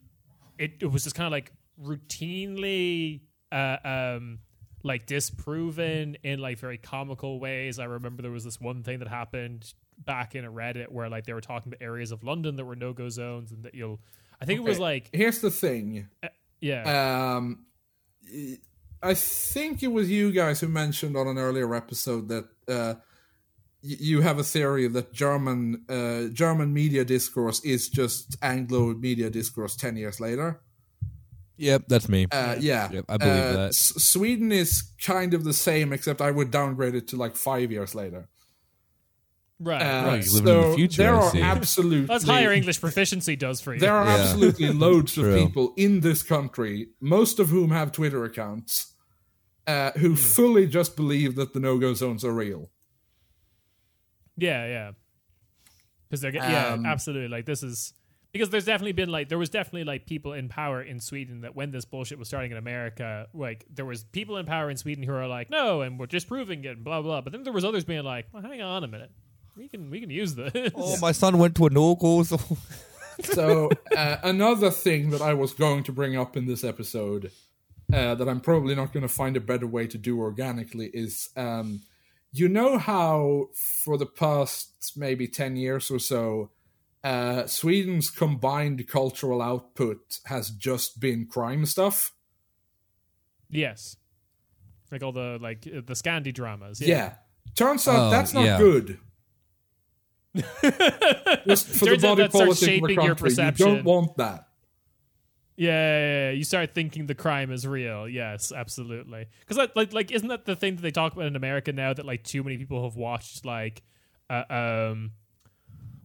Speaker 1: it, it was just kind of like routinely uh, um like disproven in like very comical ways. I remember there was this one thing that happened back in a Reddit where like they were talking about areas of London that were no go zones and that you'll. I think it was like
Speaker 4: here's the thing.
Speaker 1: yeah.
Speaker 4: Um, I think it was you guys who mentioned on an earlier episode that uh, y- you have a theory that German uh, German media discourse is just Anglo media discourse ten years later.
Speaker 2: Yep, that's me.
Speaker 4: Uh, yeah,
Speaker 2: Yep, I believe
Speaker 4: Uh,
Speaker 2: that.
Speaker 4: S- Sweden is kind of the same, except I would downgrade it to like five years later.
Speaker 1: right.
Speaker 4: Uh,
Speaker 1: right.
Speaker 2: you live in the
Speaker 4: so
Speaker 2: future,
Speaker 4: there
Speaker 2: I
Speaker 4: are
Speaker 2: see.
Speaker 4: absolutely
Speaker 1: That's higher English proficiency does for you.
Speaker 4: There are
Speaker 2: Yeah.
Speaker 4: *laughs* absolutely loads of
Speaker 2: True.
Speaker 4: people in this country, most of whom have Twitter accounts, uh, who fully just believe that the no-go zones are real.
Speaker 1: Yeah, yeah. Because they're get- yeah,
Speaker 4: Um,
Speaker 1: absolutely. Like this is because there's definitely been like there was definitely like people in power in Sweden that when this bullshit was starting in America, like there was people in power in Sweden who are like, no, and we're just proving it, and blah blah. But then there was others being like, well, hang on a minute, we can we can use this.
Speaker 2: oh, my son went to a no go zone.
Speaker 4: So uh, another thing that I was going to bring up in this episode uh, that I'm probably not going to find a better way to do organically is, um, you know how for the past maybe ten years or so, uh, Sweden's combined cultural output has just been crime stuff.
Speaker 1: *laughs* Yes, like all the like uh, the Scandi dramas. *laughs*
Speaker 4: Yeah. Turns out
Speaker 2: Oh,
Speaker 4: that's not
Speaker 2: yeah.
Speaker 4: good. Just for
Speaker 1: Turns
Speaker 4: the
Speaker 1: out
Speaker 4: body
Speaker 1: that starts
Speaker 4: politic of the
Speaker 1: shaping your
Speaker 4: country, You
Speaker 1: perception.
Speaker 4: don't want that.
Speaker 1: Yeah, yeah, yeah, you start thinking the crime is real. Yes, absolutely. Because like, like, isn't that the thing that they talk about in America now that like too many people have watched like, uh, um,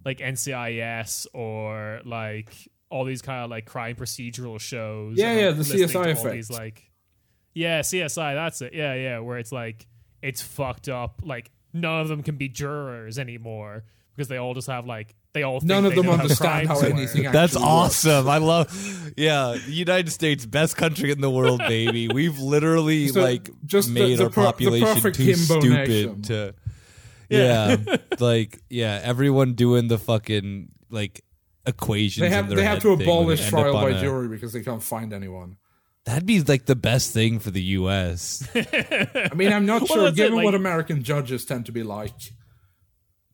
Speaker 1: like NCIS or like all these kind of like crime procedural shows.
Speaker 4: Yeah,
Speaker 1: and, like,
Speaker 4: yeah, the
Speaker 1: listening
Speaker 4: CSI
Speaker 1: to all
Speaker 4: effect.
Speaker 1: These, like, yeah, CSI. That's it. Yeah, yeah, where it's like it's fucked up. Like none of them can be jurors anymore because they all just have like they all think
Speaker 4: None of
Speaker 1: they
Speaker 4: them
Speaker 1: know how
Speaker 4: understand how
Speaker 1: crimes work.
Speaker 4: anything.
Speaker 2: That's
Speaker 4: actually works.
Speaker 2: awesome. I love. Yeah, United States, best country in the world, baby. We've literally
Speaker 4: *laughs* So,
Speaker 2: like
Speaker 4: just the-
Speaker 2: made
Speaker 4: the
Speaker 2: our
Speaker 4: per- the
Speaker 2: population
Speaker 4: perfect
Speaker 2: too
Speaker 4: himbo
Speaker 2: stupid
Speaker 4: nation.
Speaker 2: to. Yeah,
Speaker 4: *laughs*
Speaker 2: like yeah, everyone doing the fucking like equations.
Speaker 4: They
Speaker 2: in
Speaker 4: have
Speaker 2: their
Speaker 4: they have
Speaker 2: head thing
Speaker 4: to
Speaker 2: when they
Speaker 4: abolish
Speaker 2: end up
Speaker 4: trial
Speaker 2: on
Speaker 4: by
Speaker 2: a-
Speaker 4: jury because they can't find anyone.
Speaker 2: That'd be like the best thing for the
Speaker 4: *laughs*
Speaker 2: U.S.
Speaker 4: I mean, I'm
Speaker 1: *laughs*
Speaker 4: not
Speaker 1: Well,
Speaker 4: sure
Speaker 1: that's it,
Speaker 4: given
Speaker 1: like-
Speaker 4: what American judges tend to be like.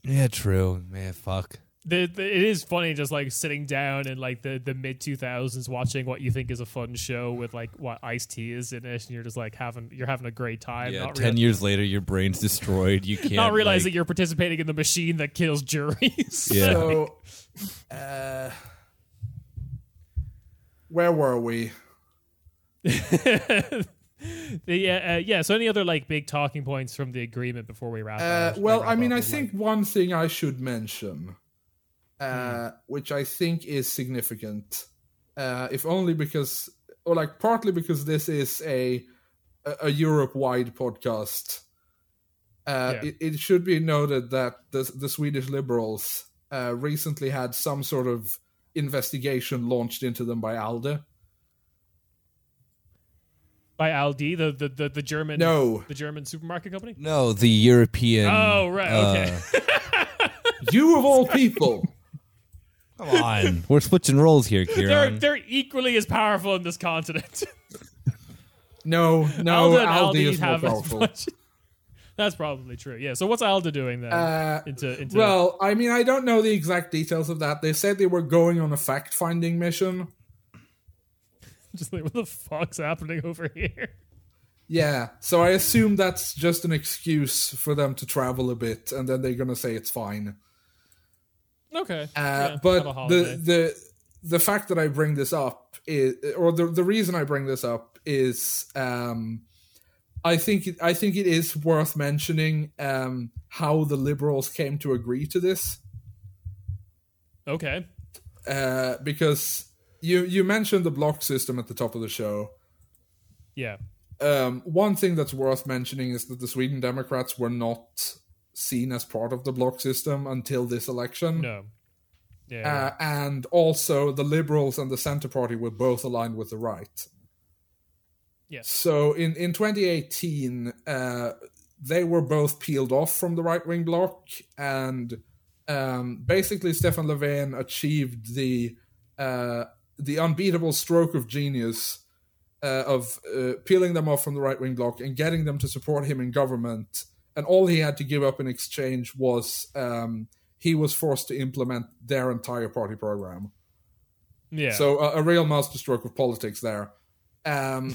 Speaker 2: yeah, true. Man, fuck.
Speaker 1: the, the, it is funny just like sitting down in like the, the mid 2000s watching what you think is a fun show with like what Ice T is in it and you're just like having you're having a great time
Speaker 2: yeah,
Speaker 1: not,
Speaker 2: ten
Speaker 1: real-
Speaker 2: years later, your brain's destroyed.
Speaker 4: *laughs*
Speaker 2: You can't
Speaker 1: not realizing
Speaker 2: like-
Speaker 1: you're participating in the machine that kills juries
Speaker 2: Yeah.
Speaker 4: So, uh, where were we?
Speaker 1: *laughs* the, uh, uh, yeah so any other like big talking points from the agreement before we wrap up-
Speaker 4: Uh, well,
Speaker 1: wrap
Speaker 4: I mean,
Speaker 1: up
Speaker 4: I
Speaker 1: on,
Speaker 4: think one thing I should mention,
Speaker 1: Hmm.
Speaker 4: uh, which I think is significant, uh, if only because, or like partly because this is a a, a Europe wide podcast. Uh,
Speaker 1: Yeah.
Speaker 4: it, it should be noted that the the Swedish liberals uh, recently had some sort of investigation launched into them by ALDE.
Speaker 1: like, by Aldi the, the, the, the German
Speaker 4: No.
Speaker 1: the German supermarket company
Speaker 2: no the European.
Speaker 1: Oh, right,
Speaker 2: Uh,
Speaker 1: okay. *laughs*
Speaker 4: You of all people.
Speaker 2: Come on, *laughs* we're switching roles here,
Speaker 1: they're
Speaker 2: Kieran.
Speaker 1: they're equally as powerful on this continent *laughs*
Speaker 4: No, no,
Speaker 1: Alda and
Speaker 4: Aldi
Speaker 1: Aldi
Speaker 4: is more
Speaker 1: have as *laughs*
Speaker 4: powerful.
Speaker 1: much- That's probably true. Yeah. So what's Alda doing then?
Speaker 4: Uh,
Speaker 1: into into
Speaker 4: Well, I mean, I don't know the exact details of that. They said they were going on a fact finding mission.
Speaker 1: *laughs* just like what the fuck's happening over here? *laughs*
Speaker 4: Yeah, so I assume that's just an excuse for them to travel a bit, and then they're gonna say it's fine.
Speaker 1: Okay.
Speaker 4: Uh, but the the the fact that I bring this up is, or the the reason I bring this up is, um, I think it, I think it is worth mentioning um, how the liberals came to agree to this.
Speaker 1: okay.
Speaker 4: uh, because you you mentioned the block system at the top of the show.
Speaker 1: Yeah.
Speaker 4: Um, one thing that's worth mentioning is that the Sweden Democrats were not seen as part of the block system until this election.
Speaker 1: No. Yeah.
Speaker 4: Uh, and also, the Liberals and the Centre Party were both aligned with the right.
Speaker 1: yes.
Speaker 4: So in, in 2018, uh, they were both peeled off from the right wing bloc, and um, basically Stefan Levin achieved the uh, the unbeatable stroke of genius uh, of uh, peeling them off from the right wing bloc and getting them to support him in government. And all he had to give up in exchange was um, he was forced to implement their entire party program.
Speaker 1: Yeah.
Speaker 4: So a, a real masterstroke of politics there. Um,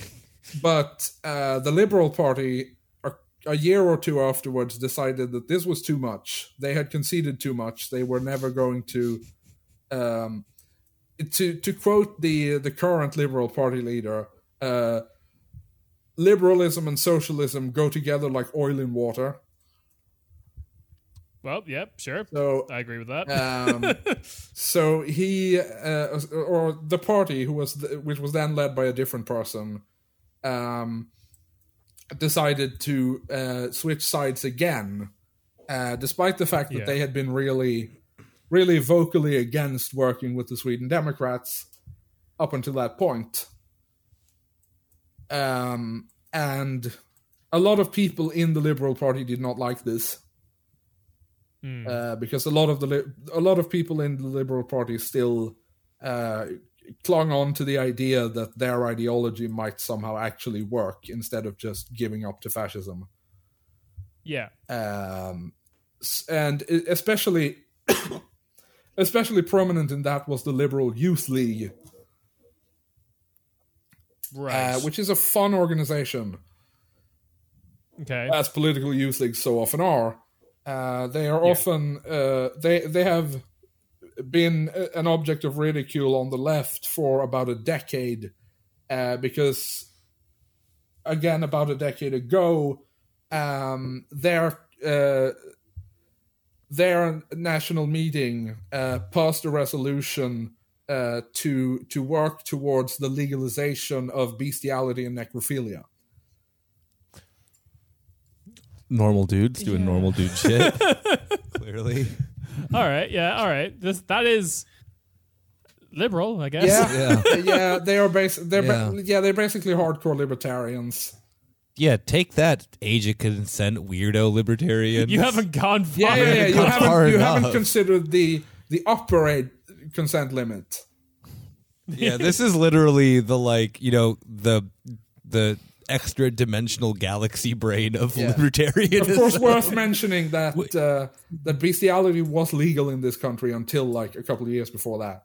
Speaker 4: but uh, the Liberal Party, a, a year or two afterwards, decided that this was too much. They had conceded too much. They were never going to. Um, to to quote the the current Liberal Party leader, uh, liberalism and socialism go together like oil and water.
Speaker 1: well, yeah, sure.
Speaker 4: So
Speaker 1: I agree with that.
Speaker 4: um, so he uh, or the party who was th- which was then led by a different person um, decided to uh, switch sides again uh, despite the fact that
Speaker 1: Yeah.
Speaker 4: they had been really really vocally against working with the Sweden Democrats up until that point um, and a lot of people in the Liberal Party did not like this
Speaker 1: *laughs* Hmm.
Speaker 4: uh, because a lot of the li- a lot of people in the Liberal Party still uh, clung on to the idea that their ideology might somehow actually work instead of just giving up to fascism.
Speaker 1: yeah.
Speaker 4: Um, s- and e- especially *coughs* especially prominent in that was the Liberal Youth League,
Speaker 1: Right.
Speaker 4: uh, which is a fun organization.
Speaker 1: okay.
Speaker 4: as political youth leagues so often are. Uh, they are
Speaker 1: Yeah.
Speaker 4: often uh, they they have been a- an object of ridicule on the left for about a decade, uh, because again about a decade ago, um, their uh, their national meeting uh, passed a resolution. Uh, to to work towards the legalization of bestiality and necrophilia.
Speaker 2: normal dudes doing
Speaker 1: Yeah.
Speaker 2: normal dude shit. Clearly.
Speaker 1: all right, yeah, all right. This that is liberal, I guess.
Speaker 2: Yeah.
Speaker 4: Yeah, yeah, they are basic. They're yeah.
Speaker 2: Yeah.
Speaker 4: yeah, they're basically hardcore libertarians.
Speaker 2: Yeah, take that age of consent weirdo libertarian.
Speaker 1: You haven't gone far.
Speaker 4: Yeah, yeah, yeah. You
Speaker 2: Not far
Speaker 4: haven't you haven't
Speaker 2: enough.
Speaker 4: considered the the upper age consent limit.
Speaker 2: *laughs* yeah, this is literally the like, you know, the the extra dimensional galaxy brain of
Speaker 4: Yeah.
Speaker 2: libertarianism.
Speaker 4: Of course, worth mentioning that uh, that bestiality was legal in this country until like a couple of years before that.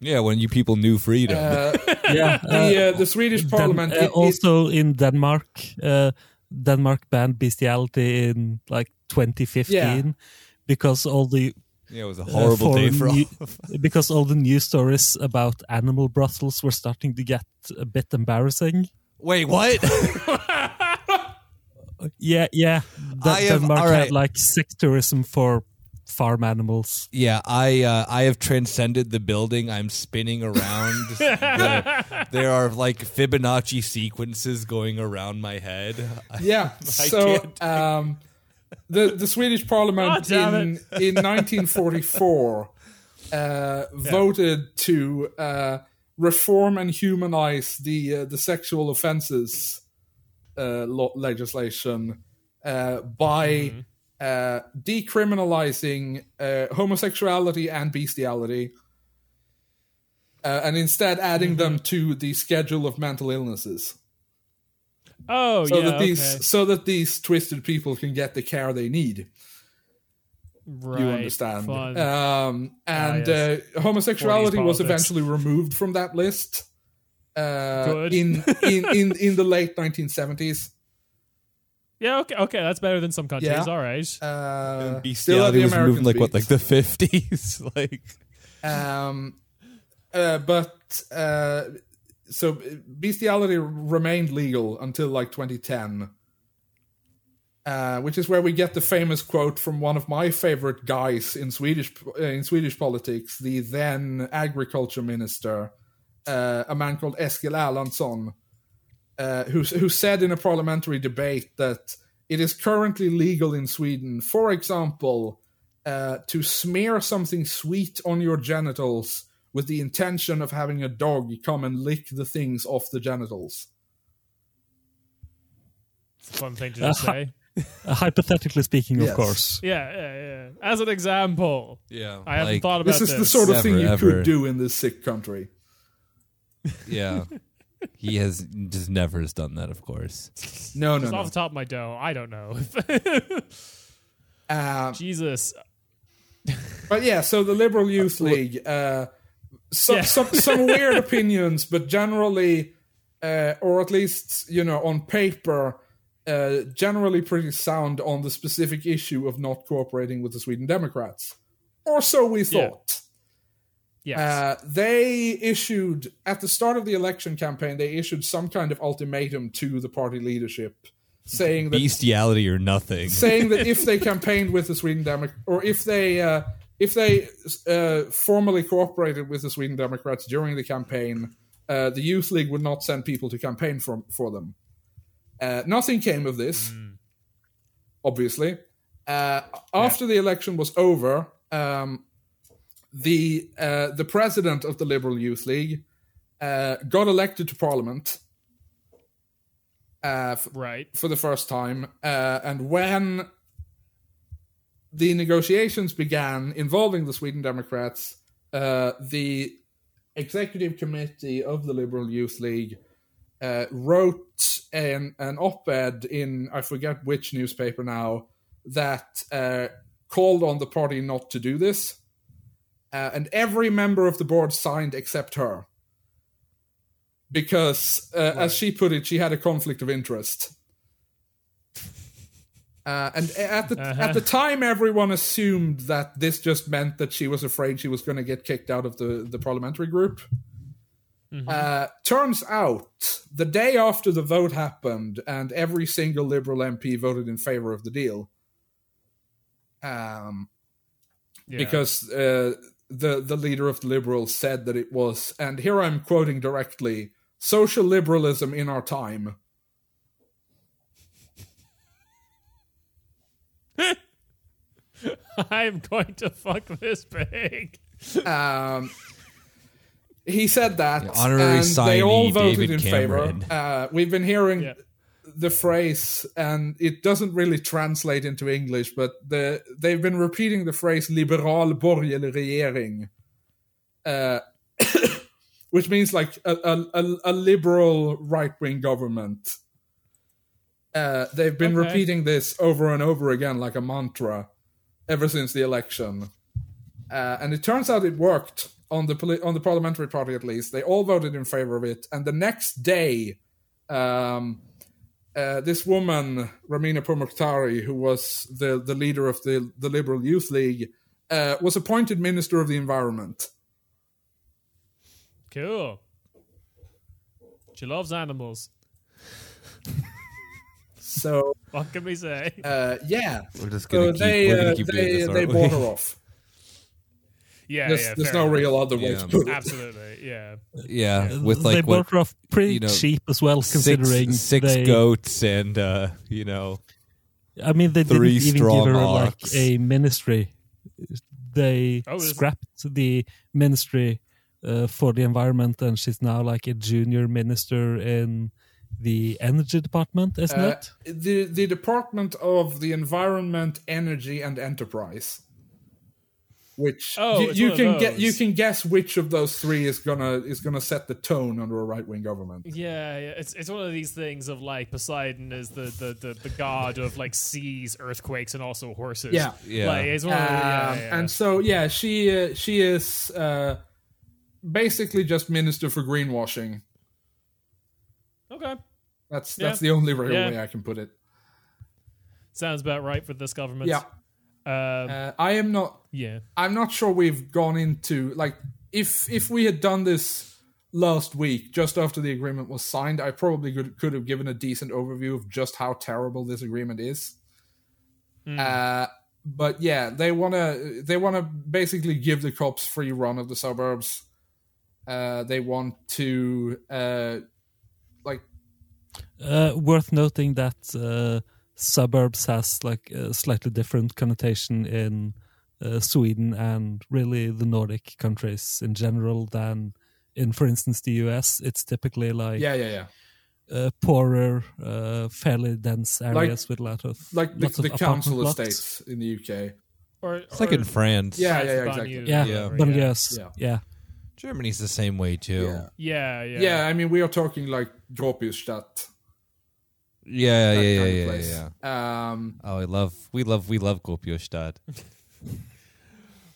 Speaker 2: Yeah, when you people knew freedom.
Speaker 3: *laughs* yeah.
Speaker 4: The uh, the Swedish *laughs* Parliament
Speaker 3: Dan- uh,
Speaker 4: it- it-
Speaker 3: also in Denmark, uh, Denmark banned bestiality in like 2015 because all the
Speaker 2: yeah, it was a
Speaker 3: uh,
Speaker 2: horrible day
Speaker 3: foreign
Speaker 2: for all.
Speaker 3: new- *laughs* because all the news stories about animal brothels were starting to get a bit embarrassing.
Speaker 2: Wait, what? *laughs*
Speaker 3: Yeah, yeah. De-
Speaker 2: I have-
Speaker 3: Denmark
Speaker 2: all right.
Speaker 3: had like sex tourism for farm animals.
Speaker 2: Yeah, I uh, I have transcended the building. I'm spinning around. The- there are like Fibonacci sequences going around my head.
Speaker 1: *laughs*
Speaker 2: I-
Speaker 4: Yeah. So um, the the Swedish
Speaker 1: God
Speaker 4: Parliament
Speaker 1: damn
Speaker 4: in in 1944 uh, voted to uh, reform and humanize the uh, the sexual offenses uh, law- legislation uh, by.
Speaker 1: Mm-hmm.
Speaker 4: Uh, decriminalizing uh, homosexuality and bestiality, uh, and instead adding
Speaker 1: Mm-hmm.
Speaker 4: them to the schedule of mental illnesses
Speaker 1: Oh,
Speaker 4: so
Speaker 1: yeah.
Speaker 4: that these
Speaker 1: okay.
Speaker 4: so that these twisted people can get the care they need.
Speaker 1: Right.
Speaker 4: you understand?
Speaker 1: fun.
Speaker 4: Um, and
Speaker 1: Ah, yes.
Speaker 4: uh, homosexuality
Speaker 1: 40s
Speaker 4: was
Speaker 1: politics.
Speaker 4: eventually removed from that list uh,
Speaker 1: Good.
Speaker 4: in, in in in the late
Speaker 1: *laughs*
Speaker 4: 1970s.
Speaker 1: yeah. Okay. Okay. That's better than some countries.
Speaker 4: Yeah.
Speaker 1: All right.
Speaker 4: Uh, still at
Speaker 2: Bestiality
Speaker 4: the
Speaker 2: was
Speaker 4: American
Speaker 2: moved in, like what,
Speaker 4: speed.
Speaker 2: like the fifties? *laughs* like
Speaker 4: Um, uh, but uh, so bestiality remained legal until like 2010, uh, which is where we get the famous quote from one of my favorite guys in Swedish uh, in Swedish politics, the then agriculture minister, uh, a man called Eskil Erlandsson, uh, who who said in a parliamentary debate that it is currently legal in Sweden, for example uh, to smear something sweet on your genitals with the intention of having a dog come and lick the things off the genitals.
Speaker 1: It's a fun thing to just
Speaker 3: Uh,
Speaker 1: say.
Speaker 3: Uh, hypothetically speaking,
Speaker 4: Yes.
Speaker 3: of course.
Speaker 1: Yeah, yeah, yeah. As an example,
Speaker 2: yeah,
Speaker 1: I haven't thought about
Speaker 4: This
Speaker 1: this.
Speaker 4: is the sort of thing you
Speaker 2: Never, ever.
Speaker 4: could do in this sick country.
Speaker 2: Yeah, he has just never has done that. Of course,
Speaker 4: No, no,
Speaker 1: It's off
Speaker 4: no.
Speaker 1: the top of my dome. I don't know. *laughs*
Speaker 4: Uh,
Speaker 1: Jesus.
Speaker 4: but yeah, so the Liberal Youth League, uh, some,
Speaker 1: Yeah.
Speaker 4: some
Speaker 1: *laughs*
Speaker 4: some weird opinions, but generally, uh, or at least you know on paper, uh, generally pretty sound on the specific issue of not cooperating with the Sweden Democrats, or so
Speaker 1: Yeah.
Speaker 4: we thought.
Speaker 1: Yes.
Speaker 4: Uh, they issued at the start of the election campaign. They issued some kind of ultimatum to the party leadership, saying that
Speaker 2: bestiality or nothing.
Speaker 4: saying that if they campaigned with the Sweden Demo- or if they uh, if they uh, formally cooperated with the Sweden Democrats during the campaign, uh, the Youth League would not send people to campaign for for them. Uh, nothing came of this, obviously. Uh, after the election was over, um, the uh, the president of the Liberal Youth League uh, got elected to parliament. Uh, f-
Speaker 1: right.
Speaker 4: for the first time. Uh, and when the negotiations began involving the Sweden Democrats, uh, the executive committee of the Liberal Youth League uh, wrote an, an op ed in, I forget which newspaper now, that uh, called on the party not to do this. Uh, and every member of the board signed except her. Because, uh, as she put it, she had a conflict of interest. Uh, and at the
Speaker 1: Uh-huh.
Speaker 4: at the time, everyone assumed that this just meant that she was afraid she was going to get kicked out of the, the parliamentary group. Uh, turns out, the day after the vote happened, and every single Liberal MP voted in favor of the deal. Um,
Speaker 1: Yeah. *laughs*
Speaker 4: because uh, the the leader of the liberals said that it was, and here I'm quoting directly: "Social liberalism in our time."
Speaker 1: I'm going to fuck this pig.
Speaker 4: Um, he said that,
Speaker 2: The honorary
Speaker 4: and they
Speaker 2: signee,
Speaker 4: all voted
Speaker 2: David
Speaker 4: in
Speaker 2: Cameron.
Speaker 4: favor. Uh, we've been hearing
Speaker 1: Yeah.
Speaker 4: the phrase, and it doesn't really translate into English, but the they've been repeating the phrase "liberal borgerlig regering," uh, *coughs* which means like a, a, a, a liberal right wing government. Uh, they've been
Speaker 1: Okay.
Speaker 4: repeating this over and over again like a mantra ever since the election. Uh, and it turns out it worked on the poli- on the parliamentary party at least. They all voted in favor of it, and the next day, um, uh, this woman Ramina Pomokhtari, who was the the leader of the the Liberal Youth League, uh, was appointed minister of the environment.
Speaker 1: Cool. She loves animals.
Speaker 4: So
Speaker 1: What can we say? *laughs*
Speaker 4: uh, yeah,
Speaker 2: We're just
Speaker 4: so
Speaker 2: gonna keep,
Speaker 4: they
Speaker 2: we're gonna
Speaker 4: uh,
Speaker 2: keep doing
Speaker 4: they
Speaker 2: this,
Speaker 4: they
Speaker 2: aren't *laughs*
Speaker 4: bought
Speaker 2: we?
Speaker 4: her off.
Speaker 1: Yeah,
Speaker 4: There's,
Speaker 1: yeah,
Speaker 4: there's
Speaker 1: fair
Speaker 4: no
Speaker 1: enough.
Speaker 4: real other way to
Speaker 2: Yeah.
Speaker 4: put it.
Speaker 1: Absolutely, yeah.
Speaker 2: Yeah, with
Speaker 3: they
Speaker 2: like what
Speaker 3: bought her off pretty
Speaker 2: you know,
Speaker 3: cheap as well, considering
Speaker 2: six, six
Speaker 3: they,
Speaker 2: goats and uh, you know
Speaker 3: I mean, they
Speaker 2: three
Speaker 3: didn't even
Speaker 2: straw
Speaker 3: give her
Speaker 2: marks.
Speaker 3: like a ministry. They
Speaker 1: Oh, is-
Speaker 3: scrapped the ministry uh, for the environment, and she's now like a junior minister in the energy department, isn't
Speaker 4: Uh,
Speaker 3: it?
Speaker 4: the the Department of the Environment, Energy and Enterprise. Which
Speaker 1: Oh,
Speaker 4: you,
Speaker 1: it's
Speaker 4: you
Speaker 1: one of
Speaker 4: can get you
Speaker 1: those.
Speaker 4: can guess which of those three is gonna is gonna set the tone under a right wing government.
Speaker 1: Yeah, yeah, it's it's one of these things of like Poseidon is the the, the, the god of like seas, earthquakes, and also horses.
Speaker 4: Yeah.
Speaker 2: Yeah.
Speaker 1: Like, it's one of the- Oh, yeah,
Speaker 4: Um,
Speaker 1: yeah.
Speaker 4: And so yeah, she uh, she is uh, basically just minister for greenwashing.
Speaker 1: okay,
Speaker 4: That's
Speaker 1: Yeah.
Speaker 4: that's the only real
Speaker 1: Yeah.
Speaker 4: way I can put it.
Speaker 1: sounds about right for this government.
Speaker 4: Yeah,
Speaker 1: um,
Speaker 4: uh, I am not
Speaker 1: yeah.
Speaker 4: I'm not sure we've gone into like if if we had done this last week just after the agreement was signed i probably could, could have given a decent overview of just how terrible this agreement is uh, but yeah they want to they want to basically give the cops free run of the suburbs uh, they want to uh, like
Speaker 3: Uh, worth noting that uh, suburbs has like a slightly different connotation in uh, Sweden and really the Nordic countries in general than in, for instance, the US. It's typically like
Speaker 4: yeah yeah yeah
Speaker 3: uh, poorer, uh, fairly dense areas with a lot of
Speaker 4: like the,
Speaker 3: lots of
Speaker 4: the
Speaker 3: apartment
Speaker 4: council
Speaker 3: blocks.
Speaker 4: estates in the uk
Speaker 1: Or,
Speaker 2: It's like
Speaker 1: or
Speaker 2: in France.
Speaker 4: Yeah, yeah, yeah,
Speaker 1: Banyu
Speaker 4: exactly.
Speaker 1: or
Speaker 3: Yeah,
Speaker 2: Yeah.
Speaker 1: whatever,
Speaker 3: but
Speaker 1: yeah.
Speaker 3: yes,
Speaker 4: Yeah.
Speaker 3: yeah.
Speaker 2: Germany's the same way too.
Speaker 4: Yeah.
Speaker 1: yeah, yeah,
Speaker 4: yeah i mean we are talking like gropiusstadt
Speaker 2: Yeah, yeah,
Speaker 4: that
Speaker 2: yeah,
Speaker 4: kind of
Speaker 2: yeah,
Speaker 4: place.
Speaker 2: yeah.
Speaker 4: Um,
Speaker 2: Oh, I love, we love, we love Kopiostad.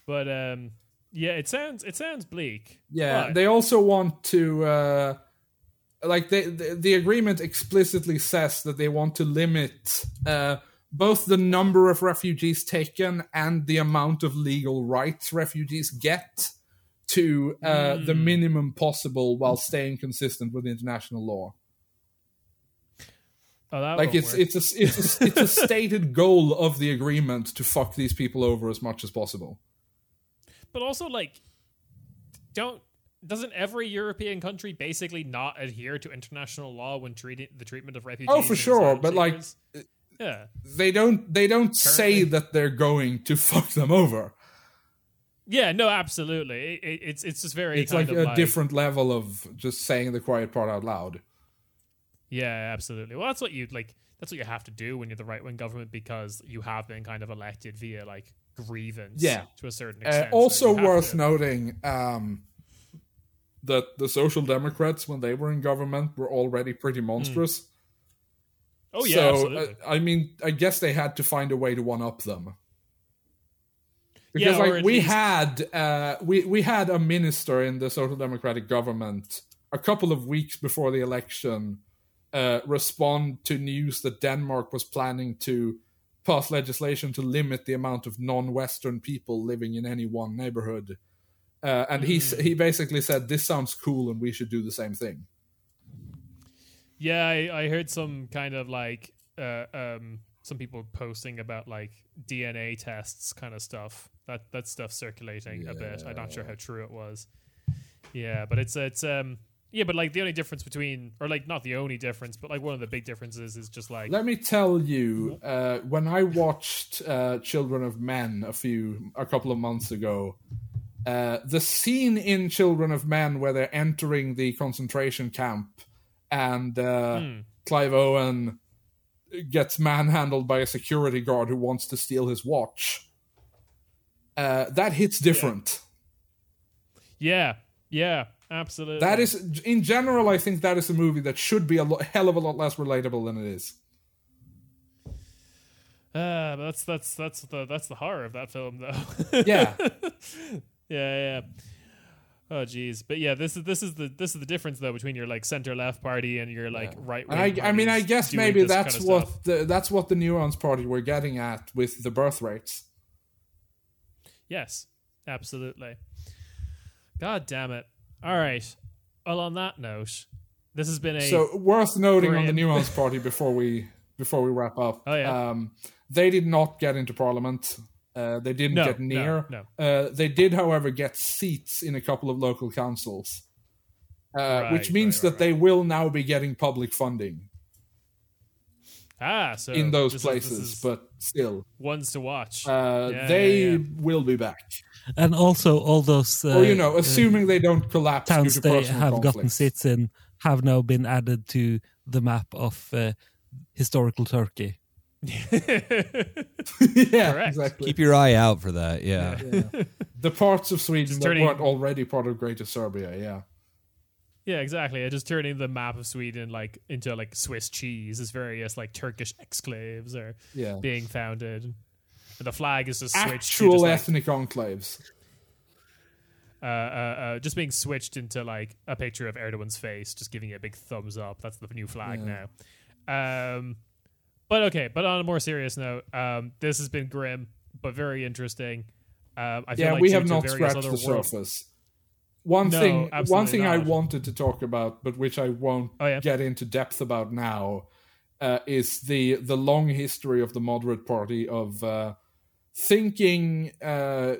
Speaker 1: But um, yeah, it sounds it sounds bleak.
Speaker 4: Yeah,
Speaker 1: But-
Speaker 4: they also want to uh, like they, the the agreement explicitly says that they want to limit uh, both the number of refugees taken and the amount of legal rights refugees get to uh, the minimum possible while staying consistent with international law.
Speaker 1: oh, that
Speaker 4: Like
Speaker 1: won't
Speaker 4: it's
Speaker 1: work.
Speaker 4: it's a, it's a, it's a stated goal of the agreement to fuck these people over as much as possible.
Speaker 1: but also like don't doesn't every European country basically not adhere to international law when treating the treatment of refugees?
Speaker 4: Oh, for
Speaker 1: and
Speaker 4: sure,
Speaker 1: asylum
Speaker 4: but, like,
Speaker 1: seekers? yeah,
Speaker 4: They don't they don't say that they're going to fuck them over.
Speaker 1: yeah, no, absolutely. It, it, it's it's just very
Speaker 4: it's
Speaker 1: kind
Speaker 4: like
Speaker 1: of
Speaker 4: a different level of just saying the quiet part out loud.
Speaker 1: Yeah, absolutely. Well, that's what you like. That's what you have to do when you're the right wing government because you have been kind of elected via like grievance.
Speaker 4: Yeah.
Speaker 1: to a certain
Speaker 4: Uh,
Speaker 1: extent. so
Speaker 4: also
Speaker 1: you have
Speaker 4: worth
Speaker 1: to-
Speaker 4: noting um, that the Social Democrats, when they were in government, were already
Speaker 1: Hmm.
Speaker 4: pretty monstrous.
Speaker 1: Oh yeah,
Speaker 4: so
Speaker 1: absolutely.
Speaker 4: uh, I mean, I guess they had to find a way to one up them. Because
Speaker 1: Yeah, or
Speaker 4: like
Speaker 1: at
Speaker 4: we
Speaker 1: least-
Speaker 4: had uh, we we had a minister in the Social Democratic government a couple of weeks before the election uh, respond to news that Denmark was planning to pass legislation to limit the amount of non-Western people living in any one neighborhood, uh, and he
Speaker 1: Hmm.
Speaker 4: s- he basically said this sounds cool and we should do the same thing.
Speaker 1: Yeah, I, I heard some kind of like uh, um, some people posting about like DNA tests kind of stuff. That that stuff circulating a bit. I'm not sure how true it was. Yeah, but it's it's um Yeah, but like the only difference between, or like not the only difference, but like one of the big differences is just like
Speaker 4: Let me tell you, uh, when I watched uh, Children of Men a few a couple of months ago, uh, the scene in Children of Men where they're entering the concentration camp and uh, Clive Owen gets manhandled by a security guard who wants to steal his watch. Uh, that hits different.
Speaker 1: yeah, yeah, absolutely.
Speaker 4: That is, in general, I think that is a movie that should be a lo- hell of a lot less relatable than it is.
Speaker 1: uh, but that's that's that's the that's the horror of that film though.
Speaker 4: Yeah.
Speaker 1: yeah, yeah. Oh jeez, but yeah, this is this is the this is the difference though between your like center left party and your like right.
Speaker 4: And I, I mean, I guess maybe that's what the, that's what the Neurons Party were getting at with the birth rates.
Speaker 1: Yes, absolutely. God damn it! All right. Well, on that note, this has been a
Speaker 4: So worth noting on the
Speaker 1: Brilliant.
Speaker 4: Neurons
Speaker 1: *laughs*
Speaker 4: Party before we before we wrap up.
Speaker 1: Oh, yeah.
Speaker 4: um, they did not get into Parliament. Uh, they didn't
Speaker 1: No,
Speaker 4: get
Speaker 1: no,
Speaker 4: near.
Speaker 1: no.
Speaker 4: Uh, they did, however, get seats in a couple of local councils, uh, which
Speaker 1: Right,
Speaker 4: means
Speaker 1: right,
Speaker 4: that
Speaker 1: right,
Speaker 4: they will now be getting public funding
Speaker 1: ah so
Speaker 4: in those
Speaker 1: this is- this
Speaker 4: places.
Speaker 1: is
Speaker 4: but still,
Speaker 1: ones to watch.
Speaker 4: uh,
Speaker 1: Yeah,
Speaker 4: they
Speaker 1: yeah, yeah.
Speaker 4: will be back.
Speaker 3: And also all those uh,
Speaker 4: or you know,
Speaker 3: uh,
Speaker 4: assuming they don't collapse due
Speaker 3: towns
Speaker 4: to
Speaker 3: they
Speaker 4: personal
Speaker 3: have gotten
Speaker 4: conflicts.
Speaker 3: seats in have now been added to the map of uh, historical Turkey.
Speaker 4: yeah,
Speaker 1: Correct.
Speaker 4: exactly.
Speaker 2: Keep your eye out for that. Yeah.
Speaker 4: the parts of Sweden
Speaker 1: Just
Speaker 4: that
Speaker 1: turning-
Speaker 4: weren't already part of Greater Serbia. Yeah,
Speaker 1: *laughs* yeah, exactly. Just turning the map of Sweden like into like Swiss cheese, as various like Turkish exclaves are
Speaker 4: yeah.
Speaker 1: being founded. And the flag is just switched to
Speaker 4: Actual
Speaker 1: just, like,
Speaker 4: ethnic enclaves.
Speaker 1: uh, uh, uh, just being switched into like a picture of Erdogan's face, just giving it a big thumbs up. That's the new flag now. Um, but okay, but on a more serious note, um, this has been grim but very interesting. Um, I feel
Speaker 4: Yeah,
Speaker 1: like
Speaker 4: we
Speaker 1: due
Speaker 4: have
Speaker 1: to
Speaker 4: not
Speaker 1: various
Speaker 4: scratched
Speaker 1: other
Speaker 4: the
Speaker 1: world-
Speaker 4: surface. One
Speaker 1: No,
Speaker 4: thing, one
Speaker 1: absolutely
Speaker 4: thing I
Speaker 1: not.
Speaker 4: wanted to talk about, but which I won't
Speaker 1: Oh, yeah.
Speaker 4: get into depth about now, uh, is the the long history of the moderate party of uh, thinking uh,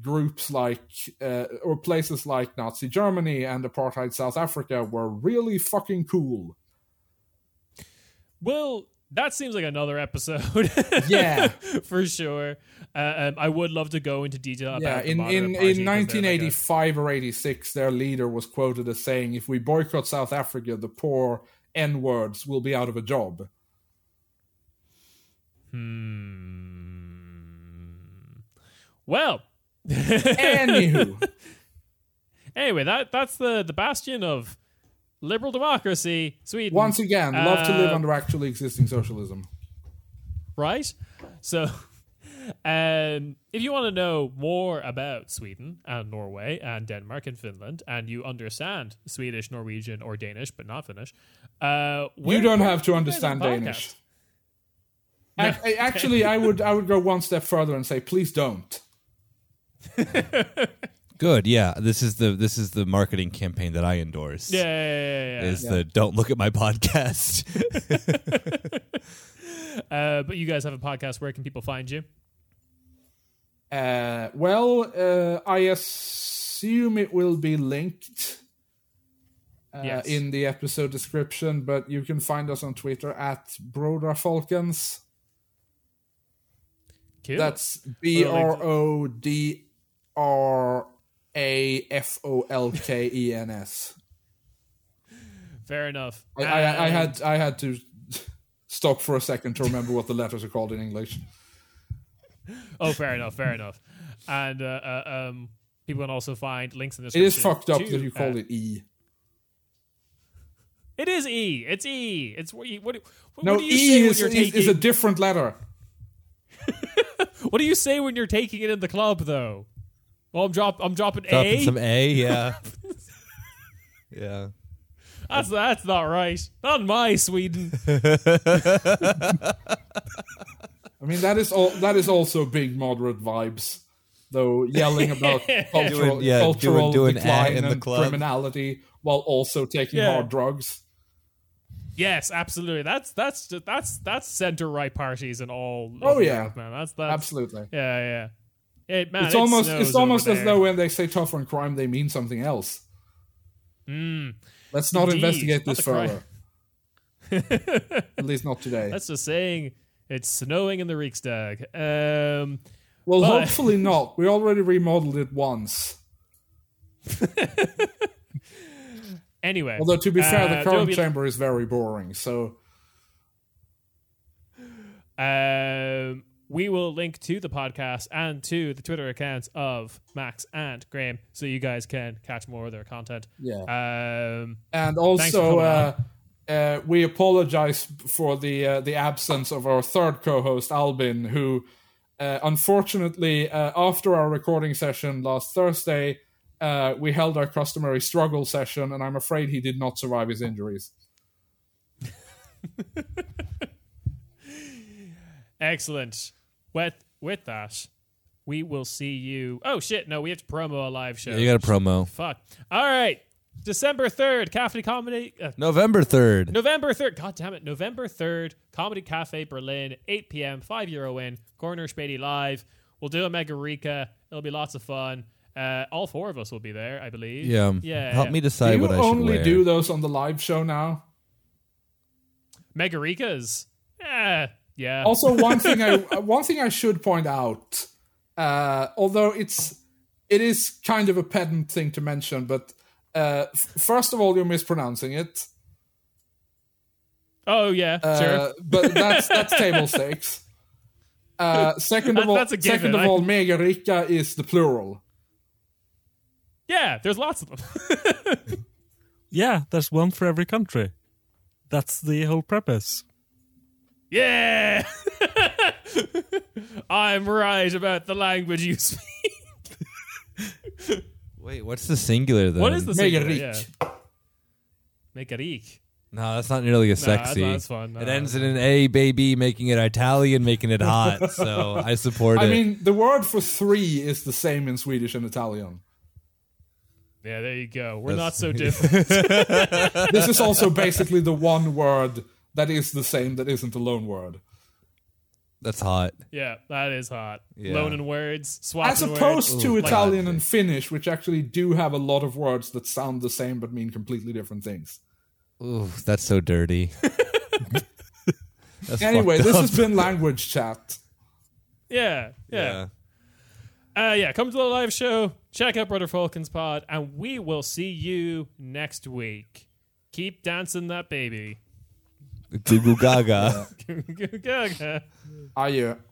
Speaker 4: groups like uh, or places like Nazi Germany and apartheid South Africa were really fucking cool.
Speaker 1: Well, that seems like another episode. *laughs*
Speaker 4: Yeah.
Speaker 1: for sure. Uh, um, I would love to go into detail
Speaker 4: yeah,
Speaker 1: about the
Speaker 4: in
Speaker 1: Moderate
Speaker 4: in,
Speaker 1: Party, 'cause
Speaker 4: in
Speaker 1: they're like a-
Speaker 4: 1985 or 86, their leader was quoted as saying, "If we boycott South Africa, the poor N words will be out of
Speaker 1: *laughs*
Speaker 4: a job."
Speaker 1: well,
Speaker 4: Anywho,
Speaker 1: anyway, that that's the the bastion of liberal democracy, Sweden.
Speaker 4: once again, love to live
Speaker 1: Uh,
Speaker 4: under actually existing socialism.
Speaker 1: right? So, *laughs* um, if you want to know more about Sweden and Norway and Denmark and Finland, and you understand Swedish, Norwegian, or Danish, but not Finnish, uh, where-
Speaker 4: You don't have to
Speaker 1: where is Uh, the
Speaker 4: understand Danish.
Speaker 1: podcast?
Speaker 4: Ac- Actually, I would I would go one step further and say, please don't.
Speaker 2: Good. Yeah. This is the this is the marketing campaign that I endorse.
Speaker 1: Yeah, yeah, yeah, yeah,
Speaker 2: Is the don't look at my podcast.
Speaker 1: yeah. Uh, but you guys have a podcast. Where can people find you?
Speaker 4: Uh, well, uh, I assume it will be linked uh,
Speaker 1: Yes.
Speaker 4: in the episode description, but you can find us on Twitter at Broda Falcons.
Speaker 1: Cool.
Speaker 4: That's B
Speaker 1: Well, like-
Speaker 4: R O D R A F O L K E N S.
Speaker 1: fair enough.
Speaker 4: I, I, I
Speaker 1: And-
Speaker 4: had I had to stop for a second to remember what the letters are called in English.
Speaker 1: Oh, fair enough, fair enough. And uh, uh, um, people can also find links in the
Speaker 4: It
Speaker 1: description.
Speaker 4: is fucked up
Speaker 1: to,
Speaker 4: that you
Speaker 1: uh,
Speaker 4: called it E.
Speaker 1: It is E. It's E. It's what? you- What, what,
Speaker 4: No,
Speaker 1: what do you
Speaker 4: E
Speaker 1: say
Speaker 4: is,
Speaker 1: when
Speaker 4: is,
Speaker 1: you're
Speaker 4: is
Speaker 1: taking?
Speaker 4: a different letter.
Speaker 1: what do you say when you're taking it in the club though? Well, I'm drop. I'm dropping
Speaker 2: Dropping
Speaker 1: A.
Speaker 2: some A. Yeah. yeah.
Speaker 1: that's that's not right. Not in my Sweden. *laughs*
Speaker 4: I mean that is all that is also big moderate vibes. Though
Speaker 1: *laughs*
Speaker 4: yelling about cultural,
Speaker 2: Doing- yeah,
Speaker 4: cultural
Speaker 2: doing- doing
Speaker 4: decline
Speaker 2: A in the
Speaker 4: and
Speaker 2: club.
Speaker 4: criminality while also taking
Speaker 1: Yeah.
Speaker 4: hard drugs.
Speaker 1: yes, absolutely. That's that's that's that's center right parties and all.
Speaker 4: Oh,
Speaker 1: of
Speaker 4: yeah.
Speaker 1: Europe, man. That's that's
Speaker 4: Absolutely.
Speaker 1: Yeah, yeah. Hey, man,
Speaker 4: it's
Speaker 1: it
Speaker 4: almost
Speaker 1: snows
Speaker 4: it's almost
Speaker 1: over
Speaker 4: as
Speaker 1: there.
Speaker 4: though when they say tough on crime they mean something else Let's not
Speaker 1: Mm. Indeed.
Speaker 4: investigate
Speaker 1: Not
Speaker 4: this
Speaker 1: a crime.
Speaker 4: further.
Speaker 1: *laughs*
Speaker 4: At least not today.
Speaker 1: That's just saying it's snowing in the Riksdag. Um,
Speaker 4: well,
Speaker 1: but-
Speaker 4: hopefully not. We already remodeled it once.
Speaker 1: anyway.
Speaker 4: Although, to be
Speaker 1: uh,
Speaker 4: fair, the
Speaker 1: there'll
Speaker 4: current
Speaker 1: be-
Speaker 4: chamber is very boring. So,
Speaker 1: Um, we will link to the podcast and to the Twitter accounts of Max and Graham so you guys can catch more of their content.
Speaker 4: yeah.
Speaker 1: Um,
Speaker 4: And
Speaker 1: for coming
Speaker 4: also, uh, uh, we apologize for the uh, the absence of our third co-host Albin, who uh, unfortunately, uh, after our recording session last Thursday, uh, we held our customary struggle session, and I'm afraid he did not survive his injuries.
Speaker 1: excellent. With with that, we will see you. Oh shit! No, we have to promo a live show.
Speaker 2: You got a promo.
Speaker 1: Fuck. All right, December third, Cafe Comedy. Uh,
Speaker 2: November 3rd.
Speaker 1: November 3rd, god damn it, November 3rd, Comedy Cafe Berlin, 8 p.m., 5 euro in, Corner Spady Live. We'll do a Mega Rika. It'll be lots of fun. Uh, all four of us will be there, I believe.
Speaker 2: Yeah.
Speaker 1: Yeah.
Speaker 2: Help
Speaker 1: yeah.
Speaker 2: me
Speaker 4: Do
Speaker 2: decide
Speaker 4: you
Speaker 2: what I should
Speaker 4: only
Speaker 2: wear.
Speaker 4: do those on the live show now?
Speaker 1: Mega Rikas? Yeah. Yeah.
Speaker 4: also one thing i *laughs* one thing i should point out uh although it's it is kind of a pedant thing to mention but uh f- first of all you're mispronouncing it
Speaker 1: oh, yeah.
Speaker 4: uh,
Speaker 1: sure.
Speaker 4: but that's that's table stakes uh second of
Speaker 1: That-
Speaker 4: all
Speaker 1: that's a given,
Speaker 4: second of
Speaker 1: I-
Speaker 4: all mega rica is the plural
Speaker 1: Yeah, there's lots of them. *laughs*
Speaker 3: Yeah, there's one for every country. That's the whole purpose.
Speaker 1: yeah. *laughs* I'm right about the language you speak.
Speaker 2: Wait, what's the singular then?
Speaker 1: What is the
Speaker 4: mega
Speaker 1: singular?
Speaker 4: ric
Speaker 1: Yeah. Mega Rik.
Speaker 2: No, that's not nearly as
Speaker 1: that's-
Speaker 2: sexy.
Speaker 1: that's fine. No,
Speaker 2: it
Speaker 1: no,
Speaker 2: ends in an A, baby, making it Italian, making it hot. so I support
Speaker 4: i
Speaker 2: it.
Speaker 4: mean the word for three is the same in swedish and italian
Speaker 1: Yeah, there you go. We're not
Speaker 2: That's- *laughs*
Speaker 1: so different.
Speaker 4: this is also basically the one word that is the same that isn't a loan word
Speaker 2: that's hot.
Speaker 1: Yeah, that is hot.
Speaker 2: Yeah.
Speaker 1: Loan and words, swapping
Speaker 4: as opposed
Speaker 1: words.
Speaker 4: to
Speaker 1: Like-
Speaker 4: Italian and Finnish, which actually do have a lot of words that sound the same but mean completely different things.
Speaker 2: Ooh, that's so dirty. That's
Speaker 4: Anyway,
Speaker 2: fucked
Speaker 4: this
Speaker 2: up.
Speaker 4: has been language chat.
Speaker 1: yeah, yeah, yeah. Uh, yeah, come to the live show, check out Brother Falcon's pod, and we will see you next week. Keep dancing that baby. *laughs*
Speaker 2: Goo Goo Gaga.
Speaker 1: Gaga.
Speaker 4: Are you?